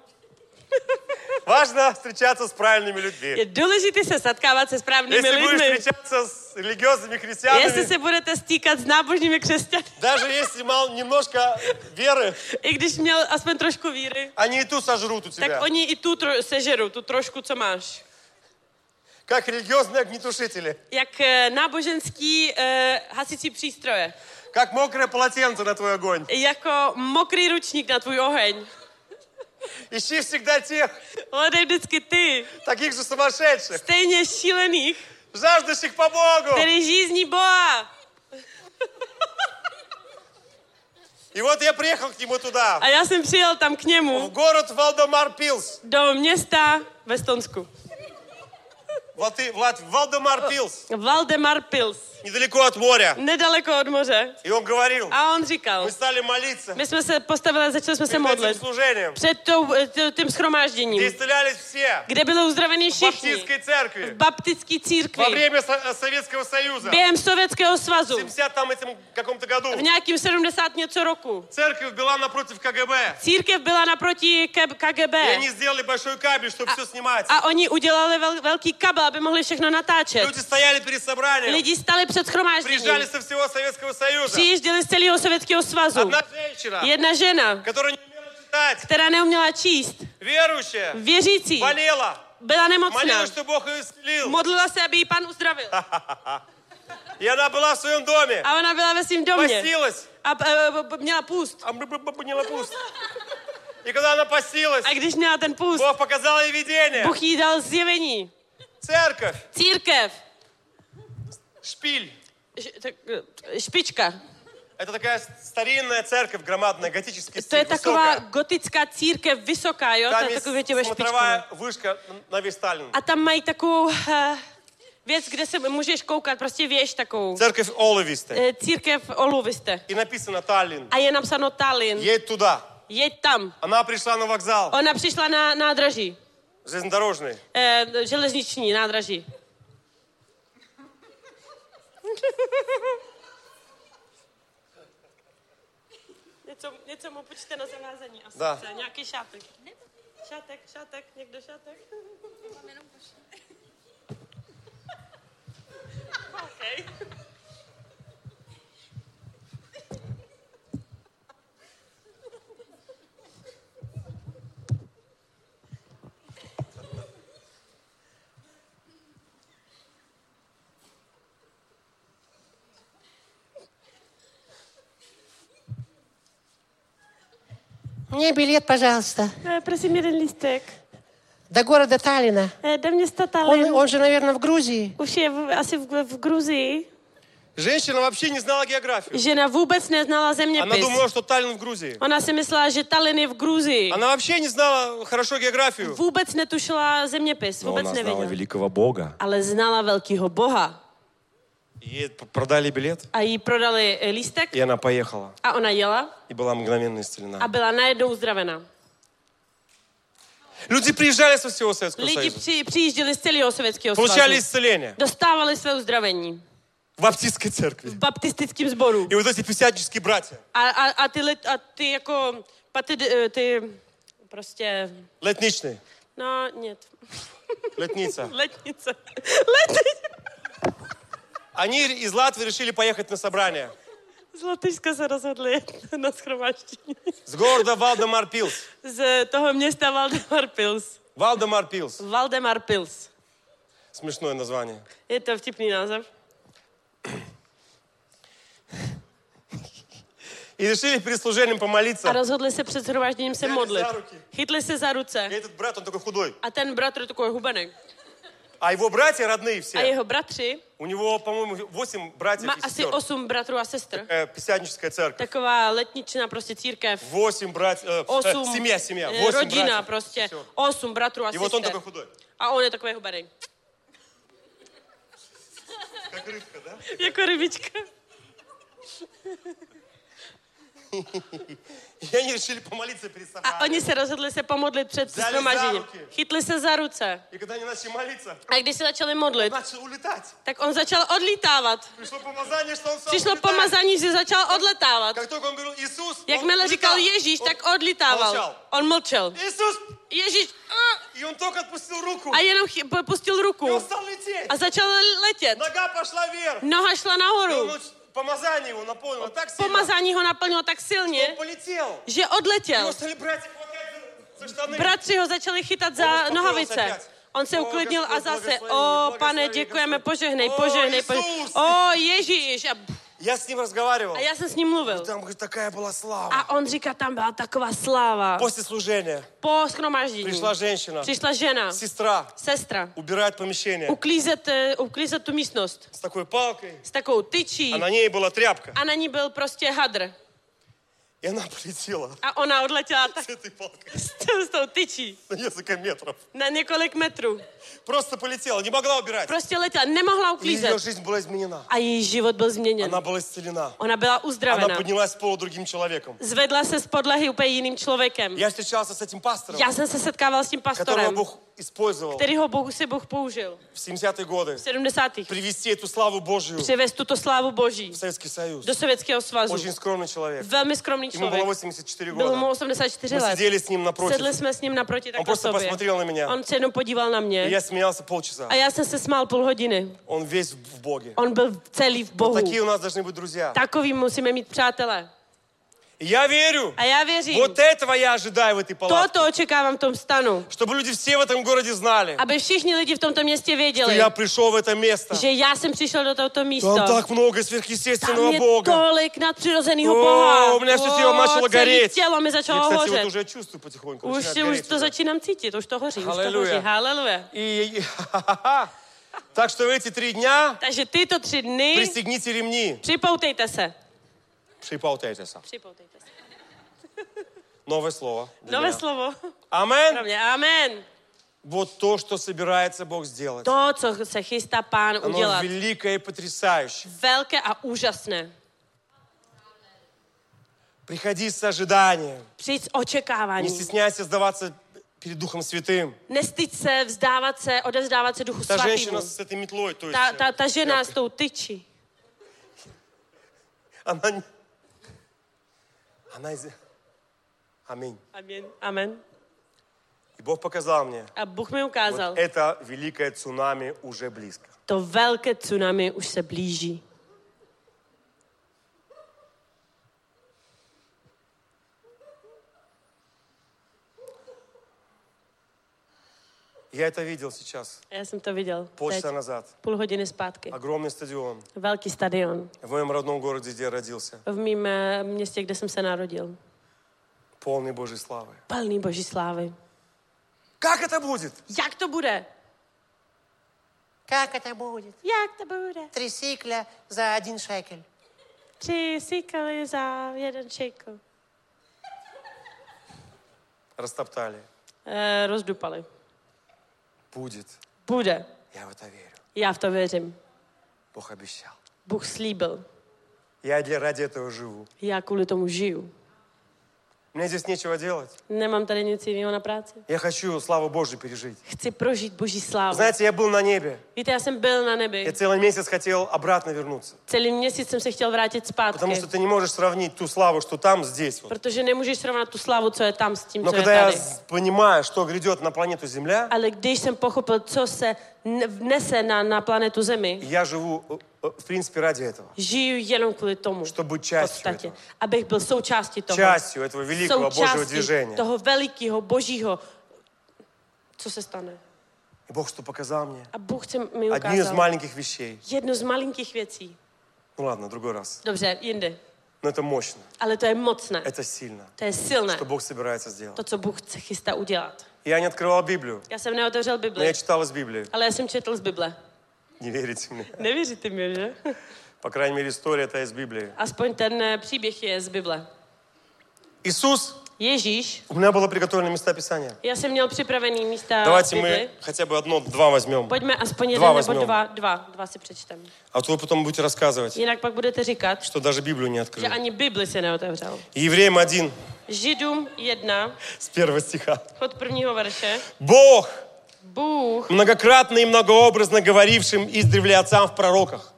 Speaker 5: Важно встречаться с правильными
Speaker 6: Je
Speaker 5: людьми.
Speaker 6: důležité se setkávat se správnými
Speaker 5: Если будешь
Speaker 6: lidmi.
Speaker 5: встречаться с религиозными
Speaker 6: Jestli
Speaker 5: христианами,
Speaker 6: se budete stýkat s nábožními křesťany,
Speaker 5: даже если мал немножко веры,
Speaker 6: i když měl aspoň trošku víry,
Speaker 5: они и ту сожрут у тебя.
Speaker 6: tak oni i tu tro- sežerou, tu trošku, co máš.
Speaker 5: Как религиозные огнетушители.
Speaker 6: Jak eh, náboženský eh, hasicí přístroje.
Speaker 5: Как мокрое полотенце на твой огонь.
Speaker 6: Jako mokrý ručník na tvůj oheň.
Speaker 5: Ищи всегда тех,
Speaker 6: Hledej vždycky ty,
Speaker 5: таких же сумасшедших,
Speaker 6: stejně šílených,
Speaker 5: жаждущих по Богу.
Speaker 6: který žízní Boha.
Speaker 5: И вот я приехал к нему туда,
Speaker 6: A já jsem přijel tam k
Speaker 5: в
Speaker 6: němu,
Speaker 5: город Валдемар Пилс.
Speaker 6: do města ve Stonsku.
Speaker 5: В Латы- в Латвии. Валдемар Пилс.
Speaker 6: Valdemar Pils,
Speaker 5: Недалеко от моря.
Speaker 6: nedaleko od moře.
Speaker 5: И он говорил,
Speaker 6: A on říkal,
Speaker 5: мы стали молиться
Speaker 6: my jsme se postavili a začali jsme se
Speaker 5: перед этим
Speaker 6: modlit.
Speaker 5: служением.
Speaker 6: Před tou, eh, t- tím
Speaker 5: И
Speaker 6: schromážděním,
Speaker 5: исцелялись все.
Speaker 6: kde byli uzdraveni
Speaker 5: в
Speaker 6: všichni.
Speaker 5: баптистской
Speaker 6: V
Speaker 5: церкви
Speaker 6: baptistské
Speaker 5: во
Speaker 6: církvi.
Speaker 5: время Со- э, Советского Союза.
Speaker 6: Během Sovětského svazu.
Speaker 5: В 70 там этим каком-то
Speaker 6: V
Speaker 5: году.
Speaker 6: nějakým 70 něco roku.
Speaker 5: Церковь byla напротив КГБ.
Speaker 6: Církev byla naproti K-
Speaker 5: И
Speaker 6: KGB. Э. а,
Speaker 5: они сделали большой кабель, чтобы все снимать.
Speaker 6: A oni udělali vel, velký kabel, aby mohli všechno natáčet.
Speaker 5: Люди стояли перед собранием,
Speaker 6: Lidi stali před
Speaker 5: приезжали
Speaker 6: schromážděním.
Speaker 5: со всего Советского Союза.
Speaker 6: Přijížděli z celého Sovětského svazu.
Speaker 5: Одна женщина,
Speaker 6: Jedna žena,
Speaker 5: которая не умела читать,
Speaker 6: která neuměla číst,
Speaker 5: верующая,
Speaker 6: věřící,
Speaker 5: болела,
Speaker 6: byla nemocná.
Speaker 5: молилась, что Бог ее исцелил.
Speaker 6: Modlila se, aby ji pan uzdravil.
Speaker 5: И она была в своем доме,
Speaker 6: A ona byla ve svém domě.
Speaker 5: постилась.
Speaker 6: A, a, a měla půst.
Speaker 5: А мы бы поняла пуст. И когда она постилась,
Speaker 6: A když měla ten půst,
Speaker 5: Бог показал ей видение.
Speaker 6: Bůh jí dal zjevení.
Speaker 5: Церковь,
Speaker 6: Církev,
Speaker 5: шпиль.
Speaker 6: š- tak, eh, špička.
Speaker 5: Это такая старинная церковь, громадная, готическая
Speaker 6: To
Speaker 5: стиль,
Speaker 6: je taková
Speaker 5: высокая.
Speaker 6: gotická církev, vysoká, jo? To
Speaker 5: Там
Speaker 6: je
Speaker 5: есть
Speaker 6: takový těma špičkami.
Speaker 5: смотровая вышка на весь Сталин.
Speaker 6: A tam mají takovou eh, věc, kde se můžeš koukat, prostě věž takovou.
Speaker 5: Церковь Оловисты.
Speaker 6: Eh, církev Oluviste.
Speaker 5: И написано Таллин.
Speaker 6: A je napsáno Tallinn.
Speaker 5: Едь туда.
Speaker 6: Jeď tam.
Speaker 5: Она пришла на вокзал
Speaker 6: Ona přišla na nádraží,
Speaker 5: железнодорожный.
Speaker 6: eh, železniční nádraží. něco, něco mu počte na zavázání asi.
Speaker 5: Da.
Speaker 6: Nějaký šátek. Šátek, šátek, někdo šátek. okay.
Speaker 7: Мне билет, пожалуйста,
Speaker 6: Eh, Prosím jeden lístek.
Speaker 7: до города Таллина.
Speaker 6: Eh, Do města
Speaker 7: Он,
Speaker 6: Tallinn.
Speaker 7: он же, наверное, в Грузии.
Speaker 6: Už je v, asi v, v Gruzii.
Speaker 5: Женщина вообще не знала географию.
Speaker 6: Žena vůbec neznala
Speaker 5: Она
Speaker 6: zeměpis.
Speaker 5: думала, что Таллин в Грузии.
Speaker 6: Ona si myslela, že Tallinn je v Gruzii.
Speaker 5: Она вообще не znala хорошо географию.
Speaker 6: Vůbec netušila zeměpis,
Speaker 8: Но
Speaker 5: No,
Speaker 6: vůbec
Speaker 8: она знала
Speaker 6: nevěděla.
Speaker 8: великого Бога.
Speaker 6: Ale znala velkýho boha.
Speaker 8: Ей п- продали билет,
Speaker 6: A jí prodali eh, lístek
Speaker 8: и она поехала.
Speaker 6: a ona jela
Speaker 8: И была мгновенно
Speaker 6: a
Speaker 8: исцелена.
Speaker 6: byla najednou uzdravena.
Speaker 5: Люди приезжали со всего Советского
Speaker 6: Lidi
Speaker 5: Союза.
Speaker 6: při, přijížděli z celého sovětského
Speaker 5: Получали
Speaker 6: svazu.
Speaker 5: исцеление
Speaker 6: Dostávali své uzdravení
Speaker 5: в баптистской церкви.
Speaker 6: v baptistickém sboru.
Speaker 5: И вот эти пятидесятнические братья,
Speaker 6: A, a, a, ty, let, a ty jako, paty, eh, ty prostě,
Speaker 5: летничные,
Speaker 6: no нет,
Speaker 5: летница.
Speaker 6: letnice, letnice.
Speaker 5: Они из Латвии решили поехать на собрание.
Speaker 6: Z Lotyšska se rozhodli jet na schromáždění.
Speaker 5: С города Валдемар Пилс.
Speaker 6: Z toho města Valdemar Pils.
Speaker 5: Валдемар Пилс.
Speaker 6: Valdemar Pils.
Speaker 5: Смешное название.
Speaker 6: Je to vtipný název.
Speaker 5: И решили перед служением
Speaker 6: A
Speaker 5: помолиться.
Speaker 6: rozhodli se před shromážděním se
Speaker 5: Dali
Speaker 6: modlit.
Speaker 5: za ruky.
Speaker 6: Chytli se za ruce.
Speaker 5: И этот брат, он такой худой.
Speaker 6: A ten bratr je takový hubenek.
Speaker 5: А его братья родные
Speaker 6: A
Speaker 5: все.
Speaker 6: jeho bratři
Speaker 5: У него, по-моему, 8 братьев
Speaker 6: má
Speaker 5: и
Speaker 6: asi
Speaker 5: сестер.
Speaker 6: osm bratrů a sestr.
Speaker 5: Э, Пятидесятническая церковь.
Speaker 6: Taková letničná prostě církev.
Speaker 5: 8 братьев. э, э,
Speaker 6: Osm.
Speaker 5: Семья, семья.
Speaker 6: eh,
Speaker 5: 8
Speaker 6: rodina
Speaker 5: братьев.
Speaker 6: prostě.
Speaker 5: Всё.
Speaker 6: Osm bratrů a
Speaker 5: И вот он такой
Speaker 6: sester.
Speaker 5: худой.
Speaker 6: A on je takový hubenek.
Speaker 5: Как рыбка, да?
Speaker 6: jako rybička.
Speaker 5: И они решили помолиться перед
Speaker 6: A
Speaker 5: собранием.
Speaker 6: oni se rozhodli se pomodlit před
Speaker 5: Vzali za
Speaker 6: shromážděním.
Speaker 5: ruky.
Speaker 6: Chytli se za ruce.
Speaker 5: И когда они начали молиться,
Speaker 6: A když se začali modlit,
Speaker 5: начал улетать.
Speaker 6: tak on začal odlítávat.
Speaker 5: Пришло помазание, что он стал
Speaker 6: Přišlo
Speaker 5: улетать.
Speaker 6: pomazání, že začal odletávat.
Speaker 5: Как только он говорил Иисус,
Speaker 6: Jakmile
Speaker 5: он
Speaker 6: říkal
Speaker 5: улетал.
Speaker 6: Ježíš,
Speaker 5: Он
Speaker 6: tak odlítával.
Speaker 5: Mlčel.
Speaker 6: On mlčel.
Speaker 5: Иисус!
Speaker 6: Ježíš "Ah!"
Speaker 5: И он только отпустил руку.
Speaker 6: a jenom chy- po- pustil ruku
Speaker 5: И он стал лететь.
Speaker 6: a začal letět.
Speaker 5: Нога пошла вверх.
Speaker 6: Noha šla
Speaker 5: И
Speaker 6: nahoru.
Speaker 5: он помазание его наполнило так сильно,
Speaker 6: Pomazání ho naplnilo tak
Speaker 5: что он
Speaker 6: silně,
Speaker 5: полетел.
Speaker 6: že
Speaker 5: Его
Speaker 6: odletěl.
Speaker 5: стали братья хватать за, за штаны.
Speaker 6: Bratři ho začali chytat
Speaker 5: On
Speaker 6: za
Speaker 5: uspokojil se
Speaker 6: nohavice.
Speaker 5: opět.
Speaker 6: On se
Speaker 5: O,
Speaker 6: uklidnil a
Speaker 5: Gospod,
Speaker 6: zase,
Speaker 5: blagosloví,
Speaker 6: o
Speaker 5: blagosloví,
Speaker 6: pane,
Speaker 5: Gospod."
Speaker 6: děkujeme, požehnej,
Speaker 5: O,
Speaker 6: požehnej, požehnej.
Speaker 5: Jezus.
Speaker 6: O Ježíš. A,
Speaker 5: Я с ним разговаривал.
Speaker 6: a já jsem s ním mluvil.
Speaker 5: Там говорит, такая была слава.
Speaker 6: A on říká, tam byla taková sláva.
Speaker 5: После служения
Speaker 6: Po schromáždění
Speaker 5: пришла женщина,
Speaker 6: přišla žena,
Speaker 5: сестра,
Speaker 6: sestra,
Speaker 5: убирает помещение
Speaker 6: uklízet, eh, uklízet tu místnost.
Speaker 5: с такой палкой,
Speaker 6: s takovou tyčí
Speaker 5: а на ней была тряпка.
Speaker 6: a na ní byl prostě hadr.
Speaker 5: И она полетела
Speaker 6: A ona odletěla tak
Speaker 5: с этой палкой
Speaker 6: s, tou- s tou tyčí
Speaker 5: на несколько метров.
Speaker 6: na několik metrů.
Speaker 5: Просто полетела, не могла убирать.
Speaker 6: Prostě letěla, nemohla
Speaker 5: И ее
Speaker 6: uklízet.
Speaker 5: жизнь была изменена.
Speaker 6: A její život byl změněn.
Speaker 5: Она была исцелена.
Speaker 6: Ona byla
Speaker 5: Она
Speaker 6: uzdravena.
Speaker 5: поднялась с пола другим человеком.
Speaker 6: Zvedla se z podlahy úplně jiným člověkem.
Speaker 5: Я встречался с этим пастором,
Speaker 6: Já jsem se setkával s tím
Speaker 5: которого
Speaker 6: pastorem,
Speaker 5: Бог использовал
Speaker 6: kterýho Bůh si Bůh použil
Speaker 5: в 70-е годы
Speaker 6: v 70.
Speaker 5: привести эту славу Божию в
Speaker 6: Přivez tuto slávu Boží
Speaker 5: Советский Союз.
Speaker 6: do Sovětského svazu.
Speaker 5: Очень скромный человек.
Speaker 6: Velmi skromný mladý
Speaker 5: Ему было
Speaker 6: člověk.
Speaker 5: 84
Speaker 6: Bylo mu
Speaker 5: года.
Speaker 6: 84
Speaker 5: Мы
Speaker 6: let.
Speaker 5: сидели с ним напротив.
Speaker 6: Sedli jsme s ním naproti tak
Speaker 5: On prostě
Speaker 6: sobě.
Speaker 5: posмотрел na mě.
Speaker 6: On se jenom podíval na
Speaker 5: И
Speaker 6: mě.
Speaker 5: А я смеялся полчаса.
Speaker 6: A já jsem se smál půl hodiny.
Speaker 5: Он весь в Боге.
Speaker 6: On byl celý v Bohu.
Speaker 5: Вот такие у нас должны быть друзья.
Speaker 6: Takový musíme mít přátelé.
Speaker 5: Я верю.
Speaker 6: A já věřím,
Speaker 5: Вот этого я ожидаю в этой палатке.
Speaker 6: toto očekávám v tom stanu.
Speaker 5: Чтобы люди все в этом городе знали,
Speaker 6: Aby všichni lidi v tomto městě
Speaker 5: что
Speaker 6: věděli,
Speaker 5: я пришел в это место.
Speaker 6: že já jsem přišel do tohoto místa.
Speaker 5: Там так много
Speaker 6: Tam
Speaker 5: сверхъестественного
Speaker 6: je
Speaker 5: Бога.
Speaker 6: tolik nadpřirozeného
Speaker 5: Ó,
Speaker 6: Boha.
Speaker 5: u mě ještě tělo mašilo
Speaker 6: celý
Speaker 5: gořet.
Speaker 6: tělo mi
Speaker 5: Я,
Speaker 6: začalo
Speaker 5: кстати, вот
Speaker 6: hořet.
Speaker 5: уже чувствую потихоньку.
Speaker 6: Už,
Speaker 5: начинает
Speaker 6: už
Speaker 5: гореть
Speaker 6: to
Speaker 5: уже.
Speaker 6: začínám cítit, už to hoří, už
Speaker 5: Haleluja.
Speaker 6: to hoří. Haleluja.
Speaker 5: И- и- Так что в эти три дня
Speaker 6: Takže tyto tři dny
Speaker 5: пристегните ремни.
Speaker 6: připoutejte se.
Speaker 5: Припаутайте са.
Speaker 6: Připoutejte se.
Speaker 5: Новое слово. для
Speaker 6: Nové
Speaker 5: меня.
Speaker 6: slovo pro
Speaker 5: Амен.
Speaker 6: mě. Amen.
Speaker 5: Вот то, что собирается Бог сделать.
Speaker 6: To, co se chystá pán
Speaker 5: Оно
Speaker 6: udělat,
Speaker 5: великое и потрясающее.
Speaker 6: velké a úžasné.
Speaker 5: Приходи с ожиданием.
Speaker 6: Přijď s
Speaker 5: Не
Speaker 6: očekáváním.
Speaker 5: стесняйся сдаваться перед Духом Святым.
Speaker 6: Nestyď se, vzdávat se, odevzdávat se duchu
Speaker 5: Та женщина
Speaker 6: svatému.
Speaker 5: с этой метлой, то есть...
Speaker 6: Ta,
Speaker 5: э,
Speaker 6: ta, ta žena s tou tyčí.
Speaker 5: Она... не- Она... из- Аминь.
Speaker 6: Amen. Amen.
Speaker 5: И Бог показал мне,
Speaker 6: A Bůh mi
Speaker 5: вот
Speaker 6: ukázal,
Speaker 5: это великое цунами уже близко.
Speaker 6: to velké tsunami už se blíží.
Speaker 5: Я это видел сейчас,
Speaker 6: Já jsem to viděl teď,
Speaker 5: полчаса назад.
Speaker 6: půl hodiny zpátky.
Speaker 5: Огромный стадион
Speaker 6: Velký stadion
Speaker 5: в моем родном городе, где я родился.
Speaker 6: v mém eh, městě, kde jsem se narodil.
Speaker 5: Полный Божьей славы.
Speaker 6: Plný boží slávy.
Speaker 5: Как это будет?
Speaker 6: Jak to bude?
Speaker 7: Как это будет?
Speaker 6: Jak to bude?
Speaker 7: Три сикля за один шекель.
Speaker 6: Tři sikely za jeden šejko.
Speaker 5: Растоптали.
Speaker 6: Eh, rozdupali.
Speaker 5: Будет.
Speaker 6: Bude.
Speaker 5: Я в это верю.
Speaker 6: Já v to věřím.
Speaker 5: Бог обещал.
Speaker 6: Bůh slíbil.
Speaker 5: Я для, ради этого живу.
Speaker 6: Já kvůli tomu žiju.
Speaker 5: Мне здесь нечего делать.
Speaker 6: Nemám tady nic jiného na práci.
Speaker 5: Я хочу славу Божью пережить.
Speaker 6: Chci prožít boží slávu.
Speaker 5: Знаете, я был на небе.
Speaker 6: Víte, já jsem byl na nebi.
Speaker 5: Я целый месяц хотел обратно вернуться.
Speaker 6: Celý měsíc jsem se chtěl vrátit zpátky.
Speaker 5: Потому что ты не можешь сравнить ту славу, что там, здесь. вот.
Speaker 6: Protože nemůžeš srovnat tu slávu, co je tam s tím,
Speaker 5: Но
Speaker 6: co No, je
Speaker 5: когда я
Speaker 6: tady.
Speaker 5: с- понимаю, что грядет на планету Земля,
Speaker 6: Ale když jsem pochopil, co se n- nese na, na planetu Zemi,
Speaker 5: я живу, э, э, в принципе, ради этого.
Speaker 6: žiju jenom kvůli tomu.
Speaker 5: Чтобы быть
Speaker 6: v
Speaker 5: частью
Speaker 6: podstatě.
Speaker 5: этого.
Speaker 6: Abych byl součástí toho.
Speaker 5: Частью этого великого Божьего
Speaker 6: součástí
Speaker 5: движения.
Speaker 6: toho velikého božího. Co se stane?
Speaker 5: И Бог что показал мне?
Speaker 6: A Bůh chce mi
Speaker 5: Одни из
Speaker 6: ukázal
Speaker 5: маленьких вещей.
Speaker 6: jednu z malinkých věcí.
Speaker 5: Ну ладно, другой раз.
Speaker 6: Dobře, jindy.
Speaker 5: Но это мощно,
Speaker 6: Ale to je mocné.
Speaker 5: это сильно,
Speaker 6: To je silné.
Speaker 5: что Бог собирается сделать.
Speaker 6: To, co Bůh chce chystá udělat.
Speaker 5: Я не открывал Библию,
Speaker 6: Já jsem neotevřel
Speaker 5: но
Speaker 6: Bibli,
Speaker 5: я читал из Библии.
Speaker 6: ale já jsem četl z Bible.
Speaker 5: Не верите мне?
Speaker 6: Nevěříte mi, že?
Speaker 5: По крайней мере, история это из Библии.
Speaker 6: Aspoň ten eh, příběh je z Bible.
Speaker 5: Иисус,
Speaker 6: Ježíš,
Speaker 5: у меня было приготовлeno места Писания.
Speaker 6: já jsem měl připravený místa
Speaker 5: Давайте
Speaker 6: v Bibli.
Speaker 5: мы хотя бы одно-два возьмем,
Speaker 6: Pojďme aspoň jeden
Speaker 5: Dva
Speaker 6: nebo
Speaker 5: vezmeme.
Speaker 6: dva, dva, dva si přečteme.
Speaker 5: а то вы потом будете рассказывать,
Speaker 6: Jinak pak budete říkat,
Speaker 5: что даже Библию не
Speaker 6: že
Speaker 5: открыли.
Speaker 6: ani Bibli se neotevřel.
Speaker 5: Евреям 1,
Speaker 6: Židům 1,
Speaker 5: с первого стиха.
Speaker 6: od prvního verše.
Speaker 5: Бог,
Speaker 6: Bůh,
Speaker 5: многократно и многообразно говорившим издревле отцам в пророках.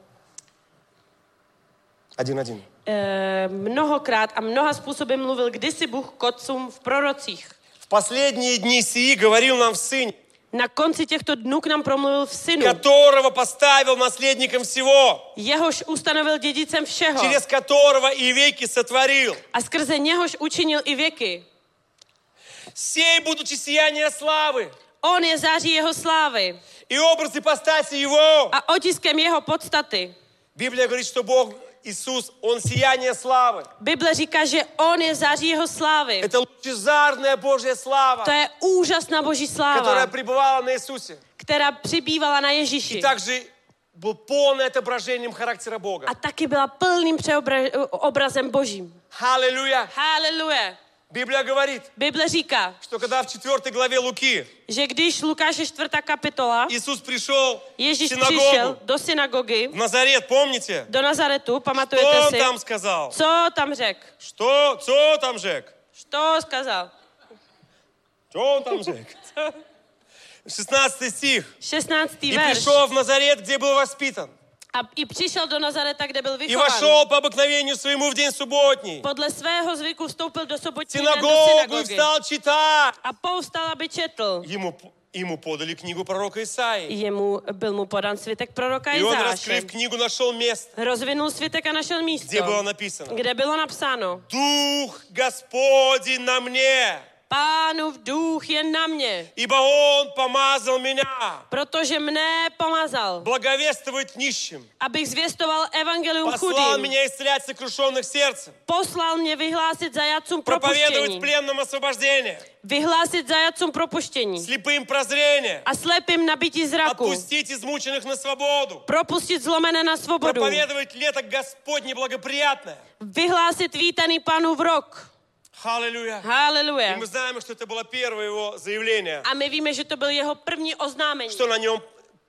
Speaker 5: Один-один.
Speaker 6: eh, mnohokrát a mnoha způsoby mluvil kdysi Bůh k otcům v prorocích.
Speaker 5: В последние дни сии говорил нам в Сыне,
Speaker 6: Na konci těchto dnů k nám promluvil v synu,
Speaker 5: которого поставил наследником всего,
Speaker 6: jehož ustanovil dědicem všeho
Speaker 5: через которого и веки сотворил.
Speaker 6: a skrze něhož učinil i věky.
Speaker 5: Сей, будучи сияние славы
Speaker 6: On je září jeho slávy
Speaker 5: и образ ипостаси его.
Speaker 6: a otiskem jeho podstaty.
Speaker 5: Библия говорит, что Бог Иисус, Он сияние славы.
Speaker 6: Bible říká, že on je září jeho slávy.
Speaker 5: Это лучезарная Божья слава,
Speaker 6: To je úžasná boží
Speaker 5: которая
Speaker 6: sláva,
Speaker 5: пребывала на Иисусе.
Speaker 6: která přibývala na Ježíši.
Speaker 5: И также был полное отображением характера Бога.
Speaker 6: A taky byla plným přeobra- obrazem božím.
Speaker 5: Аллилуйя!
Speaker 6: Haleluja.
Speaker 5: Библия говорит,
Speaker 6: Bible říká,
Speaker 5: что когда в 4 главе Луки
Speaker 6: že když Lukáše 4. kapitola,
Speaker 5: Иисус пришел в
Speaker 6: Ježíš
Speaker 5: синагогу
Speaker 6: přišel do synagogy,
Speaker 5: в Назарет, помните?
Speaker 6: do Nazaretu,
Speaker 5: Что
Speaker 6: pamatujete
Speaker 5: он
Speaker 6: si,
Speaker 5: там сказал?
Speaker 6: co tam řekl?
Speaker 5: Что? Что там, Жек?
Speaker 6: Što skazal?
Speaker 5: Что он там, Жек? 16 стих.
Speaker 6: 16.
Speaker 5: И
Speaker 6: verš.
Speaker 5: пришел в Назарет, где был воспитан.
Speaker 6: A i přišel do Nazareta, kde byl
Speaker 5: и
Speaker 6: vychován.
Speaker 5: вошел по обыкновению своему в день субботний.
Speaker 6: Podle svého zvyku vstoupil do sobotní den do
Speaker 5: Синагогу и
Speaker 6: synagogy.
Speaker 5: встал читать.
Speaker 6: A povstal, aby četl.
Speaker 5: Ему, п- ему подали книгу пророка Исаии.
Speaker 6: Jemu byl mu podán svitek proroka
Speaker 5: И он, раскрыв
Speaker 6: Izáše.
Speaker 5: книгу, нашел место,
Speaker 6: Rozvinul svitek a našel místo,
Speaker 5: где было написано.
Speaker 6: kde bylo napsáno
Speaker 5: Дух Господень на мне,
Speaker 6: Pánův duch je na mě,
Speaker 5: ибо Он помазал меня
Speaker 6: protože mne pomazal,
Speaker 5: благовествовать нищим,
Speaker 6: abych zvěstoval evangelium
Speaker 5: послал
Speaker 6: chudým.
Speaker 5: меня исцелять сокрушенных сердцем,
Speaker 6: Poslal mě vyhlásit zajatcům
Speaker 5: проповедовать
Speaker 6: propuštění.
Speaker 5: пленным освобождение,
Speaker 6: Vyhlásit zajatcům propuštění.
Speaker 5: слепым прозрение,
Speaker 6: A slepým nabití zraku.
Speaker 5: отпустить измученных на свободу,
Speaker 6: Propustit zlomené na svobodu.
Speaker 5: проповедовать лето Господне благоприятное.
Speaker 6: Vyhlásit vítaný panu v rok.
Speaker 5: Аллилуйя. И
Speaker 6: Haleluja.
Speaker 5: мы знаем, что это было первое его заявление,
Speaker 6: A my víme, že to byl jeho první oznámení,
Speaker 5: что на нем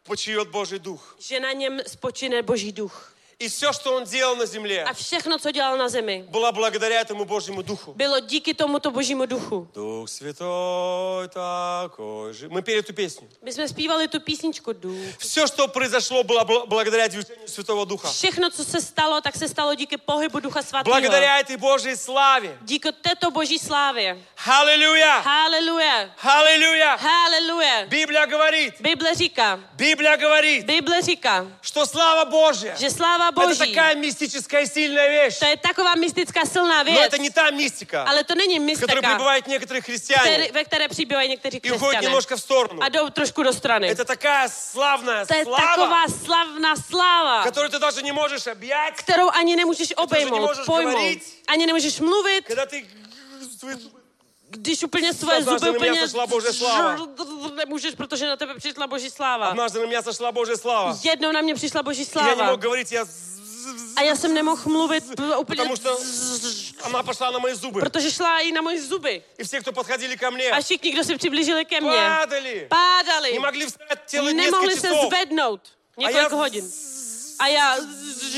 Speaker 5: почиет Божий Дух.
Speaker 6: že na něm spočine Boží duch.
Speaker 5: И все, что он делал на земле,
Speaker 6: A všechno, co dělal na zemi,
Speaker 5: было благодаря этому Божьему Духу.
Speaker 6: bylo díky tomuto Božímu duchu.
Speaker 5: Дух Святой такой же. Мы пели эту песню.
Speaker 6: My jsme zpívali tu písničku Duch.
Speaker 5: Все, что произошло, было бл- благодаря движению Святого Духа.
Speaker 6: Všechno, co se stalo, tak se stalo díky pohybu Ducha Svatého.
Speaker 5: Благодаря этой Божьей славе.
Speaker 6: Díky této Boží slávě.
Speaker 5: Аллилуйя!
Speaker 6: Haleluja.
Speaker 5: Аллилуйя!
Speaker 6: Haleluja.
Speaker 5: Библия говорит,
Speaker 6: Bible říká,
Speaker 5: Библия говорит,
Speaker 6: Bible říká,
Speaker 5: что слава Божья
Speaker 6: že sláva
Speaker 5: это
Speaker 6: Boží
Speaker 5: такая мистическая и сильная вещь.
Speaker 6: To je taková mystická silná
Speaker 5: Но
Speaker 6: věc,
Speaker 5: это не та мистика,
Speaker 6: ale to není
Speaker 5: в которой
Speaker 6: mystika,
Speaker 5: пребывают некоторые
Speaker 6: který,
Speaker 5: христиане
Speaker 6: ve které přibývají někteří
Speaker 5: и уходят
Speaker 6: křesťané.
Speaker 5: немножко в сторону.
Speaker 6: A jdou trošku do strany.
Speaker 5: Это такая славная
Speaker 6: To je
Speaker 5: слава,
Speaker 6: taková slavná sláva,
Speaker 5: которую ты даже не можешь объять,
Speaker 6: kterou ani nemůžeš obejmout,
Speaker 5: nemůžeš
Speaker 6: pojmout.
Speaker 5: govorit.
Speaker 6: Ani nemůžeš mluvit,
Speaker 5: когда ты
Speaker 6: když úplně svoje
Speaker 5: Однажды на
Speaker 6: zuby úplně
Speaker 5: mě sešla Boží jako sláva.
Speaker 6: žr- nemůžeš, protože na tebe přišla Boží sláva.
Speaker 5: Однажды на меня сошла Божья слава.
Speaker 6: Jednou na mě přišla Boží
Speaker 5: И Я не
Speaker 6: sláva.
Speaker 5: мог говорить, я...
Speaker 6: A já jsem nemohl mluvit p- úplně,
Speaker 5: Потому что она пошла на мои зубы.
Speaker 6: protože šla i na moje zuby.
Speaker 5: И все, кто подходили ко мне,
Speaker 6: A všichni, kdo se přiblížili ke mně,
Speaker 5: А падали.
Speaker 6: pádali.
Speaker 5: Не могли встать целые
Speaker 6: nemohli
Speaker 5: несколько
Speaker 6: se
Speaker 5: часов.
Speaker 6: zvednout
Speaker 5: já
Speaker 6: několik hodin. A já...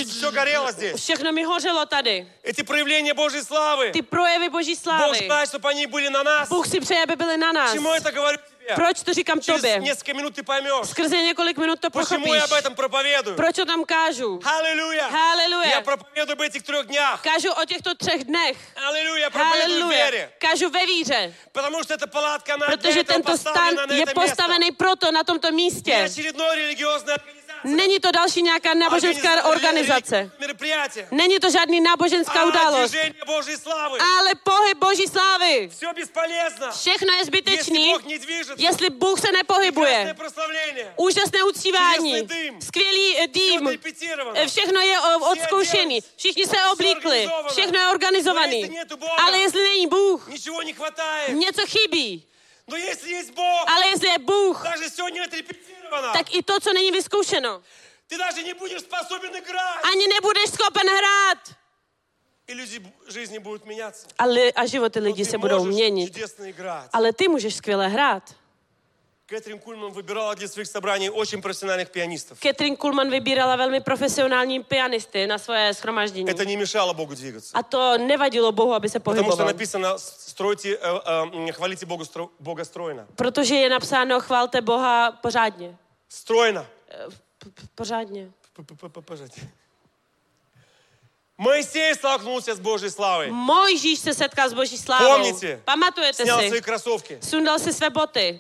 Speaker 5: Все горело здесь.
Speaker 6: Všechno mi hořelo tady.
Speaker 5: Эти проявления Божьей славы.
Speaker 6: Ty projevy Boží
Speaker 5: Бог
Speaker 6: slávy.
Speaker 5: желает, чтобы они были на нас.
Speaker 6: Bůh si přeje, aby byly na nás.
Speaker 5: Почему я это говорю тебе?
Speaker 6: Proč to říkám
Speaker 5: Через
Speaker 6: tobě?
Speaker 5: несколько минут ты поймешь.
Speaker 6: Skrze několik minut to
Speaker 5: Почему
Speaker 6: pochopíš.
Speaker 5: я об этом проповедую?
Speaker 6: Proč o tam kážu?
Speaker 5: Аллилуйя!
Speaker 6: Аллилуйя!
Speaker 5: Я проповедую об этих трех днях.
Speaker 6: Kážu o těchto třech dnech.
Speaker 5: Аллилуйя! Я проповедую в
Speaker 6: Haleluja.
Speaker 5: вере.
Speaker 6: Kážu ve víře,
Speaker 5: Потому что эта палатка, она для
Speaker 6: protože
Speaker 5: этого
Speaker 6: tento stan
Speaker 5: поставлена на
Speaker 6: je
Speaker 5: это место.
Speaker 6: postavený proto na tomto
Speaker 5: Не
Speaker 6: místě.
Speaker 5: очередной религиозной организации.
Speaker 6: Není to další nějaká náboženská organizace.
Speaker 5: Мероприятие.
Speaker 6: Není to žádný náboženská
Speaker 5: А,
Speaker 6: událost,
Speaker 5: движение Божьей славы.
Speaker 6: ale pohyb Boží slávy.
Speaker 5: Все бесполезно.
Speaker 6: Všechno je
Speaker 5: Если
Speaker 6: zbytečný,
Speaker 5: Бог не движется,
Speaker 6: jestli Bůh se
Speaker 5: прекрасное
Speaker 6: nepohybuje.
Speaker 5: прославление.
Speaker 6: Úžasné uctívání,
Speaker 5: Úžasný dým.
Speaker 6: skvělý eh,
Speaker 5: Э, Всё
Speaker 6: dým,
Speaker 5: отрепетировано.
Speaker 6: eh, všechno je eh, odzkoušený,
Speaker 5: dělají.
Speaker 6: všichni se oblíkli,
Speaker 5: organizované.
Speaker 6: všechno je
Speaker 5: No, jestli
Speaker 6: organizovaný.
Speaker 5: nie tu Boha.
Speaker 6: Ale jestli není Bůh,
Speaker 5: Ничего не А. хватает.
Speaker 6: něco chybí.
Speaker 5: Но если есть Бог,
Speaker 6: Ale jestli je Bůh,
Speaker 5: даже сегодня отрепетировано,
Speaker 6: tak i to, co není vyzkoušeno.
Speaker 5: ты даже не будешь способен играть.
Speaker 6: Ani nebudeš schopen hrát.
Speaker 5: И люди б- жизни будут меняться.
Speaker 6: A, li, a životy
Speaker 5: Но
Speaker 6: lidí
Speaker 5: ты
Speaker 6: se budou
Speaker 5: можешь
Speaker 6: měnit.
Speaker 5: чудесно играть.
Speaker 6: Ale ty můžeš skvěle hrát.
Speaker 5: Кэтрин Кульман выбирала для своих собраний очень профессиональных пианистов.
Speaker 6: Catherine Kuhlman vybírala velmi profesionální pianisty na svoje schromaždění.
Speaker 5: Это не мешало Богу двигаться.
Speaker 6: A to nevadilo Bohu, aby se
Speaker 5: Потому что
Speaker 6: pohyboval.
Speaker 5: написано, с- стройте, э, э, м, хвалите Богу стро- Бога стройно.
Speaker 6: Protože je napsáno, chválte Boha pořádně.
Speaker 5: Стройно.
Speaker 6: Eh, p- p- Pořádně.
Speaker 5: П-п-п-п- Пожать. Моисей столкнулся с Божьей славой.
Speaker 6: Mojžíš se setkal s boží slávou.
Speaker 5: Pomníte.
Speaker 6: Pamatujete
Speaker 5: Снял
Speaker 6: si?
Speaker 5: свои кроссовки.
Speaker 6: Sundal si své boty.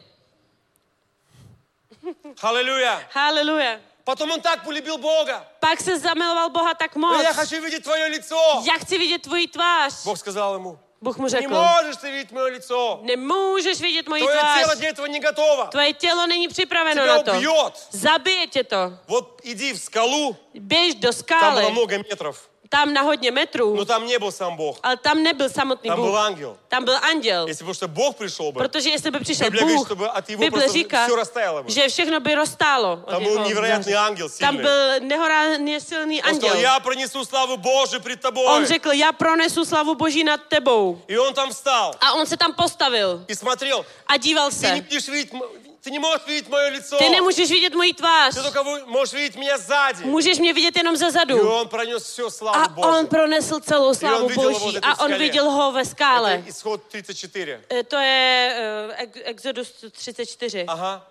Speaker 5: Аллилуйя.
Speaker 6: Haleluja.
Speaker 5: Потом он так полюбил Бога. «А
Speaker 6: Pak se zamiloval Boha tak moc.
Speaker 5: Я хочу видеть твое лицо.
Speaker 6: Já chci vidět tvoji tvář.
Speaker 5: Бог сказал ему,
Speaker 6: Bůh mu
Speaker 5: не
Speaker 6: řekl,
Speaker 5: можешь ты видеть мое лицо.
Speaker 6: nemůžeš vidět moji
Speaker 5: Твое тело
Speaker 6: tvář.
Speaker 5: для этого не готово.
Speaker 6: Tvoje tělo není připraveno
Speaker 5: Тебя
Speaker 6: na to.
Speaker 5: убьет.
Speaker 6: Zabije tě to.
Speaker 5: Вот иди в скалу,
Speaker 6: Běž do
Speaker 5: там было
Speaker 6: skály.
Speaker 5: много метров,
Speaker 6: Tam na hodně metrů.
Speaker 5: но там не был сам Бог.
Speaker 6: Ale tam nebyl samotný
Speaker 5: Там был
Speaker 6: Bůh.
Speaker 5: ангел.
Speaker 6: Tam byl anděl.
Speaker 5: Если бы что Бог пришел бы,
Speaker 6: Protože jestli by přišel
Speaker 5: Bible говорит,
Speaker 6: Bůh,
Speaker 5: чтобы от его
Speaker 6: Bible
Speaker 5: просто
Speaker 6: říká,
Speaker 5: все растаяло бы.
Speaker 6: že všechno by roztálo. od
Speaker 5: Tam
Speaker 6: jeho
Speaker 5: byl nevěrohodný
Speaker 6: záře.
Speaker 5: anděl
Speaker 6: Tam
Speaker 5: silný.
Speaker 6: byl nehorázně silný
Speaker 5: Он сказал,
Speaker 6: anděl.
Speaker 5: я принесу славу Божию пред
Speaker 6: On
Speaker 5: тобой.
Speaker 6: řekl, já pronesu slavu Boží nad tebou.
Speaker 5: И он там встал
Speaker 6: A on se tam postavil
Speaker 5: и смотрел.
Speaker 6: a díval
Speaker 5: Ты не
Speaker 6: se.
Speaker 5: будешь видеть, м- ты не можешь видеть мое лицо.
Speaker 6: Ty nemůžeš vidět moji tvář,
Speaker 5: Ты только вы- можешь видеть меня сзади.
Speaker 6: můžeš mě vidět jenom ze
Speaker 5: И
Speaker 6: zadu.
Speaker 5: он пронес всю славу
Speaker 6: A on
Speaker 5: Божию.
Speaker 6: pronesl celou
Speaker 5: on
Speaker 6: slávu
Speaker 5: viděl ho
Speaker 6: Boží
Speaker 5: na té
Speaker 6: a on
Speaker 5: skalě.
Speaker 6: viděl ho ve skále.
Speaker 5: Это исход 34.
Speaker 6: E, To je eh, Ex- Exodus 34.
Speaker 5: Ага.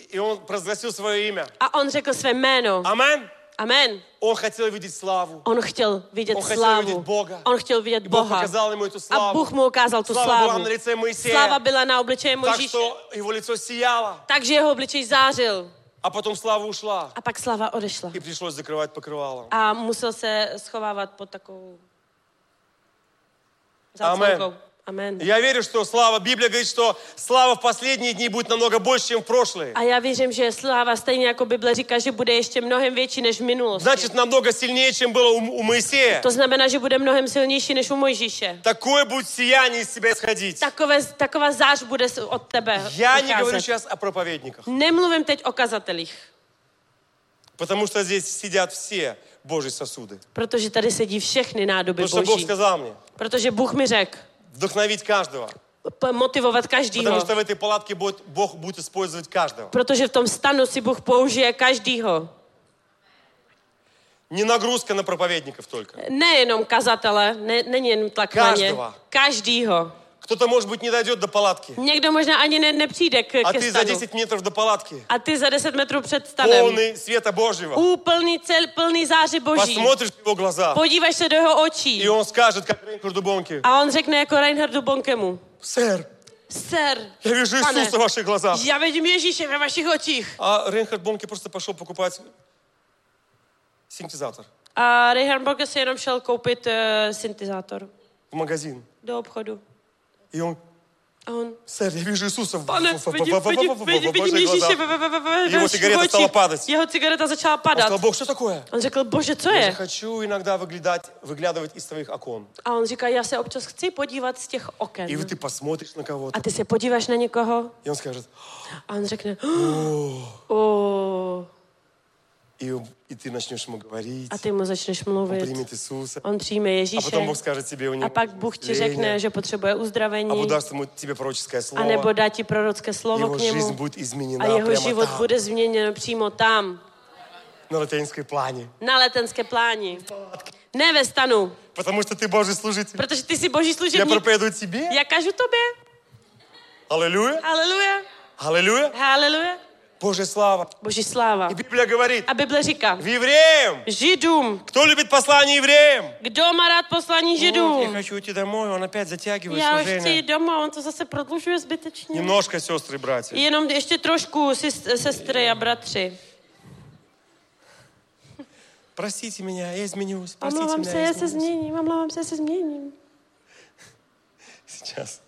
Speaker 5: и он произгласил свое имя.
Speaker 6: A on řekl své jméno.
Speaker 5: Амен.
Speaker 6: Amen.
Speaker 5: Он хотел видеть славу.
Speaker 6: On chtěl vidět
Speaker 5: On chtěl
Speaker 6: slávu.
Speaker 5: vidět Boga.
Speaker 6: On chtěl vidět
Speaker 5: И Бог
Speaker 6: Boha.
Speaker 5: показал ему эту
Speaker 6: A
Speaker 5: славу.
Speaker 6: Bůh mu ukázal tu
Speaker 5: Sláva byla
Speaker 6: slávu.
Speaker 5: na lice Mojsieje.
Speaker 6: Sláva byla na obličeji
Speaker 5: Так
Speaker 6: Možíše.
Speaker 5: что его лицо сияло,
Speaker 6: Takže jeho obličej zářil.
Speaker 5: а потом слава ушла.
Speaker 6: A pak sláva odešla.
Speaker 5: И пришлось закрывать покрывалом.
Speaker 6: A musel se schovávat pod takovou
Speaker 5: Amen.
Speaker 6: záclonkou. Amen.
Speaker 5: Я верю, что слава, Библия говорит, что слава в последние дни будет намного больше, чем в прошлые.
Speaker 6: A já věřím, že sláva, stejně jako Bible říká, že bude ještě mnohem větší než v minulosti.
Speaker 5: Значит, намного сильнее, чем было у, М- у Моисея.
Speaker 6: To znamená, že bude mnohem silnější než u Mojžíše.
Speaker 5: Такое будет сияние из себя исходить.
Speaker 6: Takové, taková zář bude s- od tebe
Speaker 5: Я не говорю
Speaker 6: vycházet.
Speaker 5: сейчас о проповедниках,
Speaker 6: Nemluvím teď o kazatelích,
Speaker 5: потому что здесь сидят все Божьи сосуды.
Speaker 6: protože tady sedí všechny nádoby
Speaker 5: Потому что Бог
Speaker 6: Boží.
Speaker 5: сказал мне
Speaker 6: Protože Bůh mi řekl,
Speaker 5: вдохновить каждого,
Speaker 6: p- motivovat
Speaker 5: потому
Speaker 6: každýho.
Speaker 5: что в этой палатке будет, Бог будет использовать каждого.
Speaker 6: Protože v tom stanu si Bůh použije každýho.
Speaker 5: Не нагрузка на проповедников только.
Speaker 6: Nejenom kazatele, ne, není jen tlak na ně.
Speaker 5: Každého.
Speaker 6: Každýho.
Speaker 5: Кто-то, может быть, не дойдет до палатки,
Speaker 6: Někdo možná ani ne, nepřijde k,
Speaker 5: а
Speaker 6: ke
Speaker 5: ты за
Speaker 6: stanu.
Speaker 5: 10 метров до палатки,
Speaker 6: A ty za 10 metrů před stanem.
Speaker 5: полный света Божьего,
Speaker 6: Úplný, cel, plný záři boží.
Speaker 5: посмотришь в его глаза,
Speaker 6: Podíváš se do jeho očí.
Speaker 5: и он скажет, как Рейнхарду Бонке,
Speaker 6: A on řekne jako Reinhardu Bonkemu.
Speaker 5: «Сэр,
Speaker 6: Ser,
Speaker 5: я вижу
Speaker 6: pane,
Speaker 5: Иисуса в ваших глазах».
Speaker 6: já vidím Ježíše ve vašich očích.
Speaker 5: А Рейнхард Бонке просто пошел покупать синтезатор
Speaker 6: A Reinhard Bonke si jenom šel koupit uh, syntizátor
Speaker 5: в магазин.
Speaker 6: do obchodu.
Speaker 5: И он,
Speaker 6: A on,
Speaker 5: сэр, я вижу Иисуса в в- в-
Speaker 6: pane,
Speaker 5: в- в- в- в-
Speaker 6: vidím,
Speaker 5: в-
Speaker 6: vidím,
Speaker 5: в- в-
Speaker 6: vidím,
Speaker 5: в
Speaker 6: vidím
Speaker 5: ваших
Speaker 6: Ježíše
Speaker 5: глазах».
Speaker 6: ve, ve, ve, ve, ve
Speaker 5: Jeho
Speaker 6: vašich
Speaker 5: cigareta stala
Speaker 6: očích.
Speaker 5: padat.
Speaker 6: Jeho cigareta začala
Speaker 5: Он сказал,
Speaker 6: padat.
Speaker 5: Бог, что такое?
Speaker 6: On řekl, bože, co
Speaker 5: Я же
Speaker 6: je?
Speaker 5: хочу иногда выглядать, выглядывать из своих окон.
Speaker 6: A on říká, já se občas chci podívat z těch oken.
Speaker 5: И вот ты посмотришь на
Speaker 6: A
Speaker 5: кого-то,
Speaker 6: ty se podíváš na někoho
Speaker 5: и он скажет,
Speaker 6: a on řekne, oh.
Speaker 5: и, и ты начнешь ему говорить,
Speaker 6: a ty mu začneš
Speaker 5: он
Speaker 6: mluvit.
Speaker 5: примет Иисуsa,
Speaker 6: On přijme
Speaker 5: а
Speaker 6: Ježíše
Speaker 5: потом Бог скажет тебе у него
Speaker 6: a pak Bůh ti řekne, že potřebuje
Speaker 5: а
Speaker 6: uzdravení
Speaker 5: Бог даст ему тебе пророческое
Speaker 6: a nebo
Speaker 5: слово,
Speaker 6: dá ti prorocké slovo
Speaker 5: его
Speaker 6: k
Speaker 5: жизнь
Speaker 6: němu
Speaker 5: будет изменена
Speaker 6: a jeho
Speaker 5: прямо
Speaker 6: život
Speaker 5: там,
Speaker 6: bude změněn přímo tam,
Speaker 5: на латинской плане.
Speaker 6: na letenské pláni. Ne ve stanu,
Speaker 5: Потому что ты Божий служитель.
Speaker 6: protože ty jsi boží
Speaker 5: Я
Speaker 6: služebník.
Speaker 5: проповедую тебе.
Speaker 6: Já kažu tobě.
Speaker 5: Аллилуйя.
Speaker 6: Haleluja,
Speaker 5: Аллилуйя.
Speaker 6: haleluja.
Speaker 5: Божья слава.
Speaker 6: Boží sláva.
Speaker 5: И Библия говорит,
Speaker 6: A Bible říká,
Speaker 5: в евреям,
Speaker 6: Židům,
Speaker 5: кто любит послание евреям?
Speaker 6: kdo má rád poslání
Speaker 5: Вот, я
Speaker 6: Židům?
Speaker 5: хочу идти домой, он опять затягивает
Speaker 6: Já už chci jít
Speaker 5: служение.
Speaker 6: domů, on to zase prodlužuje zbytečně.
Speaker 5: Немножко, сестры и братья.
Speaker 6: Jenom ještě trošku, sis- sestry a bratři.
Speaker 5: Простите меня, я изменюсь. Простите
Speaker 6: Omlouvám
Speaker 5: меня,
Speaker 6: se,
Speaker 5: я
Speaker 6: já se
Speaker 5: изменюсь.
Speaker 6: změním, omlouvám se, já se změním.
Speaker 5: Сейчас.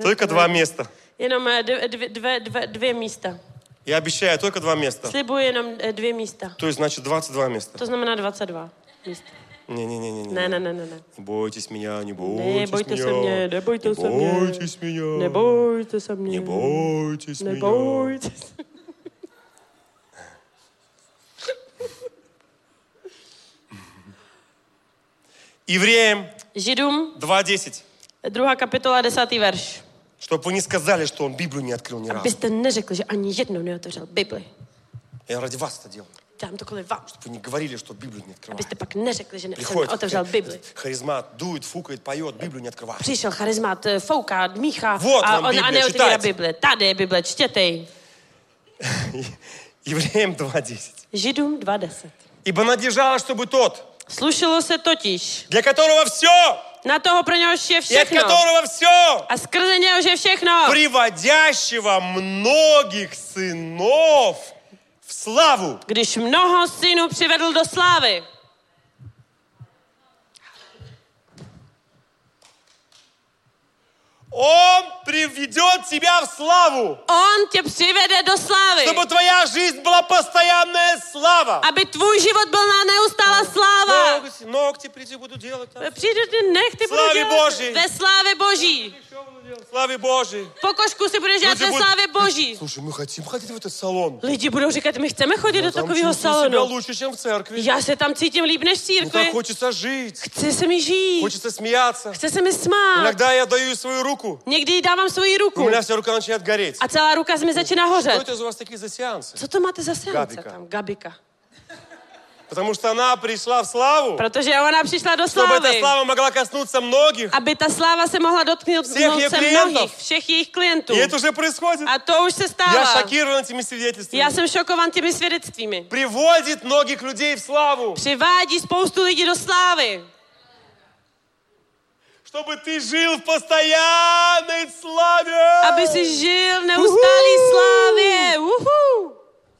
Speaker 5: Только два места.
Speaker 6: Jenom eh, dvě, dvě, dvě, dvě, dvě místa.
Speaker 5: Я обещаю, только два места.
Speaker 6: Slibuji jenom eh, dvě místa.
Speaker 5: То есть, значит, 22 места.
Speaker 6: To znamená 22 míst.
Speaker 5: Не-не-не-не.
Speaker 6: Ne, ne, ne, ne, ne.
Speaker 5: Не бойтесь меня, не
Speaker 6: Ne,
Speaker 5: бойтесь
Speaker 6: bojte se
Speaker 5: меня.
Speaker 6: mě, nebojte
Speaker 5: не
Speaker 6: se mě.
Speaker 5: бойтесь меня.
Speaker 6: Nebojte se mě.
Speaker 5: Не бойтесь меня.
Speaker 6: Nebojte se.
Speaker 5: Евреям
Speaker 6: Židům,
Speaker 5: 2.10.
Speaker 6: druhá kapitola, desátý verš.
Speaker 5: Чтобы вы не сказали, что он Библию не открыл ни разу.
Speaker 6: Abyste neřekli, že ani jednou neotevřel Bibli.
Speaker 5: Я ради вас это делаю.
Speaker 6: Dám to kvůli vám.
Speaker 5: Вы не говорили, что Библию не открывал.
Speaker 6: Abyste pak неřekli, že ne, jsem
Speaker 5: Приходит
Speaker 6: neotevřel Bibli.
Speaker 5: харизмат, дует, фукает, поет, Библию не открывает.
Speaker 6: Přišel charizmat, eh, fouká, dmíchá
Speaker 5: Vod
Speaker 6: a,
Speaker 5: vám
Speaker 6: on, a
Speaker 5: Biblie,
Speaker 6: neotevírá
Speaker 5: čítajte.
Speaker 6: Bible. Tady je Bible, čtěte ji.
Speaker 5: Евреям 2.10.
Speaker 6: Židům 2.10.
Speaker 5: Ибо надержала, чтобы тот,
Speaker 6: Slušelo se totiž
Speaker 5: для которого все,
Speaker 6: na toho, pro něhož je
Speaker 5: и от
Speaker 6: všechno
Speaker 5: которого все,
Speaker 6: a skrze něhož je všechno,
Speaker 5: приводящего многих сынов в славу.
Speaker 6: když mnoho synů přivedl do slávy.
Speaker 5: Он приведет тебя в славу,
Speaker 6: On tě přivede do slávy,
Speaker 5: чтобы твоя жизнь была постоянная слава.
Speaker 6: aby tvůj život byl na neustála sláva.
Speaker 5: Ногти, ногти приди, буду делать. там.
Speaker 6: Přijdu ty nechty budu
Speaker 5: Slávy
Speaker 6: dělat
Speaker 5: Boží.
Speaker 6: ve slávě Boží.
Speaker 5: Славе Божьей.
Speaker 6: Pokožku si budeš dělat
Speaker 5: Люди
Speaker 6: ve
Speaker 5: будут-
Speaker 6: slávě Boží.
Speaker 5: Слушай, мы хотим ходить в этот салон.
Speaker 6: Lidi budou říkat, my chceme chodit do
Speaker 5: Там
Speaker 6: takového
Speaker 5: чувствую себя
Speaker 6: salonu.
Speaker 5: лучше, чем в церкви.
Speaker 6: Já se tam cítím líp než v
Speaker 5: Мне так
Speaker 6: církvi.
Speaker 5: хочется жить.
Speaker 6: Chce se mi žít.
Speaker 5: Хочется смеяться.
Speaker 6: Chce se mi smát.
Speaker 5: Иногда я даю ей свою руку.
Speaker 6: Někdy jí dávám svoji
Speaker 5: У
Speaker 6: ruku.
Speaker 5: меня вся рука начинает гореть.
Speaker 6: A celá ruka se mi začíná
Speaker 5: Что
Speaker 6: hořet.
Speaker 5: это у вас такие за сеансы?
Speaker 6: Co to máte za seance
Speaker 5: Gabika.
Speaker 6: tam? Gabika.
Speaker 5: Потому что она пришла в славу,
Speaker 6: Protože ona přišla do
Speaker 5: чтобы эта
Speaker 6: slávy,
Speaker 5: слава могла коснуться многих.
Speaker 6: aby ta sláva se mohla dotknout
Speaker 5: Всех
Speaker 6: dotknout
Speaker 5: ее
Speaker 6: se
Speaker 5: klientů.
Speaker 6: mnohých, všech jejich klientů.
Speaker 5: И это уже происходит.
Speaker 6: A to už se
Speaker 5: Я
Speaker 6: stává.
Speaker 5: шокирован этими свидетельствами.
Speaker 6: Já jsem šokovan těmi svědectvími.
Speaker 5: Приводит многих людей в славу,
Speaker 6: Přivádí spoustu lidí do slávy,
Speaker 5: чтобы ты жил в постоянной славе.
Speaker 6: aby si žil v neustálý slávě. Uhu.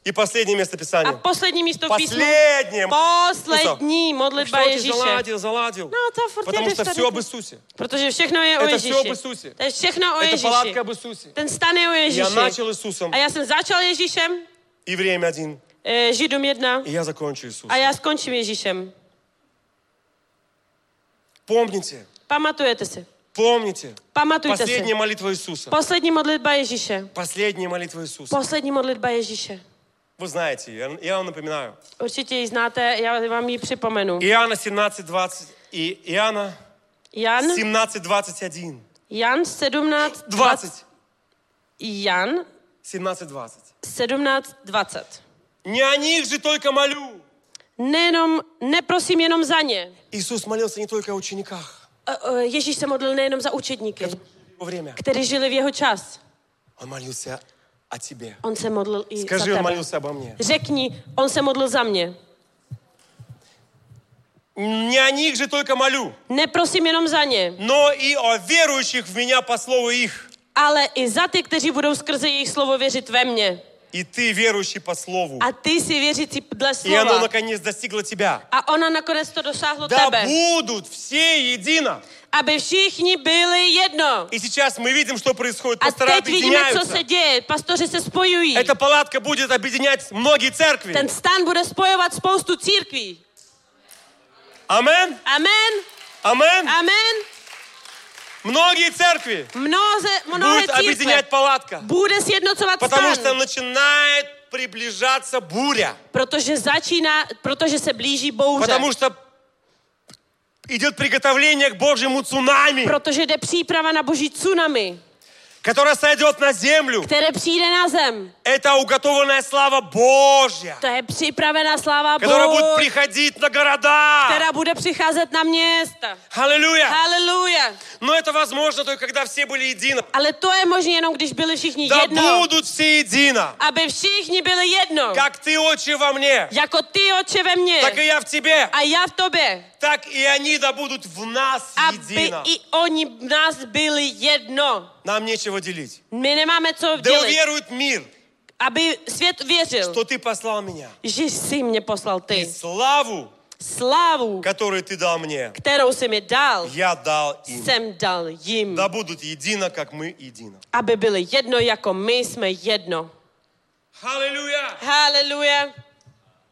Speaker 5: И последнее место
Speaker 6: A
Speaker 5: Писания.
Speaker 6: poslední místo v písmu.
Speaker 5: Последнее.
Speaker 6: Poslední modlitba
Speaker 5: Что ты
Speaker 6: Ježíše.
Speaker 5: заладил, заладил?
Speaker 6: No, to furt
Speaker 5: Потому
Speaker 6: jedeš
Speaker 5: что
Speaker 6: tady.
Speaker 5: все об Иисусе.
Speaker 6: Protože všechno je o
Speaker 5: Je to
Speaker 6: Ježíši.
Speaker 5: vše o Jezusi.
Speaker 6: To je všechno o
Speaker 5: Это
Speaker 6: Ježíši.
Speaker 5: палатка об Иисусе.
Speaker 6: Ten stan je o
Speaker 5: Я
Speaker 6: Ježíši.
Speaker 5: начал Иисусом,
Speaker 6: A já jsem začal Ježíšem,
Speaker 5: Евреям один,
Speaker 6: eh, Židům jedna,
Speaker 5: и я закончу Иисусом.
Speaker 6: a já skončím Ježíšem.
Speaker 5: Помните,
Speaker 6: Pamatujete si.
Speaker 5: помните,
Speaker 6: Pamatujte si.
Speaker 5: последняя молитва Иисуса.
Speaker 6: Poslední modlitba Ježíše.
Speaker 5: Последняя молитва Иисуса.
Speaker 6: Poslední modlitba Ježíše.
Speaker 5: Вы знаете, ее, я вам напоминаю.
Speaker 6: Určitě ji znáte, já vám ji připomenu.
Speaker 5: Иоанна 17, 20 и Иоанна
Speaker 6: Jan,
Speaker 5: 17, 21.
Speaker 6: Jan 17,
Speaker 5: 20.
Speaker 6: Jan
Speaker 5: 17, 20.
Speaker 6: 17, 20.
Speaker 5: Не о них же только молю.
Speaker 6: Nejenom, neprosím jenom za ně.
Speaker 5: Иисус молился не только о учениках
Speaker 6: E, e, Ježíš se modlil nejenom za učedníky,
Speaker 5: в его время.
Speaker 6: kteří žili v jeho čas.
Speaker 5: Он молился о тебе.
Speaker 6: On se modlil i
Speaker 5: Скажи,
Speaker 6: za
Speaker 5: он
Speaker 6: tebe.
Speaker 5: молился обо мне.
Speaker 6: Řekni, on se modlil za mě.
Speaker 5: Не о них же только молю,
Speaker 6: Neprosím jenom za ně,
Speaker 5: но и о верующих в меня по слову их.
Speaker 6: ale i za ty, kteří budou skrze jejich slovo věřit ve mně.
Speaker 5: И ты верующий по слову.
Speaker 6: A ty jsi věřící dle
Speaker 5: И оно
Speaker 6: slova.
Speaker 5: наконец достигло тебя.
Speaker 6: A ona nakonec to dosáhlo
Speaker 5: Да
Speaker 6: tebe.
Speaker 5: будут все едино.
Speaker 6: Aby všichni byli jedno.
Speaker 5: И сейчас мы видим, что происходит.
Speaker 6: A
Speaker 5: Пастора
Speaker 6: teď vidíme, co
Speaker 5: объединяются.
Speaker 6: se děje. Pastoři se spojují.
Speaker 5: Эта палатка будет объединять многие церкви.
Speaker 6: Ten stan bude spojovat spoustu církví.
Speaker 5: Амен?
Speaker 6: Amen,
Speaker 5: Амен?
Speaker 6: amen.
Speaker 5: Многие церкви
Speaker 6: Mnoze, mnohé
Speaker 5: будет
Speaker 6: církve
Speaker 5: объединять палатка.
Speaker 6: bude sjednocovat
Speaker 5: Потому что
Speaker 6: stan,
Speaker 5: начинает приближаться буря.
Speaker 6: protože začíná, protože se blíží bouře.
Speaker 5: Потому что идет приготовление к Божьему цунами,
Speaker 6: Protože jde příprava na boží tsunami,
Speaker 5: которое сойдет на землю.
Speaker 6: které přijde na zem.
Speaker 5: Это уготованная слава Божья,
Speaker 6: To je připravená sláva
Speaker 5: которая
Speaker 6: Bohu,
Speaker 5: будет приходить на города.
Speaker 6: která bude přicházet na města.
Speaker 5: Аллилуйя!
Speaker 6: Haleluja.
Speaker 5: Но это возможно только когда все были едино.
Speaker 6: Ale to je možné jenom, když byli všichni
Speaker 5: Да
Speaker 6: jedno.
Speaker 5: будут все едино.
Speaker 6: Aby všichni byli jedno.
Speaker 5: Как ты, Отче, во мне,
Speaker 6: Jako ty, oče, ve mně.
Speaker 5: так и я в тебе,
Speaker 6: A já v tobě.
Speaker 5: так и они да будут в нас
Speaker 6: Aby
Speaker 5: едино.
Speaker 6: i oni v nás byli jedno.
Speaker 5: Нам нечего делить.
Speaker 6: My nemáme co
Speaker 5: Да
Speaker 6: dělit.
Speaker 5: уверует мир,
Speaker 6: Aby svět věřil,
Speaker 5: что ты послал меня.
Speaker 6: že jsi mě poslal
Speaker 5: И
Speaker 6: ty.
Speaker 5: славу,
Speaker 6: Slávu,
Speaker 5: которую ты дал мне,
Speaker 6: kterou jsi mi dal,
Speaker 5: я дал им.
Speaker 6: jsem dal jim.
Speaker 5: Да будут едино, как мы едино.
Speaker 6: aby byli jedno, jako my jsme jedno.
Speaker 5: Аллилуйя!
Speaker 6: Haleluja.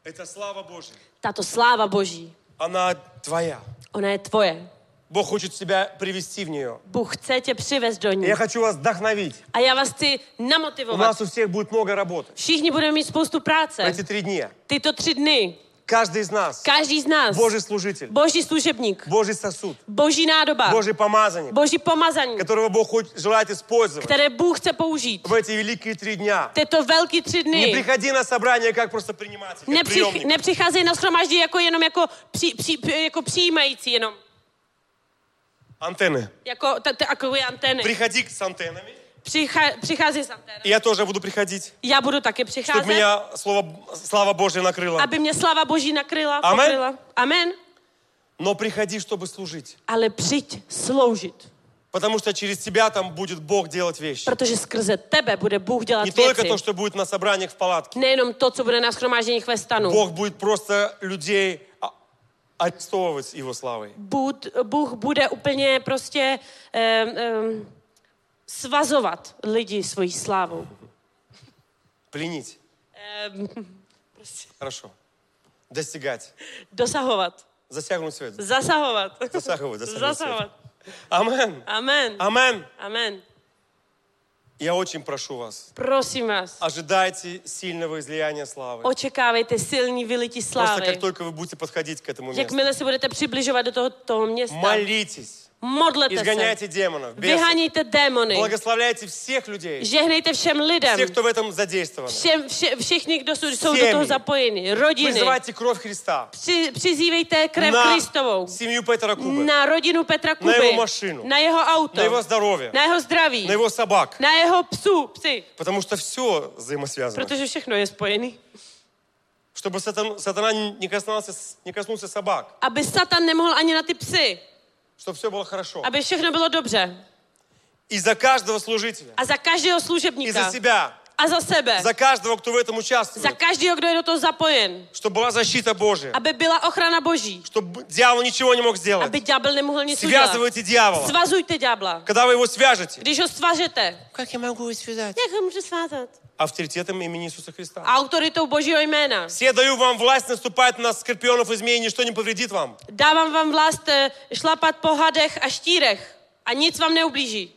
Speaker 5: Это слава Божья.
Speaker 6: Tato sláva Boží,
Speaker 5: Она твоя.
Speaker 6: ona je tvoje.
Speaker 5: Бог хочет тебя привести в нее.
Speaker 6: Bůh chce tě přivést do ní.
Speaker 5: Я хочу вас вдохновить.
Speaker 6: A já vás chci
Speaker 5: У
Speaker 6: namotivovat.
Speaker 5: нас у всех будет много работы.
Speaker 6: Všichni budeme mít spoustu práce.
Speaker 5: В эти три дня.
Speaker 6: Tyto tři dny.
Speaker 5: Каждый из нас.
Speaker 6: Každý z nás.
Speaker 5: Божий служитель.
Speaker 6: Boží služebník.
Speaker 5: Божий сосуд.
Speaker 6: Boží nádoba.
Speaker 5: Божий помазанник.
Speaker 6: Boží pomazaní,
Speaker 5: Которого Бог хочет- желает использовать
Speaker 6: které Bůh chce použít.
Speaker 5: в эти великие три дня.
Speaker 6: Tyto velký tři
Speaker 5: Не
Speaker 6: dny.
Speaker 5: приходи на собрание, как просто приниматель, как
Speaker 6: Nepřich,
Speaker 5: приемник.
Speaker 6: nepřicházej na shromáždí jako jenom jako, při, při, jako přijímající, jenom
Speaker 5: Антенны.
Speaker 6: jako, t- t- jako antény.
Speaker 5: Приходи с антеннами.
Speaker 6: Přichá, přichází s antény.
Speaker 5: И я тоже буду приходить,
Speaker 6: Já буду taky
Speaker 5: чтобы
Speaker 6: přicházet,
Speaker 5: меня слово, слава Божья накрыла.
Speaker 6: aby mě slava Boží nakryla.
Speaker 5: Amen.
Speaker 6: Pokryla. Amen.
Speaker 5: Но приходи, чтобы служить.
Speaker 6: Ale přijď sloužit,
Speaker 5: Потому что через тебя там будет Бог делать вещи.
Speaker 6: protože skrze tebe bude Bůh dělat
Speaker 5: Не только
Speaker 6: věci.
Speaker 5: то, что будет на собраниях в палатке.
Speaker 6: Nejenom to, co bude na schromážděních ve stanu.
Speaker 5: Бог будет просто людей а- арестовывать Его славой.
Speaker 6: Bůh, Bůh bude úplně prostě um, um, svazovat lidi svojí slávou.
Speaker 5: Пленить.
Speaker 6: Um,
Speaker 5: Хорошо. Достигать.
Speaker 6: dosahovat.
Speaker 5: Засягнуть свет.
Speaker 6: Zasahovat.
Speaker 5: Zasahovat, zasahovat.
Speaker 6: Zasahovat.
Speaker 5: Амен.
Speaker 6: Amen.
Speaker 5: Амен.
Speaker 6: Amen.
Speaker 5: Я очень прошу вас.
Speaker 6: Prosím vás,
Speaker 5: Ожидайте сильного излияния славы.
Speaker 6: očekávejte silný vylití
Speaker 5: Просто
Speaker 6: slávy.
Speaker 5: как только вы будете подходить к этому месту.
Speaker 6: Jakmile se budete přibližovat do toho, toho města,
Speaker 5: Молитесь.
Speaker 6: modlete se,
Speaker 5: Изгоняйте демонов, бесов.
Speaker 6: vyhaníte démony,
Speaker 5: Благословляйте всех людей,
Speaker 6: žehnejte všem lidem,
Speaker 5: всех, кто в этом задействован.
Speaker 6: všem, vše, všichni, kdo jsou, jsou do
Speaker 5: Семьи.
Speaker 6: toho zapojeni, rodiny.
Speaker 5: Призывайте кровь Христа
Speaker 6: Při, přizývejte krev
Speaker 5: на
Speaker 6: Kristovou
Speaker 5: семью Петра Кубы,
Speaker 6: na rodinu Petra Kuby,
Speaker 5: jeho mašinu.
Speaker 6: na jeho auto,
Speaker 5: на его здоровье,
Speaker 6: na jeho zdraví,
Speaker 5: на его собак.
Speaker 6: na jeho psu, psy,
Speaker 5: Потому что все взаимосвязано.
Speaker 6: protože všechno je spojený.
Speaker 5: Чтобы сатан- сатана не коснулся, с- не коснулся собак,
Speaker 6: Aby Satan nemohl ani na ty psy,
Speaker 5: чтобы все было хорошо.
Speaker 6: aby všechno bylo dobře.
Speaker 5: И за каждого служителя,
Speaker 6: A za každého
Speaker 5: и
Speaker 6: služebníka,
Speaker 5: за себя,
Speaker 6: a za sebe,
Speaker 5: за каждого, кто в этом
Speaker 6: za
Speaker 5: участвует,
Speaker 6: každého, kdo je do toho zapojen,
Speaker 5: чтобы была защита Божья,
Speaker 6: aby byla ochrana Boží,
Speaker 5: чтобы дьявол ничего не мог сделать.
Speaker 6: aby ďábel nemohl nic udělat.
Speaker 5: Связывайте дьявола.
Speaker 6: Svazujte ďábla.
Speaker 5: Когда вы его свяжете,
Speaker 6: Když ho svažete,
Speaker 5: как я могу его связать?
Speaker 6: jak ho může svázat?
Speaker 5: Авторитетом имени Иисуса Христа.
Speaker 6: Autoritou Božího jména.
Speaker 5: Все даю вам власть наступать на скорпионов и змей, ничто не повредит вам.
Speaker 6: Dávám vám vlast eh, šlapat po hadech a štírech a nic vám neublíží.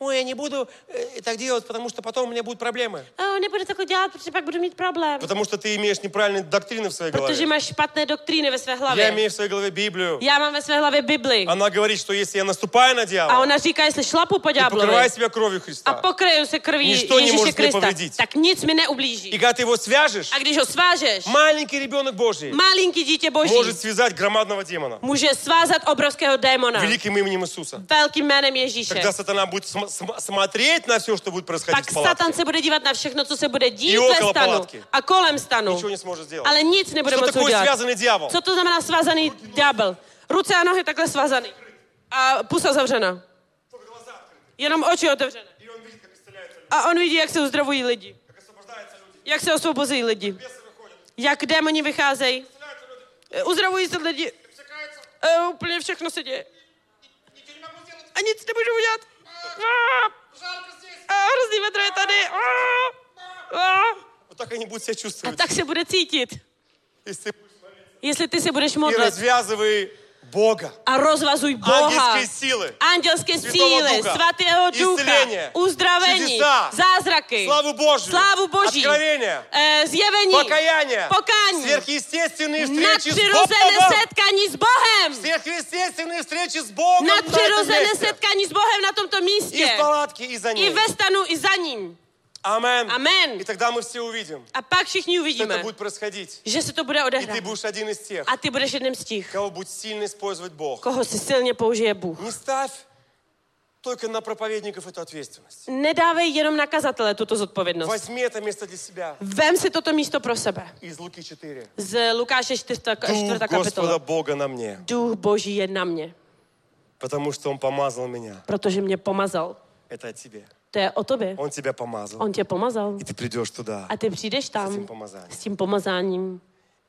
Speaker 5: Ой, я не буду э, так делать, потому что потом у меня будут проблемы.
Speaker 6: O, nebudu takhle dělat, protože pak budu mít problém.
Speaker 5: Потому что ты имеешь неправильные доктрины в своей голове.
Speaker 6: Protože máš špatné doktríny ve své
Speaker 5: Я
Speaker 6: hlavě.
Speaker 5: имею в своей голове Библию.
Speaker 6: Já mám ve své hlavě Bibli.
Speaker 5: Она говорит, что если я наступаю на
Speaker 6: A
Speaker 5: дьявола
Speaker 6: ona říká, jestli šlapu po
Speaker 5: и
Speaker 6: ďáblovi
Speaker 5: покрываю себя кровью
Speaker 6: a
Speaker 5: Христа,
Speaker 6: pokryju se krví
Speaker 5: Nic to nemůže
Speaker 6: Ježíše
Speaker 5: mě
Speaker 6: Krista,
Speaker 5: povredit.
Speaker 6: tak nic mi
Speaker 5: и
Speaker 6: neublíží.
Speaker 5: когда ты его свяжешь,
Speaker 6: A když ho svážeš,
Speaker 5: маленький ребенок Божий
Speaker 6: malinký dítě boží
Speaker 5: может связать громадного демона
Speaker 6: může svázat obrovského démona
Speaker 5: великим именем Иисуса.
Speaker 6: velkým jménem Ježíše.
Speaker 5: Тогда сатана будет см- см- смотреть на все, что будет происходить
Speaker 6: Pak
Speaker 5: в
Speaker 6: Satan
Speaker 5: палатке.
Speaker 6: se bude dívat na všechno, co se bude dít
Speaker 5: I
Speaker 6: ve
Speaker 5: okolo
Speaker 6: stanu
Speaker 5: palatky.
Speaker 6: a kolem stanu.
Speaker 5: Ничего не сможет сделать.
Speaker 6: Ale nic nebude
Speaker 5: Что
Speaker 6: moc
Speaker 5: такое
Speaker 6: udělat.
Speaker 5: связанный дьявол?
Speaker 6: Co to znamená svázaný ďábel? Ruce a nohy takhle svázaný. A pusa zavřena. Jenom oči otevřené.
Speaker 5: А-
Speaker 6: A on vidí, jak se uzdravují lidi. Jak se osvobozují lidi. Jak démoni vycházejí. E, Uzdravují se lidi. E, úplně všechno se děje. A nic nemůžu udělat. A, a hrozný vedro je tady. A, a.
Speaker 5: Вот А так Ну, они будут себя
Speaker 6: a
Speaker 5: чувствовать.
Speaker 6: tak se bude cítit,
Speaker 5: Если ты
Speaker 6: jestli ty se budeš
Speaker 5: И
Speaker 6: modlit.
Speaker 5: развязывай Бога,
Speaker 6: a rozvazuj Boha.
Speaker 5: ангельские силы,
Speaker 6: Andělské
Speaker 5: Světého
Speaker 6: síly,
Speaker 5: ducha,
Speaker 6: svatého ducha,
Speaker 5: iscelenie,
Speaker 6: uzdravení,
Speaker 5: čudesa,
Speaker 6: zázraky,
Speaker 5: славу Божью,
Speaker 6: slávu Boží,
Speaker 5: откровение,
Speaker 6: eh, zjevení,
Speaker 5: покаяние,
Speaker 6: pokání,
Speaker 5: сверхъестественные встречи s
Speaker 6: nadpřirozené
Speaker 5: Богом,
Speaker 6: setkání s Bohem,
Speaker 5: сверхъестественные встречи с Bogom на этом
Speaker 6: nadpřirozené
Speaker 5: месте.
Speaker 6: setkání s Bohem na tomto
Speaker 5: И
Speaker 6: místě,
Speaker 5: в палатке, и за
Speaker 6: i
Speaker 5: ней.
Speaker 6: ve stanu, i za ním.
Speaker 5: Амен.
Speaker 6: Amen.
Speaker 5: И тогда мы все увидим,
Speaker 6: A pak všichni
Speaker 5: что это
Speaker 6: uvidíme,
Speaker 5: будет происходить.
Speaker 6: že se to bude
Speaker 5: И ты
Speaker 6: odehrávat.
Speaker 5: будешь один из тех,
Speaker 6: A ty budeš jedním z těch,
Speaker 5: кого будет сильно использовать Бог.
Speaker 6: koho si silně použije Bůh.
Speaker 5: Не ставь только на проповедников эту ответственность.
Speaker 6: Nedávej jenom na kazatele tuto zodpovědnost.
Speaker 5: Возьми это место для себя
Speaker 6: Vem si toto místo pro sebe.
Speaker 5: из Луки 4.
Speaker 6: Z Lukáše 4.
Speaker 5: Дух Господа
Speaker 6: kapitola.
Speaker 5: Бога на мне,
Speaker 6: Duch Boží je na mě,
Speaker 5: потому что Он помазал меня.
Speaker 6: protože mě pomazal.
Speaker 5: Это о тебе.
Speaker 6: To je o tobě.
Speaker 5: Он тебя помазал.
Speaker 6: On tě pomazal.
Speaker 5: И ты придешь туда.
Speaker 6: A ty přijdeš
Speaker 5: S tím
Speaker 6: tam
Speaker 5: pomazáním.
Speaker 6: s tím pomazáním.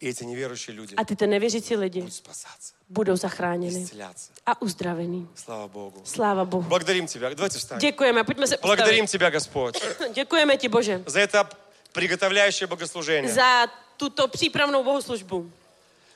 Speaker 5: И эти неверующие люди
Speaker 6: A ty ty nevěřící lidi
Speaker 5: будут спасаться,
Speaker 6: budou zachráněni
Speaker 5: исцеляться.
Speaker 6: a uzdravení.
Speaker 5: Слава Богу.
Speaker 6: Sláva Bohu.
Speaker 5: Благодарим Тебя. Давайте встанем.
Speaker 6: Děkujeme, pojďme se postavit.
Speaker 5: Благодарим Тебя, Господь,
Speaker 6: Děkujeme ti, Bože,
Speaker 5: за это приготовляющее богослужение.
Speaker 6: za tuto přípravnou bohoslužbu.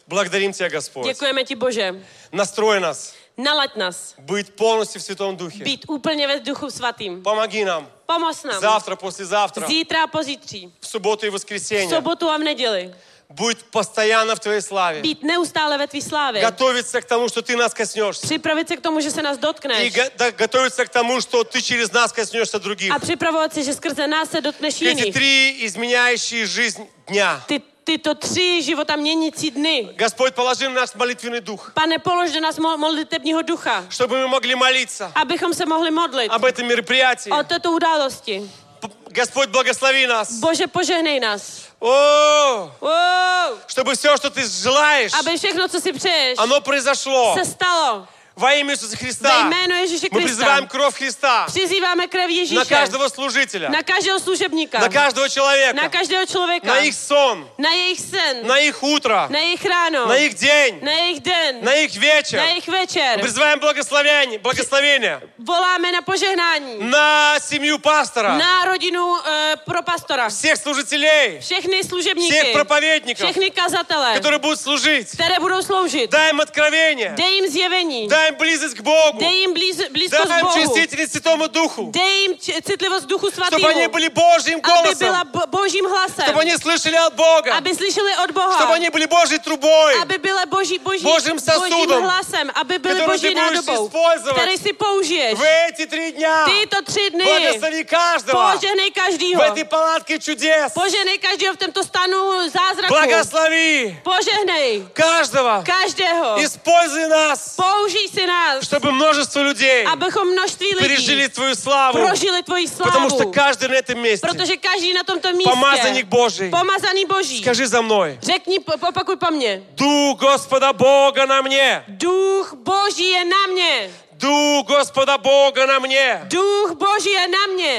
Speaker 5: Благодарим Тебя, Господь.
Speaker 6: Děkujeme ti, Bože.
Speaker 5: Настрой нас
Speaker 6: Nalaď nás.
Speaker 5: быть полностью в Святом Духе.
Speaker 6: Být úplně ve duchu svatým.
Speaker 5: Помоги нам
Speaker 6: Pomoz nám.
Speaker 5: завтра, послезавтра,
Speaker 6: Zítra a pozítří.
Speaker 5: в субботу и
Speaker 6: V
Speaker 5: воскресенье.
Speaker 6: sobotu a v neděli.
Speaker 5: Будь постоянно в Твоей славе.
Speaker 6: Být neustále ve tvý slávě.
Speaker 5: Готовиться к тому, что Ты нас коснешься.
Speaker 6: Připravit se k tomu, že se nás
Speaker 5: И
Speaker 6: dotkneš.
Speaker 5: го- да- готовиться к тому, что Ты через нас коснешься других.
Speaker 6: A připravovat se, že skrze nás se dotkneš
Speaker 5: Эти
Speaker 6: jiných.
Speaker 5: три изменяющие жизнь дня.
Speaker 6: Ty, tyto tři života měnící dny.
Speaker 5: Господь, положи в нас молитвенный дух,
Speaker 6: Pane, polož do nás mo- modlitebního ducha,
Speaker 5: чтобы мы могли молиться
Speaker 6: abychom se mohli modlit
Speaker 5: об этом мероприятии.
Speaker 6: o této události.
Speaker 5: П- Господь, благослови нас.
Speaker 6: Bože, požehnej nás.
Speaker 5: О,
Speaker 6: Wow.
Speaker 5: чтобы все, что ты желаешь,
Speaker 6: Aby všechno, co si přeješ,
Speaker 5: оно произошло
Speaker 6: se stalo
Speaker 5: во имя Иисуса
Speaker 6: ve
Speaker 5: Христа.
Speaker 6: jménu Ježíše
Speaker 5: Мы
Speaker 6: Krista.
Speaker 5: призываем кровь Христа
Speaker 6: Přizýváme krev
Speaker 5: на
Speaker 6: Ježíše
Speaker 5: каждого служителя,
Speaker 6: na každého služebníka,
Speaker 5: на каждого
Speaker 6: na
Speaker 5: человека,
Speaker 6: každého člověka,
Speaker 5: на их сон,
Speaker 6: na jejich sen,
Speaker 5: на их утро,
Speaker 6: na jejich ráno,
Speaker 5: на их день,
Speaker 6: na jejich den,
Speaker 5: на их вечер.
Speaker 6: na jejich večer.
Speaker 5: Призываем благословение, благословение
Speaker 6: Voláme na požehnání.
Speaker 5: на семью пастора,
Speaker 6: na rodinu e, pro pastora.
Speaker 5: всех служителей,
Speaker 6: Všechny služebníky.
Speaker 5: всех проповедников,
Speaker 6: Všechny kazatele,
Speaker 5: которые будут служить.
Speaker 6: které budou sloužit.
Speaker 5: Дай им откровение.
Speaker 6: Dej jim zjevení.
Speaker 5: Дай Дай им близость к Богу.
Speaker 6: Дай им близ- близкость
Speaker 5: Дай
Speaker 6: к
Speaker 5: им
Speaker 6: Богу.
Speaker 5: чувствительность Святому Духу.
Speaker 6: Дай им ч- цитливость Духу Святому.
Speaker 5: Чтобы они были Божьим
Speaker 6: Aby byla
Speaker 5: голосом.
Speaker 6: bo- Božím hlasem.
Speaker 5: Чтобы они слышали от Бога.
Speaker 6: Aby slyšeli od Boha.
Speaker 5: Чтобы они были Божьей трубой.
Speaker 6: aby byla boží, boží,
Speaker 5: Božím sasudom,
Speaker 6: božím hlasem, aby byly
Speaker 5: kterou ty
Speaker 6: boží
Speaker 5: budeš
Speaker 6: nádobou,
Speaker 5: использовать.
Speaker 6: který si použiješ.
Speaker 5: В эти три дня
Speaker 6: Tyto tři dny
Speaker 5: благослови каждого.
Speaker 6: požehnej
Speaker 5: В
Speaker 6: každýho.
Speaker 5: этой палатке чудес.
Speaker 6: Požehnej každého v tomto stanu zázraku.
Speaker 5: Благослови
Speaker 6: Požehnej
Speaker 5: каждого.
Speaker 6: každého.
Speaker 5: Используй нас,
Speaker 6: Použij si nás,
Speaker 5: чтобы множество людей
Speaker 6: abychom množství
Speaker 5: пережили
Speaker 6: lidí
Speaker 5: твою славу.
Speaker 6: prožili tvoji
Speaker 5: Потому что
Speaker 6: slávu.
Speaker 5: каждый на этом месте
Speaker 6: Protože každý na tomto místě
Speaker 5: помазанник Божий.
Speaker 6: pomazaný boží.
Speaker 5: Скажи за мной.
Speaker 6: Řekni, po- opakuj po mně.
Speaker 5: Дух Господа Бога на мне.
Speaker 6: Duch boží je na mě.
Speaker 5: Дух Господа Бога на мне.
Speaker 6: Duch boží je na mě.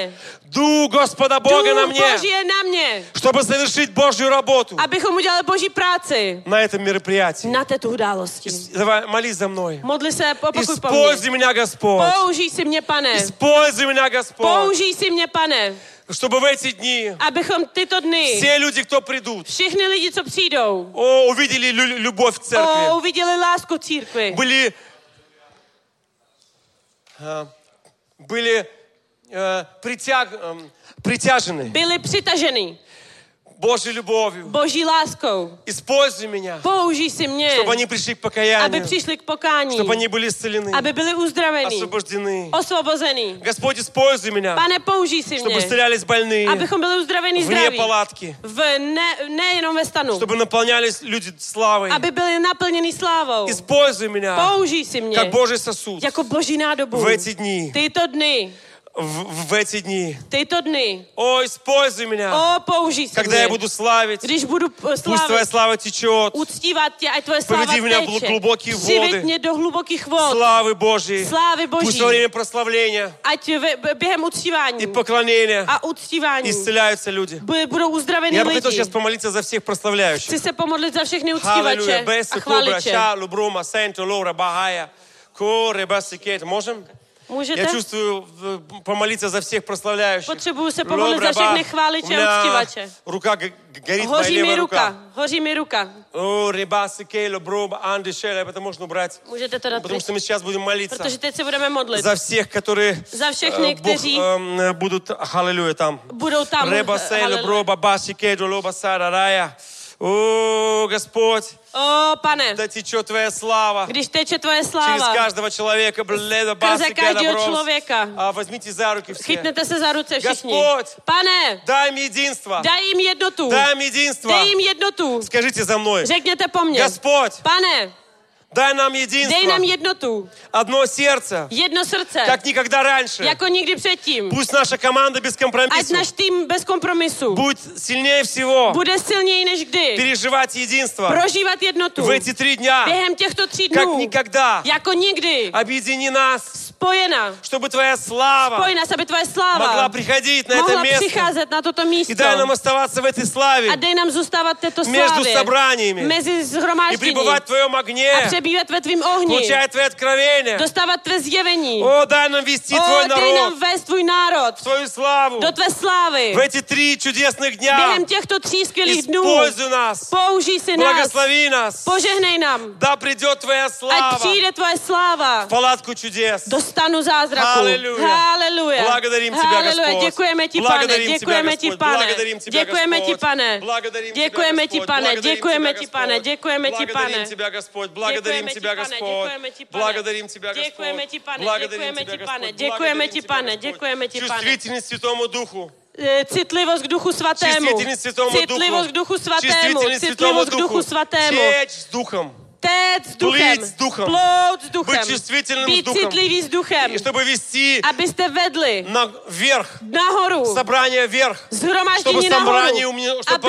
Speaker 5: Дух Господа Бога на
Speaker 6: Duch
Speaker 5: мне.
Speaker 6: boží je na mě.
Speaker 5: Чтобы совершить Божью работу
Speaker 6: abychom udělali boží práci
Speaker 5: на этом мероприятии.
Speaker 6: na této události.
Speaker 5: Ис- Давай, молись за мной.
Speaker 6: Modli se, opakuj po mně.
Speaker 5: Используй меня, Господь.
Speaker 6: Použij si mě, pane.
Speaker 5: Используй меня, Господь.
Speaker 6: Použij si mě, pane,
Speaker 5: Чтобы в эти дни
Speaker 6: abychom tyto dny,
Speaker 5: все люди, кто придут,
Speaker 6: všichni lidi, co přijdou,
Speaker 5: о, увидели лю- любовь в
Speaker 6: o,
Speaker 5: церкви.
Speaker 6: uviděli lásku církvi.
Speaker 5: Были, э, были э, притяг, эм, притяжены
Speaker 6: Byli přitaženi
Speaker 5: Божьей любовью.
Speaker 6: boží láskou.
Speaker 5: Используй меня,
Speaker 6: Použij si mě,
Speaker 5: чтобы они пришли к
Speaker 6: aby
Speaker 5: покаянию,
Speaker 6: přišli k pokání,
Speaker 5: чтобы они были исцелены,
Speaker 6: aby byli uzdraveni,
Speaker 5: освобождены.
Speaker 6: osvobozený.
Speaker 5: Господь, используй меня,
Speaker 6: Pane, použij si
Speaker 5: чтобы
Speaker 6: mě,
Speaker 5: исцелялись больные
Speaker 6: abychom byli uzdraveni
Speaker 5: вне
Speaker 6: zdraví.
Speaker 5: палатки,
Speaker 6: V, ne, nejenom ve stanu.
Speaker 5: чтобы наполнялись люди славой.
Speaker 6: aby byli naplněni slávou.
Speaker 5: Используй меня
Speaker 6: Použij si mě
Speaker 5: как Божий сосуд
Speaker 6: jako boží nádobu.
Speaker 5: в эти дни,
Speaker 6: Tyto dny,
Speaker 5: в, в эти дни.
Speaker 6: tyto dny,
Speaker 5: О, используй меня,
Speaker 6: o, použij si
Speaker 5: когда
Speaker 6: mě.
Speaker 5: я буду славить.
Speaker 6: Když budu eh,
Speaker 5: Пусть твоя
Speaker 6: slávit,
Speaker 5: слава течет.
Speaker 6: uctívat tě, ať tvoje sláva
Speaker 5: Povedi mě v
Speaker 6: teče.
Speaker 5: hluboký
Speaker 6: Přiveď
Speaker 5: vody.
Speaker 6: mě do hlubokých vod,
Speaker 5: Славы Божьей.
Speaker 6: Славы Божьей.
Speaker 5: Пусть во время прославления
Speaker 6: ať ve, b- během uctívání
Speaker 5: и поклонения
Speaker 6: a uctívání
Speaker 5: исцеляются люди.
Speaker 6: bu- budou uzdraveni
Speaker 5: Я бы
Speaker 6: lidi.
Speaker 5: хотел сейчас помолиться за всех прославляющих.
Speaker 6: Chci se pomodlit za všechny
Speaker 5: Аллилуйя.
Speaker 6: uctívače a
Speaker 5: Бесси, Кубра,
Speaker 6: chváliče.
Speaker 5: Ша, Лубрума, Сенто, Лора, Бахая, Коре, Басси, Кейт. Можем?
Speaker 6: Můžete?
Speaker 5: Я чувствую э, помолиться за всех прославляющих.
Speaker 6: Potřebuju se
Speaker 5: Лобра,
Speaker 6: pomodlit za všechny
Speaker 5: Ба.
Speaker 6: chváliče
Speaker 5: У
Speaker 6: a
Speaker 5: меня
Speaker 6: uctívače.
Speaker 5: Рука г- г- горит, моя
Speaker 6: Hoří mi
Speaker 5: левая рука.
Speaker 6: ruka, hoří mi ruka.
Speaker 5: О, ребасы, Кейло, Броб, Анди, Шелли, это можно убрать.
Speaker 6: Můžete to dát
Speaker 5: Потому
Speaker 6: pryč.
Speaker 5: что мы сейчас будем молиться
Speaker 6: Protože teď se budeme modlit.
Speaker 5: за всех, которые э,
Speaker 6: За всех них,
Speaker 5: Бог,
Speaker 6: kteří-
Speaker 5: эм, будут, аллилуйя, там.
Speaker 6: Budou tam. eh,
Speaker 5: Реба, Сейло,
Speaker 6: Haleluja.
Speaker 5: Броба, Баси, Кейдо, Лоба, Сара, Рая. О, Господь,
Speaker 6: O, pane,
Speaker 5: да течет Твоя слава.
Speaker 6: když теče tvoje
Speaker 5: Через
Speaker 6: sláva,
Speaker 5: каждого человека, бледа, Баси,
Speaker 6: každého
Speaker 5: Кейдо,
Speaker 6: člověka.
Speaker 5: А, возьмите за руки
Speaker 6: prostě-
Speaker 5: все.
Speaker 6: chytnete se za ruce všichni.
Speaker 5: Господь.
Speaker 6: Pane,
Speaker 5: Дай им единство.
Speaker 6: daj jim jednotu.
Speaker 5: Дай им единство.
Speaker 6: Dej jim jednotu.
Speaker 5: Скажите за мной.
Speaker 6: Řekněte po mně.
Speaker 5: Господь,
Speaker 6: Pane,
Speaker 5: дай нам
Speaker 6: dej nám
Speaker 5: единство.
Speaker 6: jednotu.
Speaker 5: Одно сердце.
Speaker 6: Jedno srdce.
Speaker 5: как никогда раньше.
Speaker 6: Jako nikdy předtím.
Speaker 5: Пусть наша команда без
Speaker 6: Ať
Speaker 5: компромиссов
Speaker 6: náš tým bez kompromisu
Speaker 5: будет сильнее всего
Speaker 6: bude silněji než kdy.
Speaker 5: переживать единство
Speaker 6: Prožívat jednotu.
Speaker 5: в эти три дня,
Speaker 6: Během těchto tří
Speaker 5: как
Speaker 6: dnů.
Speaker 5: никогда.
Speaker 6: Jako nikdy.
Speaker 5: Объедини нас,
Speaker 6: Spojena.
Speaker 5: чтобы Твоя слава
Speaker 6: Spoj nás, aby tvoje sláva
Speaker 5: могла приходить на это
Speaker 6: mohla
Speaker 5: место
Speaker 6: přicházet na toto místo
Speaker 5: и дай нам оставаться в этой
Speaker 6: a
Speaker 5: славе
Speaker 6: dej nám zůstávat v této
Speaker 5: Между
Speaker 6: slávě
Speaker 5: собраниями.
Speaker 6: mezi
Speaker 5: и
Speaker 6: zhromážděním
Speaker 5: пребывать в Твоем
Speaker 6: a
Speaker 5: огне,
Speaker 6: přebývat ve tvým ohni,
Speaker 5: получать Твои откровения.
Speaker 6: dostávat tvé zjevení.
Speaker 5: О, дай нам вести Твой
Speaker 6: o, dej nám
Speaker 5: народ
Speaker 6: vést tvůj národ
Speaker 5: в Твою славу
Speaker 6: do tvé slávy.
Speaker 5: в эти три чудесных дня.
Speaker 6: Během těchto tří skvělých dnů
Speaker 5: Используй нас,
Speaker 6: použij si nás,
Speaker 5: благослови нас.
Speaker 6: požehnej nám,
Speaker 5: Да придет Твоя
Speaker 6: ať
Speaker 5: слава.
Speaker 6: přijde tvoje sláva
Speaker 5: палатку чудес.
Speaker 6: do stanu zázraku.
Speaker 5: Halleluja.
Speaker 6: Haleluja.
Speaker 5: Благодарим Тебя, Господь.
Speaker 6: Děkujeme ti, pane.
Speaker 5: Благодарим Тебя,
Speaker 6: Děkujeme ti,
Speaker 5: Господь.
Speaker 6: pane.
Speaker 5: Благодарим Тебя,
Speaker 6: Děkujeme ti,
Speaker 5: Господь.
Speaker 6: pane.
Speaker 5: Благодарим Тебя,
Speaker 6: Děkujeme ti,
Speaker 5: Господь.
Speaker 6: pane.
Speaker 5: Благодарим
Speaker 6: Děkujeme
Speaker 5: Тебя, Господь.
Speaker 6: ti, pane. Děkujeme ti,
Speaker 5: Благодарим
Speaker 6: pane.
Speaker 5: Тебя, Господь. Благодарим
Speaker 6: Děkujeme
Speaker 5: Тебя,
Speaker 6: ti, pane,
Speaker 5: Господь.
Speaker 6: děkujeme ti, pane.
Speaker 5: Благодарим Тебя, Господь.
Speaker 6: Děkujeme ti, pane,
Speaker 5: Благодарим
Speaker 6: děkujeme
Speaker 5: Тебя,
Speaker 6: ti, pane,
Speaker 5: Господь.
Speaker 6: děkujeme
Speaker 5: Благодарим
Speaker 6: ti,
Speaker 5: Тебя,
Speaker 6: pane,
Speaker 5: Господь.
Speaker 6: děkujeme ti, pane.
Speaker 5: Чувствительность Святому Духу.
Speaker 6: Eh, Citlivost k duchu svatému.
Speaker 5: Чувствительность Святому Духу.
Speaker 6: Citlivost k duchu svatému.
Speaker 5: Чувствительность Святому
Speaker 6: Citlivost k duchu
Speaker 5: Духу.
Speaker 6: svatému.
Speaker 5: Течь с Духом.
Speaker 6: Téct s duchem.
Speaker 5: Plít s duchem.
Speaker 6: Plout s duchem.
Speaker 5: Být čувствительným s
Speaker 6: Být
Speaker 5: duchem.
Speaker 6: citlivý s duchem. No.
Speaker 5: И чтобы вести
Speaker 6: Abyste vedli
Speaker 5: наверх,
Speaker 6: nahoru.
Speaker 5: собрание вверх. Чтобы
Speaker 6: Zhromaždění
Speaker 5: собрание
Speaker 6: nahoru,
Speaker 5: умне- чтобы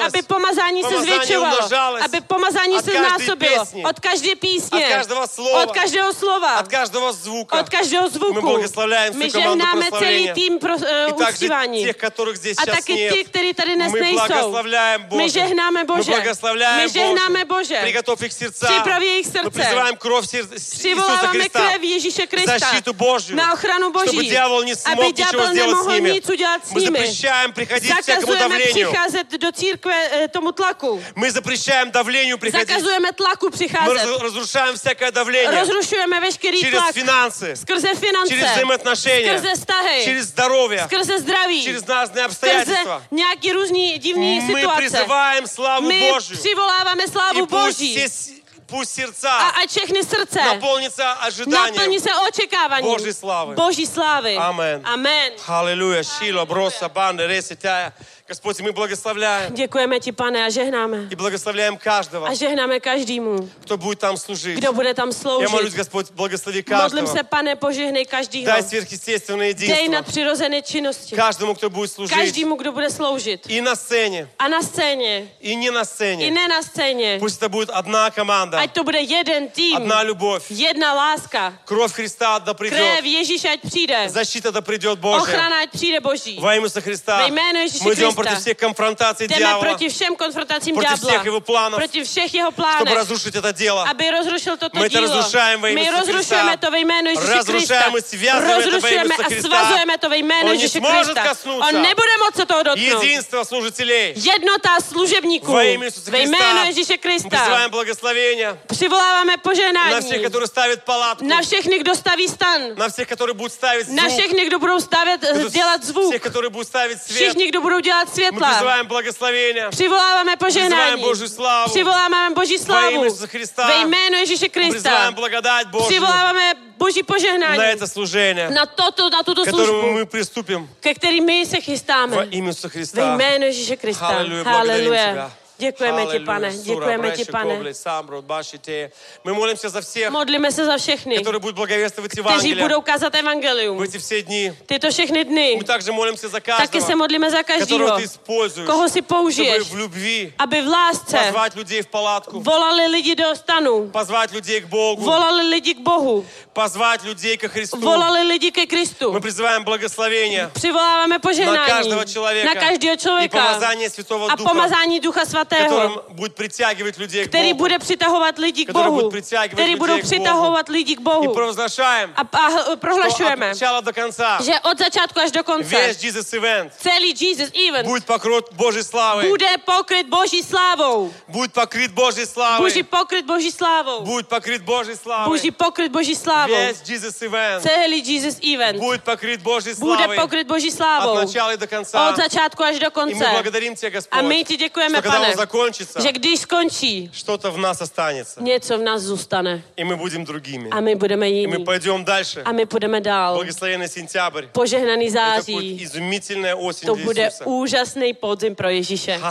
Speaker 6: aby
Speaker 5: помазание умножалось.
Speaker 6: zhromaždění, aby pomazání se
Speaker 5: Pomazání
Speaker 6: zvětšovalo,
Speaker 5: umnožalось.
Speaker 6: aby pomazání
Speaker 5: Od
Speaker 6: se
Speaker 5: každé
Speaker 6: násobilo
Speaker 5: písně.
Speaker 6: od každé písně,
Speaker 5: Od každého slova.
Speaker 6: od každého slova,
Speaker 5: От каждого звука.
Speaker 6: od každého
Speaker 5: Мы
Speaker 6: zvuku.
Speaker 5: благословляем
Speaker 6: My
Speaker 5: всю команду
Speaker 6: žehnáme celý
Speaker 5: прославления.
Speaker 6: tým pro, uh,
Speaker 5: И также
Speaker 6: uctívání.
Speaker 5: тех, которых здесь
Speaker 6: A
Speaker 5: сейчас
Speaker 6: taky
Speaker 5: нет.
Speaker 6: ty, kteří tady dnes
Speaker 5: Мы
Speaker 6: nejsou.
Speaker 5: благословляем Боже.
Speaker 6: My žehnáme
Speaker 5: Мы
Speaker 6: Bože.
Speaker 5: благословляем
Speaker 6: My žehnáme
Speaker 5: Боже.
Speaker 6: Bože.
Speaker 5: приготовь их сердца.
Speaker 6: Připraví jejich
Speaker 5: Мы
Speaker 6: srdce.
Speaker 5: призываем кровь сер- с- Иисуса
Speaker 6: Přivoláváme
Speaker 5: Христа.
Speaker 6: krev Ježíše Krista
Speaker 5: Защиту Божью.
Speaker 6: na ochranu Boží,
Speaker 5: Чтобы дьявол не смог
Speaker 6: aby
Speaker 5: ничего
Speaker 6: ďábel
Speaker 5: сделать с
Speaker 6: nemohl
Speaker 5: ними.
Speaker 6: nic udělat s
Speaker 5: Мы
Speaker 6: nimi.
Speaker 5: запрещаем приходить к всякому
Speaker 6: Zakazujeme
Speaker 5: давлению.
Speaker 6: přicházet do církve eh, tomu tlaku.
Speaker 5: Мы запрещаем давлению приходить.
Speaker 6: Zakazujeme tlaku
Speaker 5: Мы
Speaker 6: přicházet.
Speaker 5: раз- разрушаем всякое давление.
Speaker 6: Rozrušujeme veškerý
Speaker 5: Через
Speaker 6: tlak
Speaker 5: финансы,
Speaker 6: skrze finance,
Speaker 5: через взаимоотношения,
Speaker 6: skrze vztahy,
Speaker 5: через здоровье,
Speaker 6: skrze zdraví,
Speaker 5: через разные
Speaker 6: skrze
Speaker 5: обстоятельства.
Speaker 6: nějaký různý divní
Speaker 5: Мы
Speaker 6: situace.
Speaker 5: призываем славу
Speaker 6: My
Speaker 5: Божью.
Speaker 6: přivoláváme
Speaker 5: И
Speaker 6: slávu
Speaker 5: пусть,
Speaker 6: Boží
Speaker 5: все с- пусть
Speaker 6: a,
Speaker 5: сердца
Speaker 6: a všechny srdce
Speaker 5: наполнится
Speaker 6: naplní
Speaker 5: ожиданием.
Speaker 6: se očekávání
Speaker 5: Boží slávy.
Speaker 6: Boží slávy.
Speaker 5: Amen.
Speaker 6: Amen.
Speaker 5: Аллилуйя, Шила, Броса, Банда, Реси, Тяя. Господь, мы благословляем.
Speaker 6: Děkujeme ti, pane, a žehnáme.
Speaker 5: И благословляем каждого,
Speaker 6: A žehnáme každému,
Speaker 5: кто будет там служить.
Speaker 6: kdo bude tam
Speaker 5: Я молюсь,
Speaker 6: sloužit.
Speaker 5: Господь, благослови
Speaker 6: Modlím
Speaker 5: каждого.
Speaker 6: se, pane, požehnej každýho.
Speaker 5: Дай сверхъестественное
Speaker 6: Dej
Speaker 5: единство
Speaker 6: nadpřirozené činnosti.
Speaker 5: каждому, кто будет служить.
Speaker 6: Každému, kdo bude sloužit.
Speaker 5: И на сцене,
Speaker 6: A na scéně,
Speaker 5: и не на
Speaker 6: i
Speaker 5: сцене.
Speaker 6: ne na scéně.
Speaker 5: Пусть это будет одна команда,
Speaker 6: Ať to bude jeden tým,
Speaker 5: одна любовь.
Speaker 6: jedna láska.
Speaker 5: Кровь Христа да
Speaker 6: Krev
Speaker 5: придет.
Speaker 6: Ježíše, ať přijde.
Speaker 5: Защита да придет Божья.
Speaker 6: Ochrana, ať přijde Boží.
Speaker 5: Во имя Иисуса Христа
Speaker 6: Во имя Иисуса
Speaker 5: мы идем
Speaker 6: Христа.
Speaker 5: против всех конфронтаций
Speaker 6: Jdeme
Speaker 5: дьявола,
Speaker 6: proti všem konfrontacím
Speaker 5: Proti
Speaker 6: ďábla.
Speaker 5: všech jeho plánov.
Speaker 6: Proti všech jeho
Speaker 5: чтобы
Speaker 6: plánech.
Speaker 5: разрушить это дело.
Speaker 6: Aby rozrušil toto
Speaker 5: My to
Speaker 6: dílo.
Speaker 5: rozrušujeme ve jménu
Speaker 6: My
Speaker 5: Ježíše
Speaker 6: rozrušujeme
Speaker 5: Krista.
Speaker 6: to ve jménu Ježíše Krista.
Speaker 5: Rozrušujeme, svězujeme to ve
Speaker 6: Rozrušujeme
Speaker 5: jménu
Speaker 6: a
Speaker 5: Krista.
Speaker 6: svazujeme to ve jménu
Speaker 5: On
Speaker 6: Ježíše
Speaker 5: nesmůže
Speaker 6: Krista.
Speaker 5: zkasnout
Speaker 6: On
Speaker 5: se.
Speaker 6: nebude moc se toho dotknout.
Speaker 5: Единство служителей.
Speaker 6: Jednota služebníků
Speaker 5: Во имя Иисуса
Speaker 6: ve jménu
Speaker 5: Христа
Speaker 6: Ježíše
Speaker 5: мы
Speaker 6: Krista.
Speaker 5: призываем благословения
Speaker 6: Přivoláváme
Speaker 5: на
Speaker 6: poženání
Speaker 5: всех, которые ставят палатку,
Speaker 6: na všechny, kdo staví stan,
Speaker 5: на всех, которые будут ставить
Speaker 6: na
Speaker 5: звук,
Speaker 6: všechny, kdo budou stavět, eh, dělat zvuk,
Speaker 5: всех, которые будут ставить свет.
Speaker 6: všichni, kdo budou dělat
Speaker 5: Мы
Speaker 6: světla.
Speaker 5: призываем благословения.
Speaker 6: Přivoláváme poženání.
Speaker 5: Призываем Божью славу.
Speaker 6: Přivoláváme Boží slávu.
Speaker 5: Иисуса Христа.
Speaker 6: Ve jménu Ježíše
Speaker 5: Мы
Speaker 6: Krista.
Speaker 5: призываем благодать Божью
Speaker 6: Přivoláváme Boží
Speaker 5: на
Speaker 6: požehnání
Speaker 5: это служение,
Speaker 6: na, toto, na tuto
Speaker 5: к которому
Speaker 6: službu,
Speaker 5: мы приступим
Speaker 6: ke kterým my se
Speaker 5: во
Speaker 6: chystáme.
Speaker 5: имя Иисуса
Speaker 6: Ve
Speaker 5: Христа.
Speaker 6: jménu Ježíše Krista.
Speaker 5: Haleluja, благодарим
Speaker 6: Haleluja.
Speaker 5: Тебя.
Speaker 6: Děkujeme ti, pane.
Speaker 5: Аллилуйя. Сура,
Speaker 6: Děkujeme ti,
Speaker 5: бреши,
Speaker 6: pane.
Speaker 5: кобле, самбру, баши, те. Мы молимся за всех,
Speaker 6: Modlíme se za všechny,
Speaker 5: которые будут благовествовать
Speaker 6: kteří
Speaker 5: Евангелие
Speaker 6: budou kázat
Speaker 5: в
Speaker 6: evangelium.
Speaker 5: эти все дни.
Speaker 6: Tyto všechny dny.
Speaker 5: Мы также молимся за
Speaker 6: Taky se
Speaker 5: каждого,
Speaker 6: modlíme za
Speaker 5: которого
Speaker 6: každého,
Speaker 5: ты используешь,
Speaker 6: koho si
Speaker 5: чтобы
Speaker 6: použiješ,
Speaker 5: в любви
Speaker 6: aby v lásce
Speaker 5: позвать людей в палатку,
Speaker 6: volali lidi do stanu,
Speaker 5: позвать людей к Богу,
Speaker 6: volali lidi k Bohu,
Speaker 5: позвать людей ко Христу.
Speaker 6: volali lidi ke Kristu.
Speaker 5: Мы призываем благословения
Speaker 6: Přivoláváme
Speaker 5: на
Speaker 6: požehnání
Speaker 5: каждого человека
Speaker 6: na každého
Speaker 5: и
Speaker 6: člověka
Speaker 5: помазание Святого
Speaker 6: a
Speaker 5: Духа,
Speaker 6: pomazání Ducha Svatého,
Speaker 5: которым будет притягивать людей к
Speaker 6: který
Speaker 5: Богу.
Speaker 6: bude přitahovat lidi k
Speaker 5: Který bude
Speaker 6: Bohu,
Speaker 5: přitahovat
Speaker 6: který
Speaker 5: lidi
Speaker 6: budou
Speaker 5: k Bohu.
Speaker 6: přitahovat lidi k
Speaker 5: И
Speaker 6: Bohu.
Speaker 5: провозглашаем,
Speaker 6: A, a hl-
Speaker 5: что от
Speaker 6: prohlašujeme,
Speaker 5: начала до конца
Speaker 6: že od začátku až do konce
Speaker 5: весь Jesus Event
Speaker 6: celý Jesus Event
Speaker 5: будет покрыт Божьей славой,
Speaker 6: bude pokryt Boží slávou.
Speaker 5: будет покрыт Божьей славой,
Speaker 6: Boží pokryt Boží slávou.
Speaker 5: будет покрыт Божьей славой.
Speaker 6: Boží pokryt Boží slávou.
Speaker 5: Весь Jesus Event
Speaker 6: Celý Jesus Event
Speaker 5: будет покрыт Божьей
Speaker 6: bude
Speaker 5: славой
Speaker 6: pokryt Boží
Speaker 5: от
Speaker 6: slávou.
Speaker 5: начала и до конца.
Speaker 6: Od začátku až do
Speaker 5: И
Speaker 6: konce.
Speaker 5: мы благодарим Тебя, Господь,
Speaker 6: A my ti děkujeme,
Speaker 5: что когда
Speaker 6: pane,
Speaker 5: он закончится,
Speaker 6: že když skončí,
Speaker 5: что-то в нас останется,
Speaker 6: něco v nás zůstane.
Speaker 5: и мы будем другими.
Speaker 6: A my budeme
Speaker 5: И
Speaker 6: jiní.
Speaker 5: мы пойдем дальше.
Speaker 6: A my půjdeme dál.
Speaker 5: Благословенный сентябрь.
Speaker 6: Požehnaný
Speaker 5: Это будет
Speaker 6: září.
Speaker 5: изумительная осень
Speaker 6: To
Speaker 5: для
Speaker 6: bude
Speaker 5: Иисуса.
Speaker 6: úžasný podzim pro Ježíše.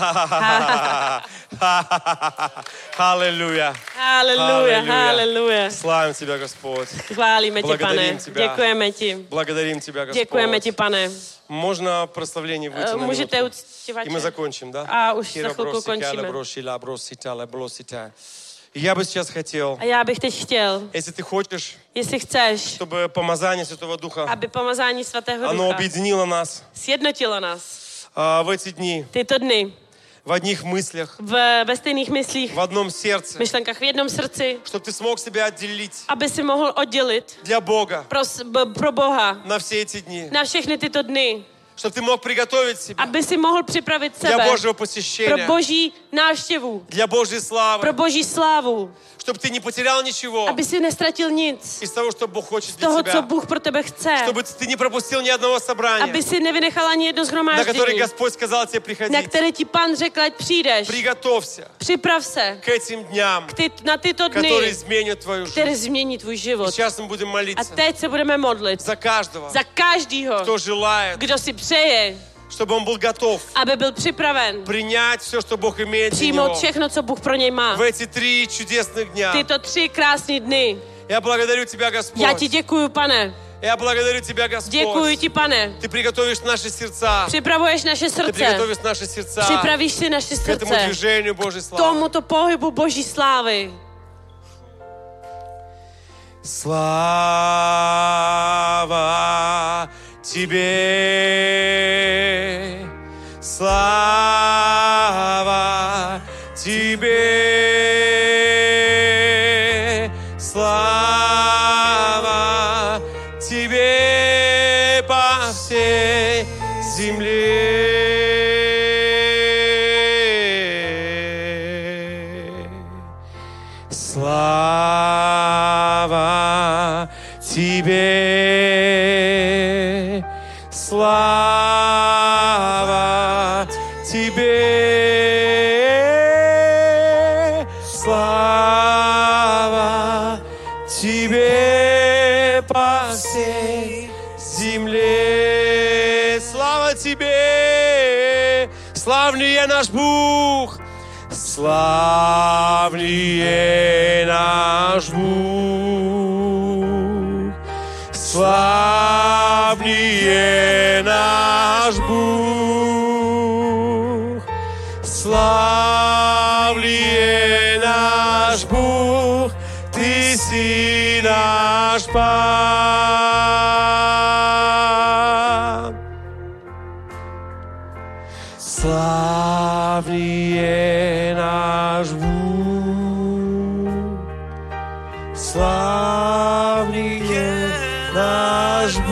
Speaker 5: Аллилуйя. Haleluja.
Speaker 6: Haleluja, haleluja.
Speaker 5: Славим Тебя, Господь.
Speaker 6: Chválíme ti, pane.
Speaker 5: Благодарим тебя.
Speaker 6: Děkujeme ti.
Speaker 5: Благодарим Тебя,
Speaker 6: Děkujeme ti,
Speaker 5: Господь.
Speaker 6: pane.
Speaker 5: Можно прославление выйти
Speaker 6: Eh,
Speaker 5: на
Speaker 6: Můžete
Speaker 5: минуту?
Speaker 6: uctívat.
Speaker 5: И мы закончим, да?
Speaker 6: А, уж
Speaker 5: Кира
Speaker 6: за хлопку
Speaker 5: бросит, я
Speaker 6: кончим.
Speaker 5: бросил, я бросил, я бросил, я. Я бы сейчас хотел,
Speaker 6: A já bych teď chtěl,
Speaker 5: если ты хочешь,
Speaker 6: jestli chceš,
Speaker 5: чтобы помазание Святого Духа,
Speaker 6: aby pomazání svatého
Speaker 5: оно
Speaker 6: ducha
Speaker 5: объединило нас
Speaker 6: sjednotilo nás
Speaker 5: а, в эти дни,
Speaker 6: tyto dny
Speaker 5: в одних мыслях,
Speaker 6: v, ve stejných myslích,
Speaker 5: в одном сердце,
Speaker 6: myšlenkách v jednom srdci,
Speaker 5: чтобы ты смог себя отделить
Speaker 6: aby si mohl oddělit
Speaker 5: для Бога
Speaker 6: pro, s- b, pro Boha
Speaker 5: на все эти дни,
Speaker 6: na všechny tyto dny,
Speaker 5: чтобы ты мог приготовить себя
Speaker 6: aby si mohl připravit
Speaker 5: для
Speaker 6: sebe
Speaker 5: Божьего
Speaker 6: pro
Speaker 5: посещения,
Speaker 6: boží návštěvu,
Speaker 5: для Божьей
Speaker 6: pro
Speaker 5: славы,
Speaker 6: boží slávu,
Speaker 5: чтобы ты не потерял ничего
Speaker 6: aby si nestratil nic
Speaker 5: из того, что Бог хочет
Speaker 6: z
Speaker 5: для
Speaker 6: toho, co
Speaker 5: тебя,
Speaker 6: Bůh pro tebe chce,
Speaker 5: чтобы ты не пропустил ни одного собрания.
Speaker 6: aby si nevynechal ani jedno
Speaker 5: на который
Speaker 6: zhromáždění,
Speaker 5: Господь сказал тебе
Speaker 6: na
Speaker 5: приходить.
Speaker 6: které ti pan řekl, ať přijdeš,
Speaker 5: Приготовься
Speaker 6: připrav se
Speaker 5: к этим дням,
Speaker 6: ty, na tyto
Speaker 5: которые
Speaker 6: dny,
Speaker 5: изменят твою жизнь.
Speaker 6: které změní tvůj život.
Speaker 5: Сейчас мы будем
Speaker 6: A
Speaker 5: молиться
Speaker 6: teď se budeme modlit
Speaker 5: за каждого,
Speaker 6: za každýho,
Speaker 5: кто желает,
Speaker 6: kdo si přeje,
Speaker 5: чтобы он был готов
Speaker 6: aby byl připraven
Speaker 5: принять все, что Бог имеет для
Speaker 6: přijmout
Speaker 5: него.
Speaker 6: všechno, co Bůh pro něj má.
Speaker 5: В эти три чудесных дня
Speaker 6: Tyto tři krásné dny.
Speaker 5: я благодарю Тебя,
Speaker 6: Já ti
Speaker 5: Господь.
Speaker 6: děkuju, pane.
Speaker 5: Я благодарю Тебя,
Speaker 6: Děkuji
Speaker 5: Господь.
Speaker 6: ti, pane.
Speaker 5: Ты приготовишь наши сердца.
Speaker 6: Připravuješ naše
Speaker 5: Ты
Speaker 6: srdce.
Speaker 5: приготовишь наши сердца
Speaker 6: Připravíš si naše
Speaker 5: к этому
Speaker 6: srdce.
Speaker 5: движению Божьей
Speaker 6: K
Speaker 5: славы.
Speaker 6: tomuto pohybu boží slávy.
Speaker 5: Слава тебе, слава тебе. земле. Слава тебе, слава тебе, слава тебе по всей земле. Слава тебе, славнее наш Бог, славнее наш Бог, славнее наш Бог, славнее наш Бог, ты си наш Пан. Славнее наш Бог, славнее наш Бог,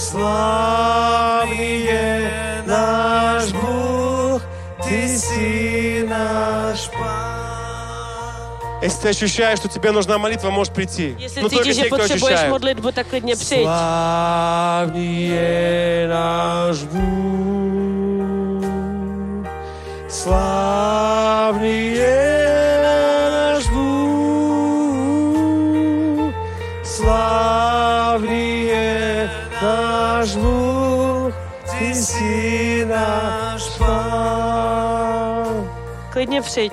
Speaker 5: славнее наш Бог, ты си наш Пан. Если ты ощущаешь, что тебе нужна молитва, можешь прийти.
Speaker 6: Если
Speaker 5: Но
Speaker 6: ты
Speaker 5: только
Speaker 6: тільки
Speaker 5: те, кто
Speaker 6: потребуєш
Speaker 5: ощущает.
Speaker 6: modlitbu, tak klidně přijď.
Speaker 5: Славнее наш Бог, славнее наш Бог, славнее наш Бог, ты си наш Бог.
Speaker 6: Klidně přijď.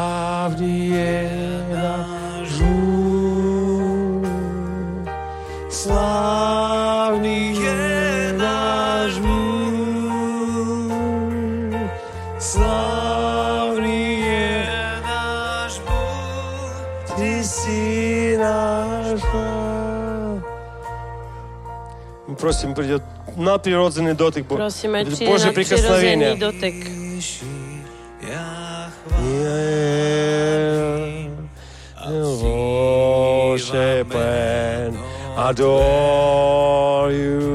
Speaker 5: Славнее наш Бог, славнее наш Бог, славнее наш Бог, Ты си наш Бог. Мы просим, придет на природный дотык Бо-
Speaker 6: Prosíme, přijde
Speaker 5: Божье
Speaker 6: nám
Speaker 5: прикосновение.
Speaker 6: přirozený dotyk.
Speaker 5: Worship and adore you.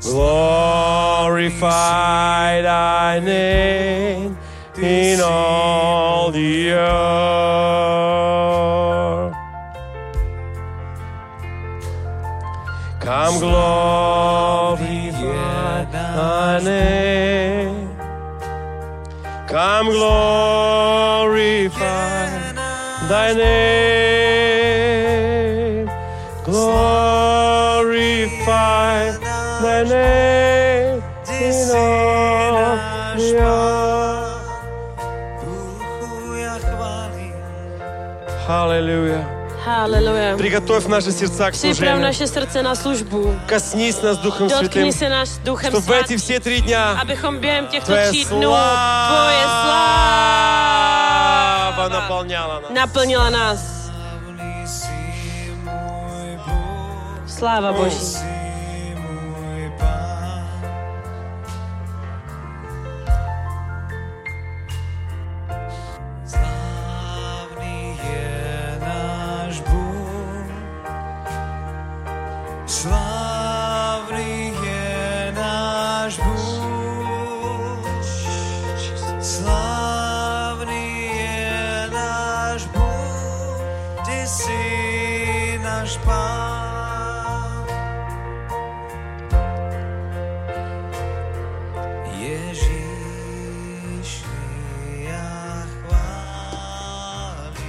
Speaker 5: Glorify thy name in all the earth. Come glorify thy name. Come glorify thy name. Glorify thy name in all the earth. Аллилуйя.
Speaker 6: Haleluja.
Speaker 5: Приготовь наши сердца к
Speaker 6: Připrav
Speaker 5: служению.
Speaker 6: naše srdce na službu.
Speaker 5: Коснись нас Духом Святым,
Speaker 6: Dotkni se nás Duchem
Speaker 5: чтобы в эти
Speaker 6: Svatým,
Speaker 5: все три дня
Speaker 6: abychom během těchto
Speaker 5: Tvoje
Speaker 6: tří dnů Tvoje
Speaker 5: слава
Speaker 6: sláva
Speaker 5: наполняла нас.
Speaker 6: naplnila nás. Sláva Boží.
Speaker 1: Slavný je náš Bůh, slavný je náš Bůh, slavný je náš Bůh, ty jsi náš Pán. Ježíši, já chválím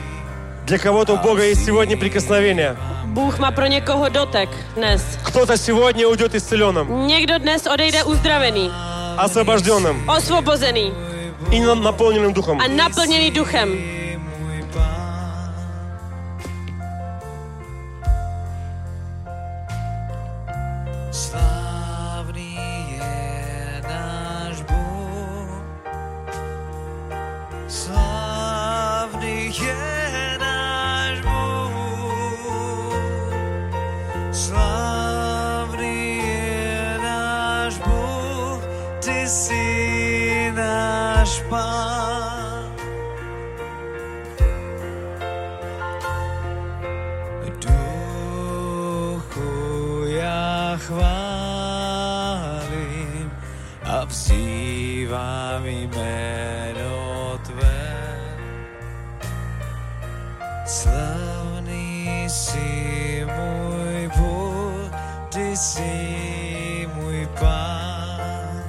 Speaker 5: Для кого-то у Бога есть сегодня прикосновение.
Speaker 6: Bůh má pro někoho dotek dnes.
Speaker 5: Кто-то сегодня уйдет исцеленным,
Speaker 6: Někdo dnes odejde uzdravený,
Speaker 5: освобожденным
Speaker 6: osvobozený
Speaker 5: и на- наполненным духом.
Speaker 6: a naplněný duchem.
Speaker 1: můj pán. Slávný je náš Bůh, slávný je náš Bůh, slávný je náš Bůh, ty jsi náš pán. chválím a vzývám jméno Tvé. Slavný jsi můj Bůh, Ty jsi můj Pán.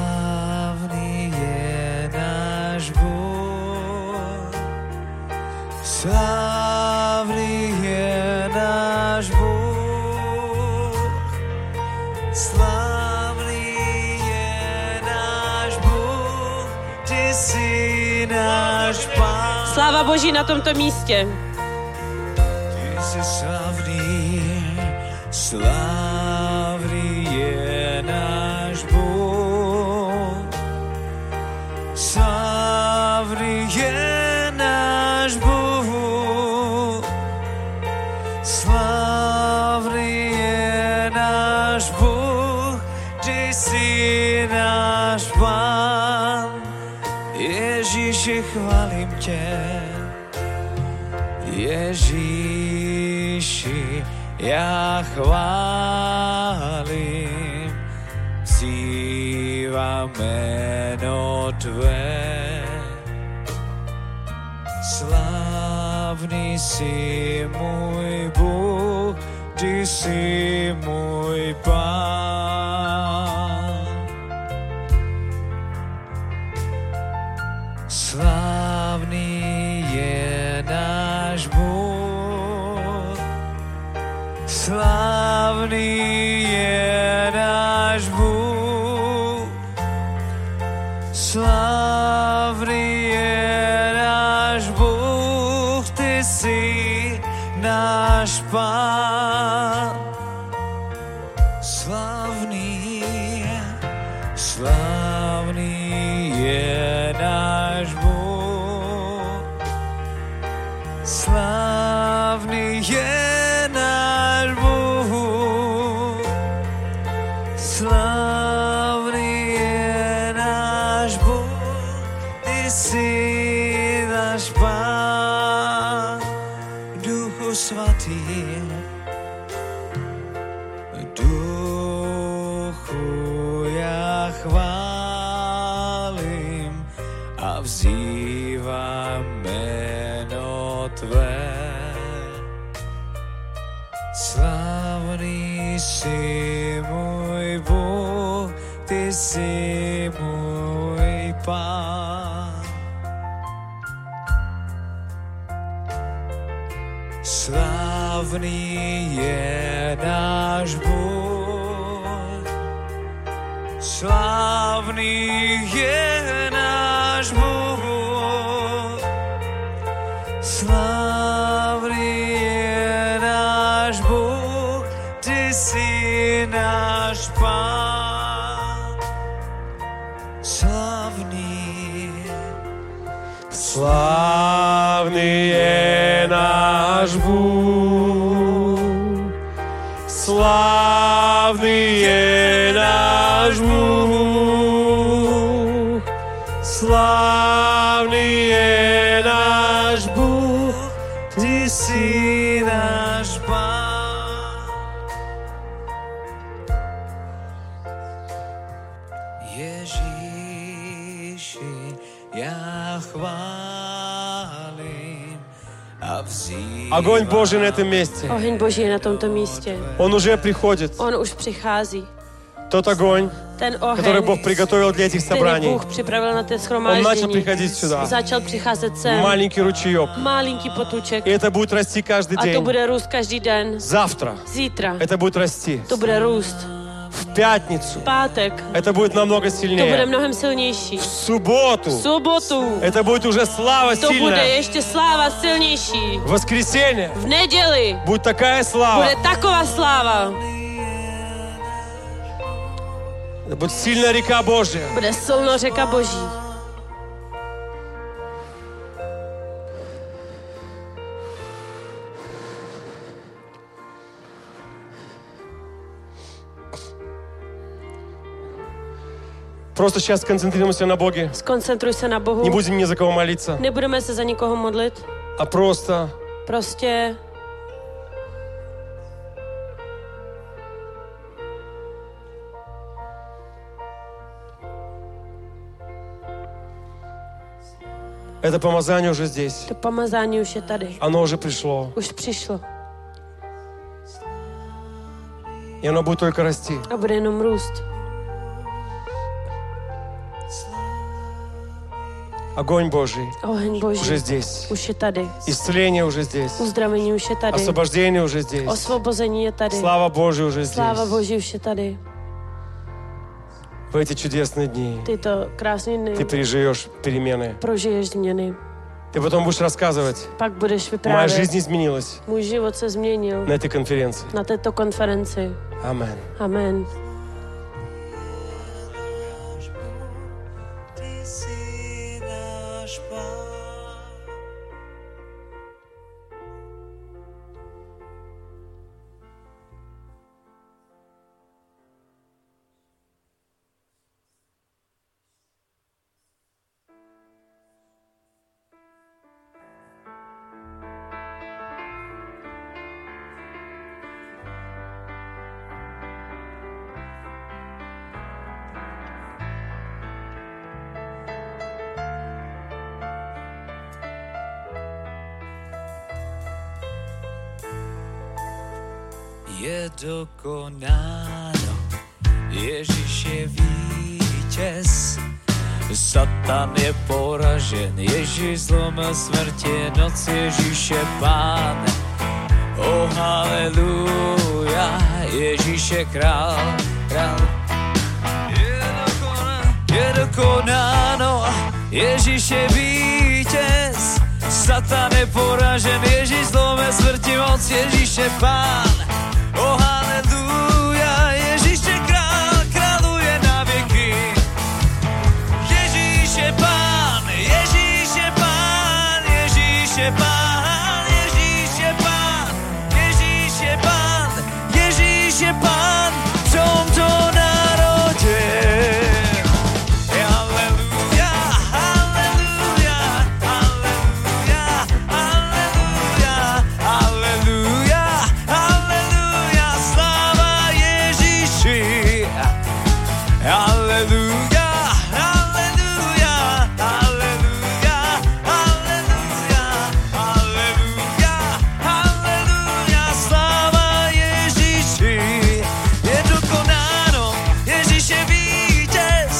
Speaker 1: Slavný je náš Bůh, slavný je náš Bůh, slavný je náš Bůh, ty jsi náš Pán.
Speaker 6: Sláva Boží na tomto místě.
Speaker 1: Ty jsi slavný, slavný je náš Bůh. Slavný je náš Bůh. Slavný je náš Bůh, ty jsi náš Pán. Ježíši, chválím tě. Ježíši, já chválím, vzývám jméno Tvé. Slavný jsi můj Bůh, Ty jsi můj Pán. Slavný je náš Bůh, slavný je náš Bůh, slavný je náš Bůh, ty jsi náš Pán. Slavný, slavný je náš Bůh. Slavný je náš Bůh. Slavný je náš Bůh. Ty jsi náš Pán. Duchu svatý. Duchu já chválím a vzývám jméno Tvé. Slavný jsi můj Bůh, Ty jsi můj Pán. Slavný je náš Bůh, slavný je náš Bůh, slavný je náš Bůh, ty jsi náš Pán. Slavný,
Speaker 5: Славный е наш Бог, славный е наш Бог, славный е наш Бог,
Speaker 1: ty jsi náš Pán. Ježíši, já chválím a vzývám.
Speaker 5: Огонь Божий на этом месте.
Speaker 6: Oheň Boží je na tomto místě.
Speaker 5: Он уже приходит.
Speaker 6: On už přichází.
Speaker 5: Тот огонь,
Speaker 6: Ten oheň,
Speaker 5: который Бог приготовил для этих
Speaker 6: který
Speaker 5: собраний.
Speaker 6: Bůh připravil na té
Speaker 5: Он начал
Speaker 6: schromáždění,
Speaker 5: приходить сюда.
Speaker 6: začal přicházet sem.
Speaker 5: Маленький ручеек.
Speaker 6: Malinký potuček.
Speaker 5: И это А будет расти каждый
Speaker 6: A to
Speaker 5: день.
Speaker 6: bude růst každý den.
Speaker 5: Завтра
Speaker 6: Zítra
Speaker 5: это будет расти.
Speaker 6: to bude růst.
Speaker 5: В пятницу
Speaker 6: V pátek
Speaker 5: это будет намного
Speaker 6: to bude
Speaker 5: сильнее.
Speaker 6: mnohem silnější.
Speaker 5: В
Speaker 6: V
Speaker 5: субботу
Speaker 6: sobotu
Speaker 5: это будет уже слава
Speaker 6: to bude
Speaker 5: сильная.
Speaker 6: ještě sláva silnější.
Speaker 5: В воскресенье
Speaker 6: V neděli
Speaker 5: будет такая слава.
Speaker 6: bude taková sláva.
Speaker 5: Это будет сильная река Божья.
Speaker 6: Bude silno řeka Boží.
Speaker 5: Просто сейчас концентрируемся на Боге.
Speaker 6: Skoncentruj se na Bohu.
Speaker 5: Не будем ни за кого молиться,
Speaker 6: Nebudeme se za nikoho modlit,
Speaker 5: а просто
Speaker 6: Prostě
Speaker 5: Это помазание уже здесь.
Speaker 6: to pomazání už je tady.
Speaker 5: Оно уже пришло.
Speaker 6: Už přišlo
Speaker 5: И оно будет только расти.
Speaker 6: a bude jenom růst.
Speaker 5: Огонь Божий уже
Speaker 6: Oheň Boží
Speaker 5: здесь.
Speaker 6: už je tady.
Speaker 5: Исцеление уже здесь.
Speaker 6: Uzdravení už je tady.
Speaker 5: Освобождение уже здесь.
Speaker 6: Osvobození je tady.
Speaker 5: Слава Божья уже
Speaker 6: Sláva
Speaker 5: здесь.
Speaker 6: Boží už je tady.
Speaker 5: В эти чудесные дни
Speaker 6: Tyto krásné dny
Speaker 5: ты переживешь перемены.
Speaker 6: prožiješ změny.
Speaker 5: Ты потом будешь рассказывать.
Speaker 6: Pak budeš
Speaker 5: Моя
Speaker 6: vyprávět.
Speaker 5: жизнь изменилась
Speaker 6: Můj život se změnil
Speaker 5: на этой конференции.
Speaker 6: na této konferenci.
Speaker 5: Аминь.
Speaker 6: Amen.
Speaker 1: Ty jsi náš pán. je dokonáno. Ježíš je vítěz, Satan je poražen, Ježíš zlomil smrt je noc, Ježíš je pán. O oh, haleluja, Ježíš je král, král. Je dokonáno, je dokonáno, Ježíš je vítěz, Satan je poražen, Ježíš zlomil smrti moc, Ježíš je pán. O oh, haleluja, Ježíš je král, králuje na věky. Ježíš je pán, Ježíš je pán, Ježíš je pán, Ježíš je pán, Ježíš je pán, Ježíš je pán v tomto národě. Haleluja, haleluja, haleluja, haleluja, haleluja, haleluja, sláva Ježíši. Aleluja, aleluja, aleluja, aleluja, aleluja, aleluja, sláva Ježíši. Je dokonáno, Ježíš je vítěz,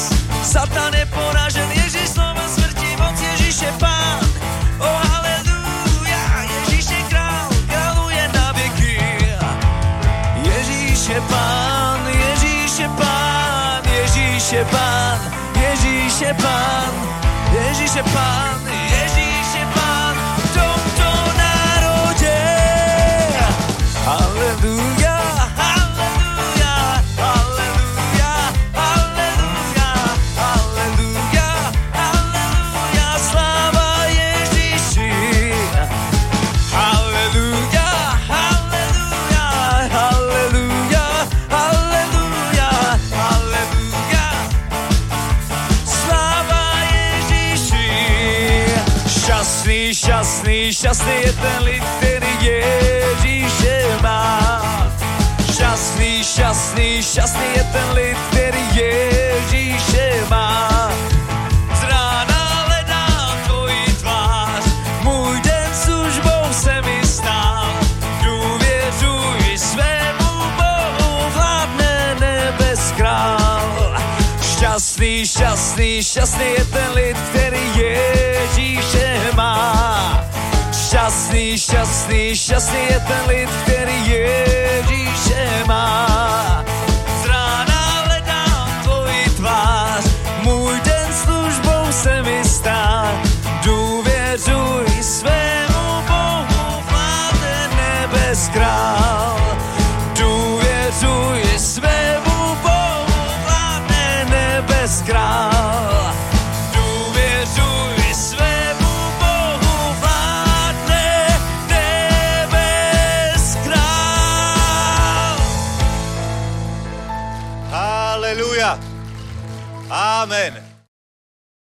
Speaker 1: Satan je poražen, Ježíš slova smrti, moc Ježíš je pán. O aleluja, Ježíš je král, králuje na věky. Ježíš je pán, Ježíš je pán, Ježíš je pán, Ježíš je pán, Ježíš je pán, Ježíš je pán v tomto národě. Aleluja, aleluja, aleluja, aleluja, aleluja, aleluja, sláva Ježíši. Haleluja, haleluja, haleluja, haleluja, haleluja. Sláva Ježíši. Šťastný, šťastný, šťastný je ten lid, který Ježíše má. Šťastný, šťastný, šťastný je ten lid, který Ježíše má. Z rána hledám tvoji tvář, můj den službou se mi stál. Důvěřuji svému Bohu, vládne nebes král. Šťastný, šťastný, šťastný je ten lid, který Ježíše má. Šťastný, šťastný, šťastný je ten lid, který Ježíše má. Z rána hledám tvoji tvář, můj den službou se mi stá. Důvěřuj svému Bohu, vládne nebes král. Důvěřuj svému Bohu, vládne nebes král. Důvěřuj svému Bohu, vládne nebes král.
Speaker 2: Haleluja. Amen.